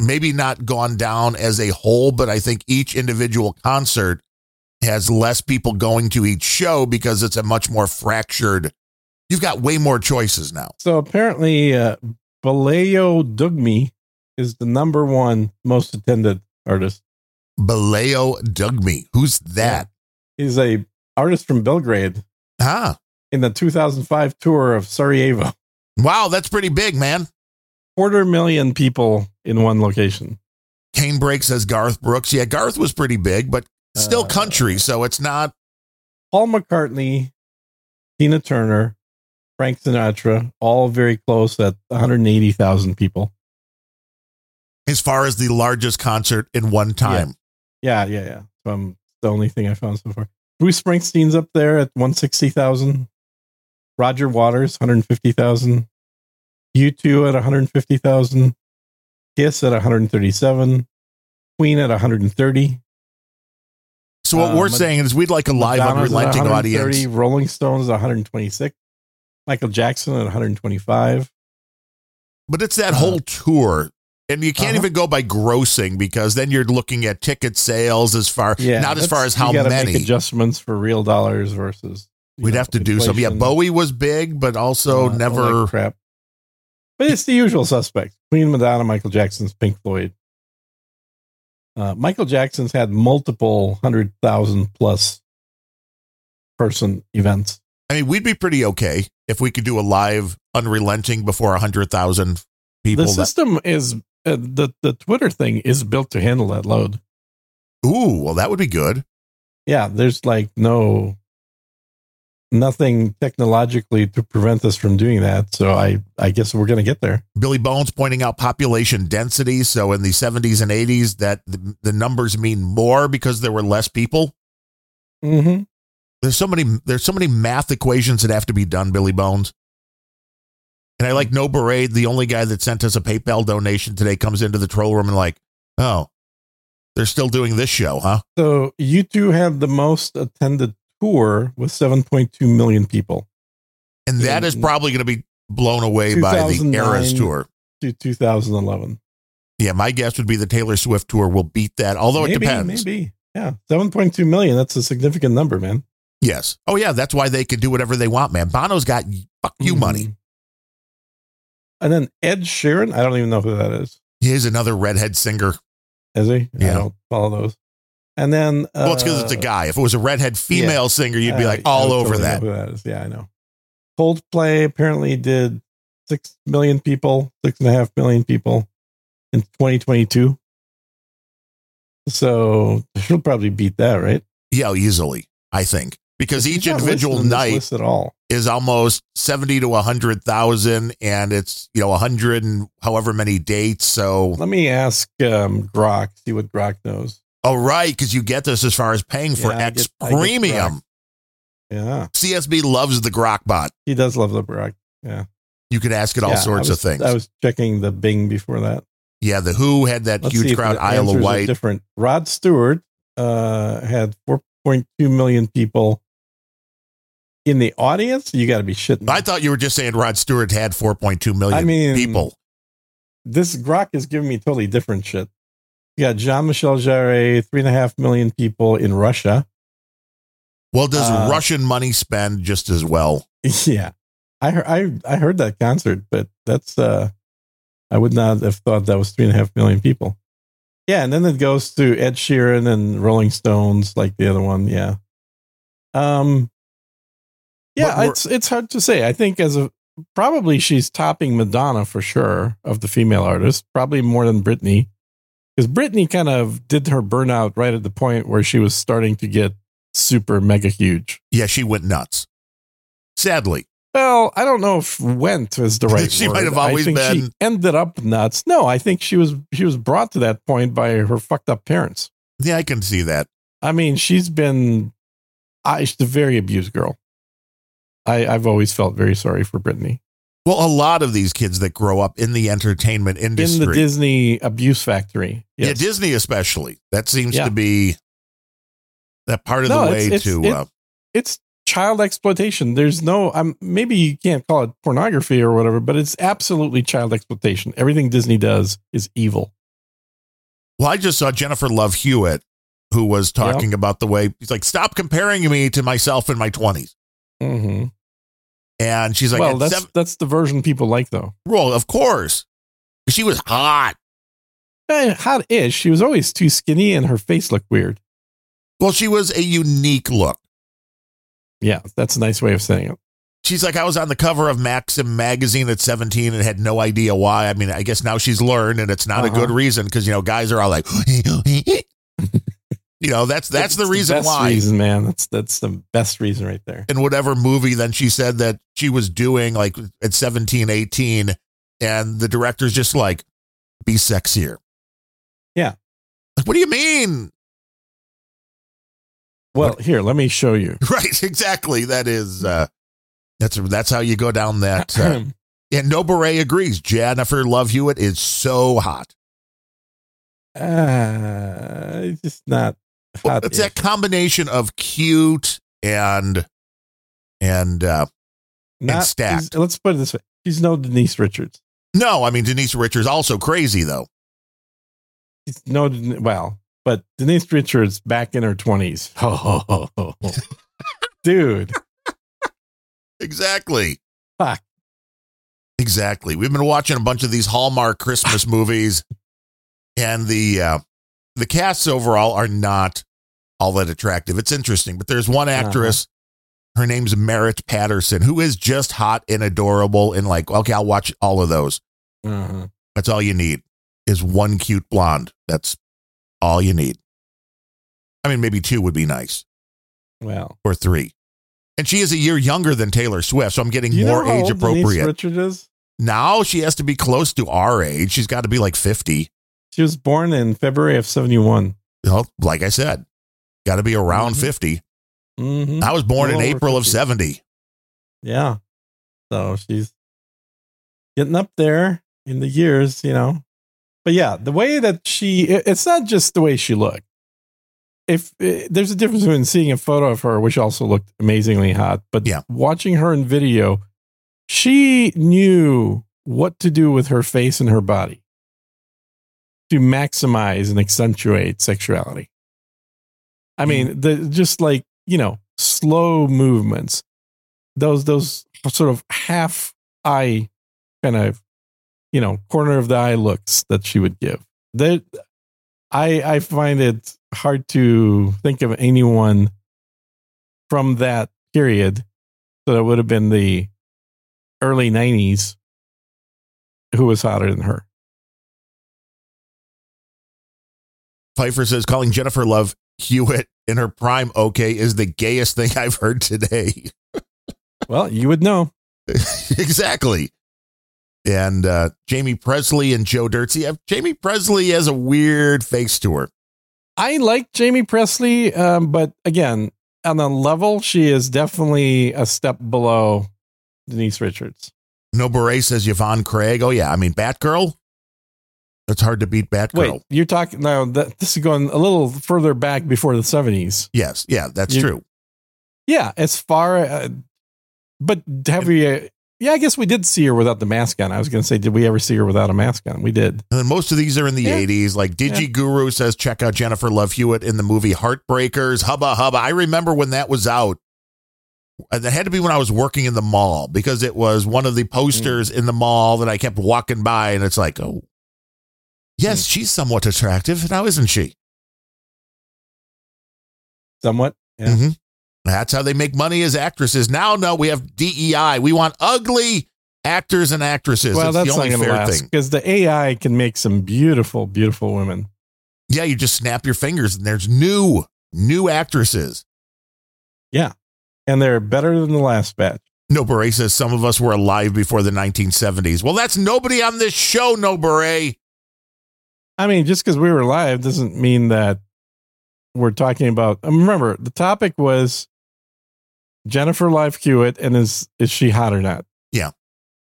maybe not gone down as a whole, but I think each individual concert has less people going to each show because it's a much more fractured. You've got way more choices now.
So apparently, uh, Baleo Dugmi is the number one most attended artist.
Baleo Dugme. Who's that?
He's a artist from Belgrade
Ah,
in the 2005 tour of Sarajevo.
wow, that's pretty big, man.
Quarter million people in one location.
Kane Break says Garth Brooks. Yeah, Garth was pretty big, but still
Uh,
country. So it's not
Paul McCartney, Tina Turner, Frank Sinatra, all very close at 180,000 people.
as far as the largest concert in one time.
Yeah, yeah, yeah. Um, the only thing I found so far. Bruce Springsteen's up there at 160,000. Roger Waters, 150,000. U2 at 150,000. Kiss at 137. Queen at 130.
So what
Uh,
we're
Mad-
saying is we'd like a live
Madonna's at
unrelenting
130,
audience.
Rolling Stones at 126. Michael Jackson at 125.
But it's that
Uh-huh.
whole tour. And you can't
Uh-huh.
even go by grossing because then you're looking at ticket sales as far
Yeah.
not as
that's-
far as
you
how
gotta
many.
Make adjustments for real dollars versus. you
We'd
know,
have to do some. Yeah,
inflation.
Bowie was big, but also
Uh, all
never
that crap. But it's the usual suspects: Queen, Madonna, Michael Jackson's, Pink Floyd. Uh, Michael Jackson's had multiple hundred thousand plus person events.
I mean, we'd be pretty okay if we could do a live unrelenting before 100,000 people.
the
That,
system is uh, the the Twitter thing is built to handle that load.
ooh, well, that would be good.
Yeah, there's like no nothing technologically to prevent us from doing that. So I I guess we're gonna get there.
Billy Bones pointing out population density. So in the 70s and 80s, that the, the numbers mean more because there were less people.
Mm-hmm.
There's so many. There's so many math equations that have to be done, Billy Bones. And I like
Hmm.
no parade. The only guy that sent us a PayPal donation today comes into the troll room and like, oh, they're still doing this show, huh?
So you two had the most attended tour with 7.2 million people
And that is
In
probably going to be blown away by the Eras
2009.
tour.
to 2011.
Yeah, my guess would be the Taylor Swift tour will beat that, although it
maybe,
depends.
Maybe. Yeah. 7.2 million. That's a significant number, man.
Yes. Oh, yeah, that's why they can do whatever they want, man. Bono's got fuck you money.
Mhm. And then Ed Sheeran. I don't even know who that is.
He's another redhead singer.
Is he?
Yeah.
I don't follow those. And then.
Well, it's because
uh,
it's a guy. If it was a redhead female singer, you'd be
I-
like
I
all
would
over
Uh, totally know
that.
Who that is. Yeah, I know. Coldplay apparently did 6 million people, 6.5 million people in 2022. So she'll probably beat that, right?
Yeah, easily, I think. Because
She's
each
not
individual
listed in this
night
list at all.
is almost 70 to 100,000, and it's, you know, 100 and however many dates. So,
Let me ask um, Grok, see what Grok knows.
oh, right, because you get this as far as paying for
Yeah, I
X
get- I get
premium.
Yeah,
CSB loves the Grok bot.
he does love the Grok.
You could ask it all
Yeah,
sorts
I
of
was-
things.
I was checking the Bing before that.
Yeah, the Who had that
Let's see
huge
if
crowd.
the
Isle
answers
of
are
Wight.
Different. Rod Stewart uh, had 4.2 million people in the audience. You got to be shitting.
I thought you were just saying Rod Stewart had 4.2 million
I mean,
people.
This Grok is giving me totally different shit. You got Jean Michel Jarre, three and a half million people in Russia.
Well, does
uh,
Russian money spend just as well?
<laughs> yeah, I heard I, I heard that concert, but that's uh, I would not have thought that was three and a half million people. Yeah, and then it goes to Ed Sheeran and Rolling Stones, like the other one. Yeah, um,
But
yeah,
we're-
it's it's hard to say. I think as a probably she's topping Madonna for sure of the female artists, probably more than Britney, because Britney kind of did her burnout right at the point where she was starting to get super mega huge.
Yeah, she went nuts. Sadly,
Well, I don't know if went is
<laughs>
the right.
She
word.
might have
I
always
think she
been-
ended up nuts. No, I think she was she was brought to that point by her fucked up parents.
Yeah, I can see that.
I mean, she's been, I, she's a very abused girl. I I've always felt very sorry for Brittany
Well, a lot of these kids that grow up in the entertainment
in
industry,
the Disney abuse factory. Yes.
yeah, Disney especially, that seems
Yeah.
to be that part of
No,
the
it's-
way
it's-
to.
it's-
uh,
it's child exploitation. There's no, um, maybe you can't call it pornography or whatever, but it's absolutely child exploitation. Everything Disney does is evil.
well, I just saw Jennifer Love Hewitt, who was talking about the way he's like, "Stop comparing me to myself in my 20s.
hmm
and she's like,
well,
"At
that's
seven-
that's the version people like, though.
well, of course." She was hot.
Eh, Hot ish. She was always too skinny, and her face looked weird.
Well, she was a unique look.
Yeah, that's a nice way of saying it.
She's like, I was on the cover of Maxim magazine at 17 and had no idea why. I mean, I guess now she's learned and it's not a
Uh-huh.
good reason because, you know, guys are all like, <laughs> you know, that's that's the
It's
reason
best
why.
Reason, man. That's that's the best reason right there.
In whatever movie, then she said that she was doing like at 17, 18, and the director's just like, be sexier.
Yeah.
Like, what do you mean? <laughs>
Well, here, let me show you.
Right. Exactly. That is, uh, that's, that's how you go down
<clears throat>
that. Uh, and No Beret agrees. Jennifer Love Hewitt is so hot.
Ah, it's just not
Well,
hot.
it's that combination of cute and and uh
not,
stacked.
she's- Let's put it this way: she's no Denise Richards.
no i mean denise richards also crazy though
She's no, Den- well, but Denise Richards back in her
<laughs>
twenties.
Oh,
Dude,
exactly
Fuck.
exactly we've been watching a bunch of these hallmark christmas movies and the uh the casts overall are not all that attractive it's interesting but there's one actress her name's merritt patterson who is just hot and adorable and like okay i'll watch all of those
Uh-huh.
That's all you need is one cute blonde. That's all you need. I mean, maybe two would be nice
well,
or three. And she is a year younger than Taylor Swift, so I'm getting
Do you know
more
how
age
old Denise
appropriate.
Richards is.
now she has to be close to our age. She's got to be like 50.
She was born in February of seventy one.
Well, like I said, got to be around
Mhm.
50.
Mm-hmm.
I was born
Well
in
over
April of
50.
70.
Yeah, so she's getting up there in the years, you know. But yeah, the way that she, it- it's not just the way she looked. If eh, there's a difference between seeing a photo of her, which also looked amazingly hot, but
Yeah.
watching her in video, she knew what to do with her face and her body to maximize and accentuate sexuality. I mean, the just like, you know, slow movements, those those sort of half eye kind of you know corner of the eye looks that she would give that i i find it hard to think of anyone from that period so that would have been the early 90s who was hotter than her
Pfeiffer says calling Jennifer Love Hewitt in her prime okay is the gayest thing <laughs> I've heard today. <laughs>
well you would know
exactly. And uh, Jamie Presley and Joe Dirt. Yeah, Jamie Presley has a weird face to her.
i like jamie presley um, but again on a level she is definitely a step below denise richards
No Beret says Yvonne Craig. Oh yeah, I mean Batgirl. It's hard to beat Batgirl.
Wait, you're talking now. That, this is going a little further back before the seventies.
Yes, yeah, that's
You-
true.
Yeah, as far, uh, but have we? Uh, yeah, I guess we did see her without the mask on. I was going to say, did we ever see her without a mask on? We did.
And then most of these are in the
Yeah.
80s. Like
Yeah.
Digi Guru says, check out Jennifer Love Hewitt in the movie Heartbreakers. Hubba Hubba. I remember when that was out. And That had to be when I was working in the mall because it was one of the posters
Mm.
in the mall that I kept walking by. And it's like, oh,
Mm.
yes, she's somewhat attractive. Now, isn't she?
Somewhat. Yeah.
hmm That's how they make money as actresses. Now, no, we have DEI. We want ugly actors and actresses.
Well,
it's
that's
the
not
only
going to
fair
last
thing.
because the AI can make some beautiful, beautiful women.
Yeah, you just snap your fingers and there's new, new actresses.
and they're better than the last batch.
No Beret says some of us were alive before the 1970s. Well, that's nobody on this show, No Beret.
I mean, just because we were live doesn't mean that we're talking about. and Remember, the topic was Jennifer Life Hewitt and is is she hot or not?
Yeah.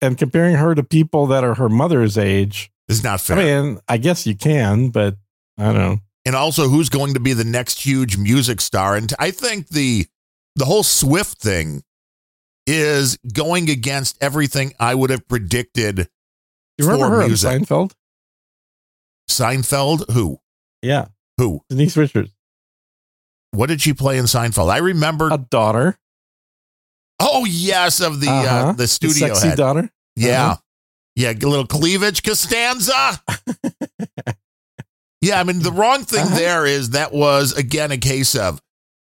And comparing her to people that are her mother's age.
It's not fair.
I mean, I guess you can, but I don't know.
and also who's going to be the next huge music star. And I think the the whole Swift thing is going against everything I would have predicted.
You remember
For
her on
music.
Seinfeld?
Seinfeld, who?
Yeah,
Who?
Denise Richards,
What did she play in Seinfeld? I remember.
a daughter,
oh yes, of the uh
Uh-huh.
the
The
studio
sexy
head. <laughs>
daughter.
Yeah,
Uh-huh.
yeah, a little
<laughs>
cleavage, Costanza. yeah, I mean the wrong thing
Uh-huh.
there is that was again a case of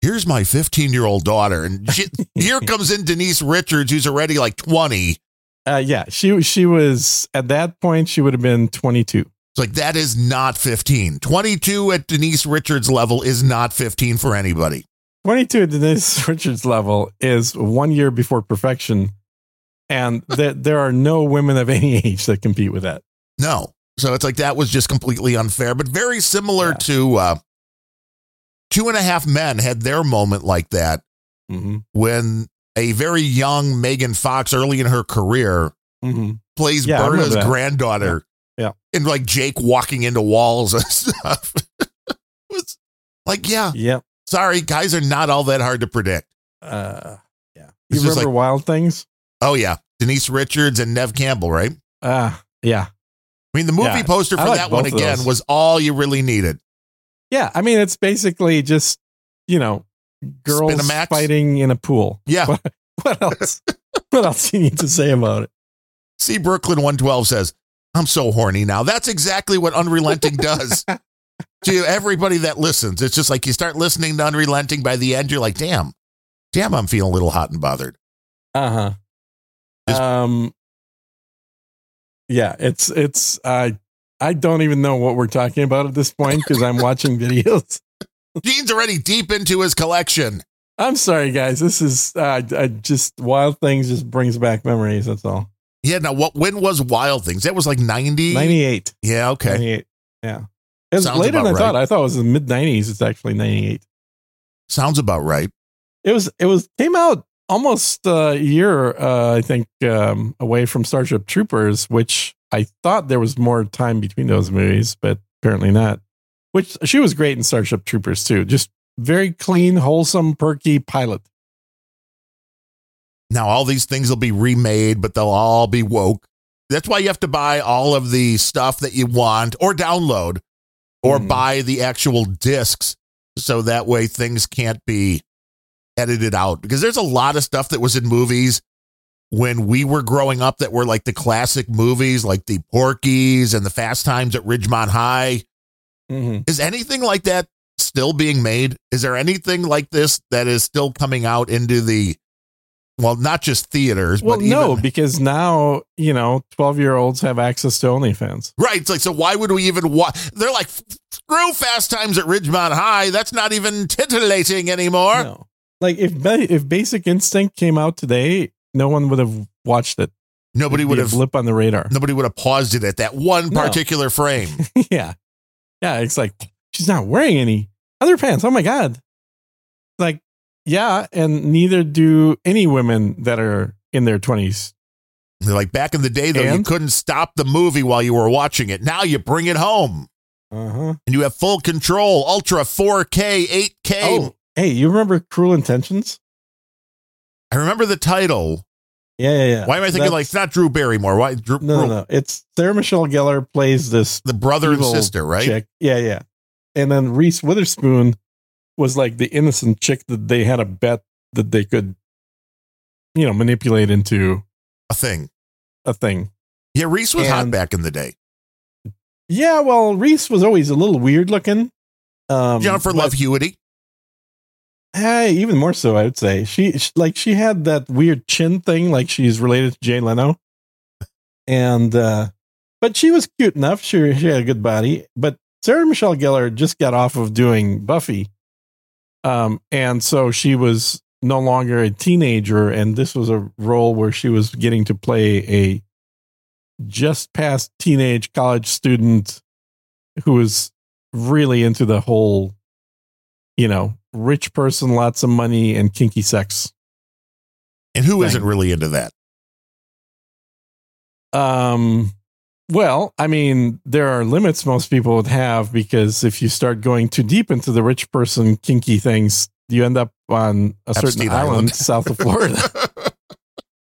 here's my 15 year old daughter,
<laughs>
and she, here comes in Denise Richards, who's already like 20.
Uh, yeah, she she was at that point she would have been 22.
It's like that is not 15. 22 at Denise Richards level is not 15 for anybody.
22 at Denise <laughs> Richards level is one year before perfection,
<laughs>
and there there are no women of any age that compete with that.
No. So it's like that was just completely unfair, but very similar
Yeah.
to uh, two and a half men had their moment like that
Mm-hmm.
when a very young Megan Fox early in her career
Mm-hmm.
plays
Yeah, I remember
Berta's
that.
granddaughter.
Yeah. Yeah.
And like Jake walking into walls and <laughs> stuff. It's like, yeah,
Yep.
sorry, guys are not all that hard to predict.
Uh, yeah.
It's
You
just
remember Wild Things?
Oh, yeah. Denise Richards and Nev Campbell, right?
Uh, yeah.
I mean, the movie
Yeah,
poster
I
for
like
that one
both of
again
those.
was all you really needed.
Yeah. I mean, it's basically just, you know, girls
Spinamax?
fighting in a pool. <laughs>
Yeah.
What else? what else do you need to say about it?
See, Brooklyn 112 says, I'm so horny now. That's exactly what Unrelenting does to everybody that listens. It's just like you start listening to Unrelenting by the end, you're like, damn, damn, I'm feeling a little hot and bothered.
Uh huh.
Just-
Um. Yeah, it's it's I I don't even know what we're talking about at this point because I'm watching <laughs> videos.
Gene's already deep into his collection.
I'm sorry, guys. This is uh, I just wild things just brings back memories. That's all.
Yeah, now what? When was Wild Things? That was like 90?
Ninety eight.
Yeah, okay.
98. Yeah. It was
Sounds
later than I
about
thought. I thought it was the mid nineties. It's actually ninety eight.
Sounds about right.
It was it was came out almost uh, a year, uh, I think, um, away from Starship Troopers, which I thought there was more time between those movies, but apparently not. Which she was great in Starship Troopers too. Just very clean, wholesome, perky pilot.
Now all these things will be remade, but they'll all be woke. That's why you have to buy all of the stuff that you want or download or
Mm.
buy the actual discs so that way things can't be edited out because there's a lot of stuff that was in movies when we were growing up that were like the classic movies like the Porkies and the Fast Times at Ridgemont High.
Mm-hmm.
Is anything like that still being made? Is there anything like this that is still coming out into the well, not just theaters,
Well,
but
no,
even,
because now you know twelve year olds have access to OnlyFans.
right? It's like so. Why would we even watch? They're like screw Fast Times at Ridgemont High. That's not even titillating anymore.
no. like if Ba- if Basic Instinct came out today, no one would have watched it.
Nobody
It'd
would
be a
have
blip on the radar.
nobody would have paused it at that one
No. <laughs>
particular frame.
yeah. Yeah. It's like, she's not wearing any underpants. Oh my God. Like, yeah. And neither do any women that are in their 20s.
They're like back in the day, though, you
And?
couldn't stop the movie while you were watching it. Now you bring it home
Uh huh.
and you have full control. Ultra 4K, 8K.
Oh, hey, you remember Cruel Intentions?
I remember the title.
Yeah. Yeah. yeah.
Why am I thinking
That's-
like it's not Drew Barrymore? Why Drew,
No, no, no. It's Sarah Michelle Gellar plays this
the brother and
Evil
sister, right?
chick. Yeah. Yeah. And then Reese Witherspoon was like the innocent chick that they had a bet that they could, you know, manipulate into
A thing.
a thing.
Yeah, Reese was hot
And-
back in the day.
Yeah, well, Reese was always a little weird looking. Um,
Jennifer
but-
Love Hewitt.
Hey, even more so, I would say she, she like she had that weird chin thing, like she's related to Jay Leno. And uh, but she was cute enough. She she had a good body. But Sarah Michelle Gellar just got off of doing Buffy, um, and so she was no longer a teenager, and this was a role where she was getting to play a just past teenage college student who was really into the whole, you know, rich person, lots of money, and kinky sex.
And who
Thing.
not really into that?
Um, well, I mean, there are limits most people would have because if you start going too deep into the rich person kinky things, you end up on a certain
Epstein
island,
Island.
south of Florida.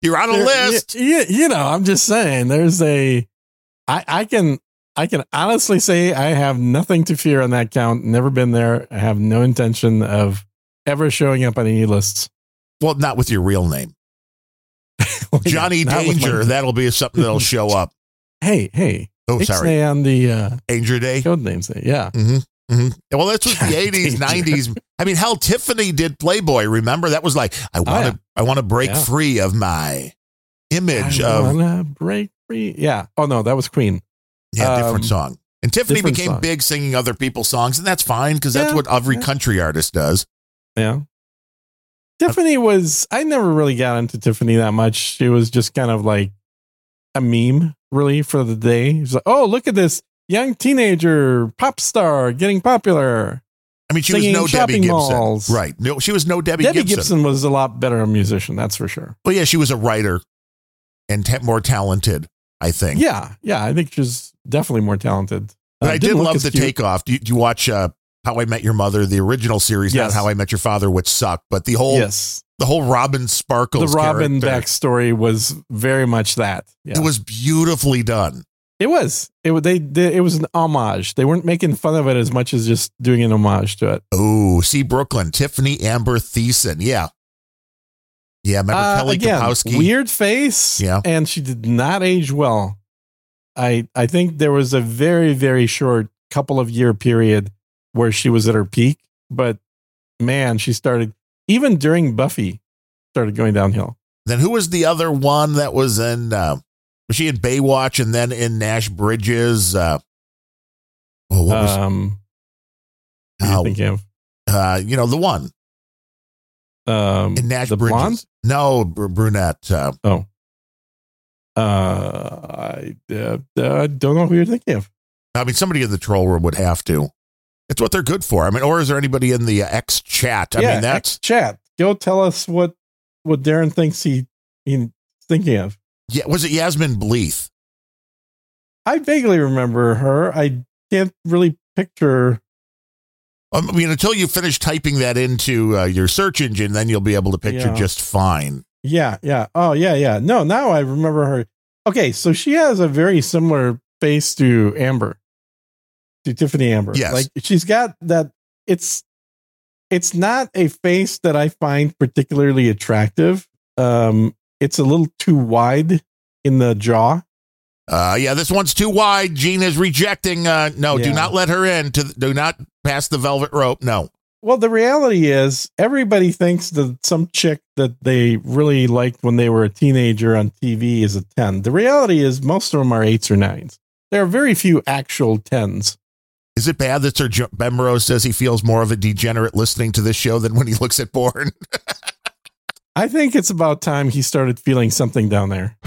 You're <laughs> on a
There-
list.
y- y- You, know, I'm just saying. There's a, I, I can, I can honestly say I have nothing to fear on that count. Never been there. I have no intention of ever showing up on any lists. <laughs>
Well, not with your real name. Johnny
Not with my-
Danger. That'll be
<laughs>
something that'll show up.
hey, hey.
Oh,
Ixnay
sorry.
on the uh,
Danger Day.
code names. there. Yeah.
hmm hmm Well, that's what the
Johnny
eighties,
Danger.
nineties. I mean, hell, Tiffany did Playboy. Remember that was like, I want to, I want to break
Oh, Yeah.
free of my image
I
of
wanna break free. Yeah. Oh no, that was Queen.
yeah,
um,
different song. And Tiffany
different
became
song.
big singing other people's songs, and that's fine because that's
Yeah,
what every
yeah.
country artist does.
Yeah. Tiffany was I never really got into Tiffany that much. She was just kind of like a meme really for the day. It was like, oh, look at this young teenager pop star getting popular.
I mean, she
Singing
was
in
no Debbie
shopping
Gibson,
malls.
right? No, she was no Debbie,
Debbie Gibson.
Gibson.
was a lot better a musician, that's for sure.
Well, yeah, she was a writer and ta- more talented, I think.
Yeah, yeah, I think she's definitely more talented.
But
Uh,
I did
didn't look
love
as
the
cute.
takeoff. Do you, do you watch uh, How I Met Your Mother, the original series,
Yes.
not How I Met Your Father, which sucked, but the whole
Yes,
the whole Robin
the
Sparkles,
Robin
character,
backstory was very much that. Yeah.
It was beautifully done.
It was. It was. They, they. It was an homage. They weren't making fun of it as much as just doing an homage to it.
Oh, see Brooklyn, Tiffany Amber Thiessen, yeah, yeah. Remember
Uh,
Kelly
again,
Kapowski?
weird face.
Yeah.
and she did not age well. I I think there was a very very short couple of year period where she was at her peak, but man, she started even during Buffy started going downhill.
Then who was the other one that was in? Uh, was she in Baywatch and then in Nash Bridges? Uh, oh, what was?
Um, what do you
oh,
thinking of
uh, you know the one
um,
in Nash
the
Bridges.
blonde.
No, br- brunette. Uh,
Oh, uh, I uh, I don't know who you're thinking of.
I mean, somebody in the troll room would have to. It's what they're good for. I mean, or is there anybody in the uh, X chat? I mean, that's
X chat. Go tell us what what Darren thinks he he's thinking of.
yeah. Was it Yasmin Bleeth?
I vaguely remember her. I can't really picture.
Um, I mean, until you finish typing that into uh, your search engine, then you'll be able to picture
Yeah.
just fine.
Yeah, yeah. Oh, yeah, yeah. No, now I remember her. Okay, so she has a very similar face to Amber, to Tiffany Amber.
Yes.
like she's got that. It's it's not a face that I find particularly attractive. Um, it's a little too wide in the jaw.
Uh, yeah, this one's too wide. Gene is rejecting. Uh, no, do
Yeah.
not let her in. To do not pass the velvet rope. No.
Well, the reality is everybody thinks that some chick that they really liked when they were a teenager on TV is a 10. The reality is most of them are eights or nines. There are very few actual 10s.
Is it bad that Sir Jo- Bemrose says he feels more of a degenerate listening to this show than when he looks at porn? <laughs>
I think it's about time he started feeling something down there.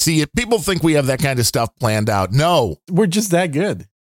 See, if people think we have that kind of stuff planned out. No,
We're just that good.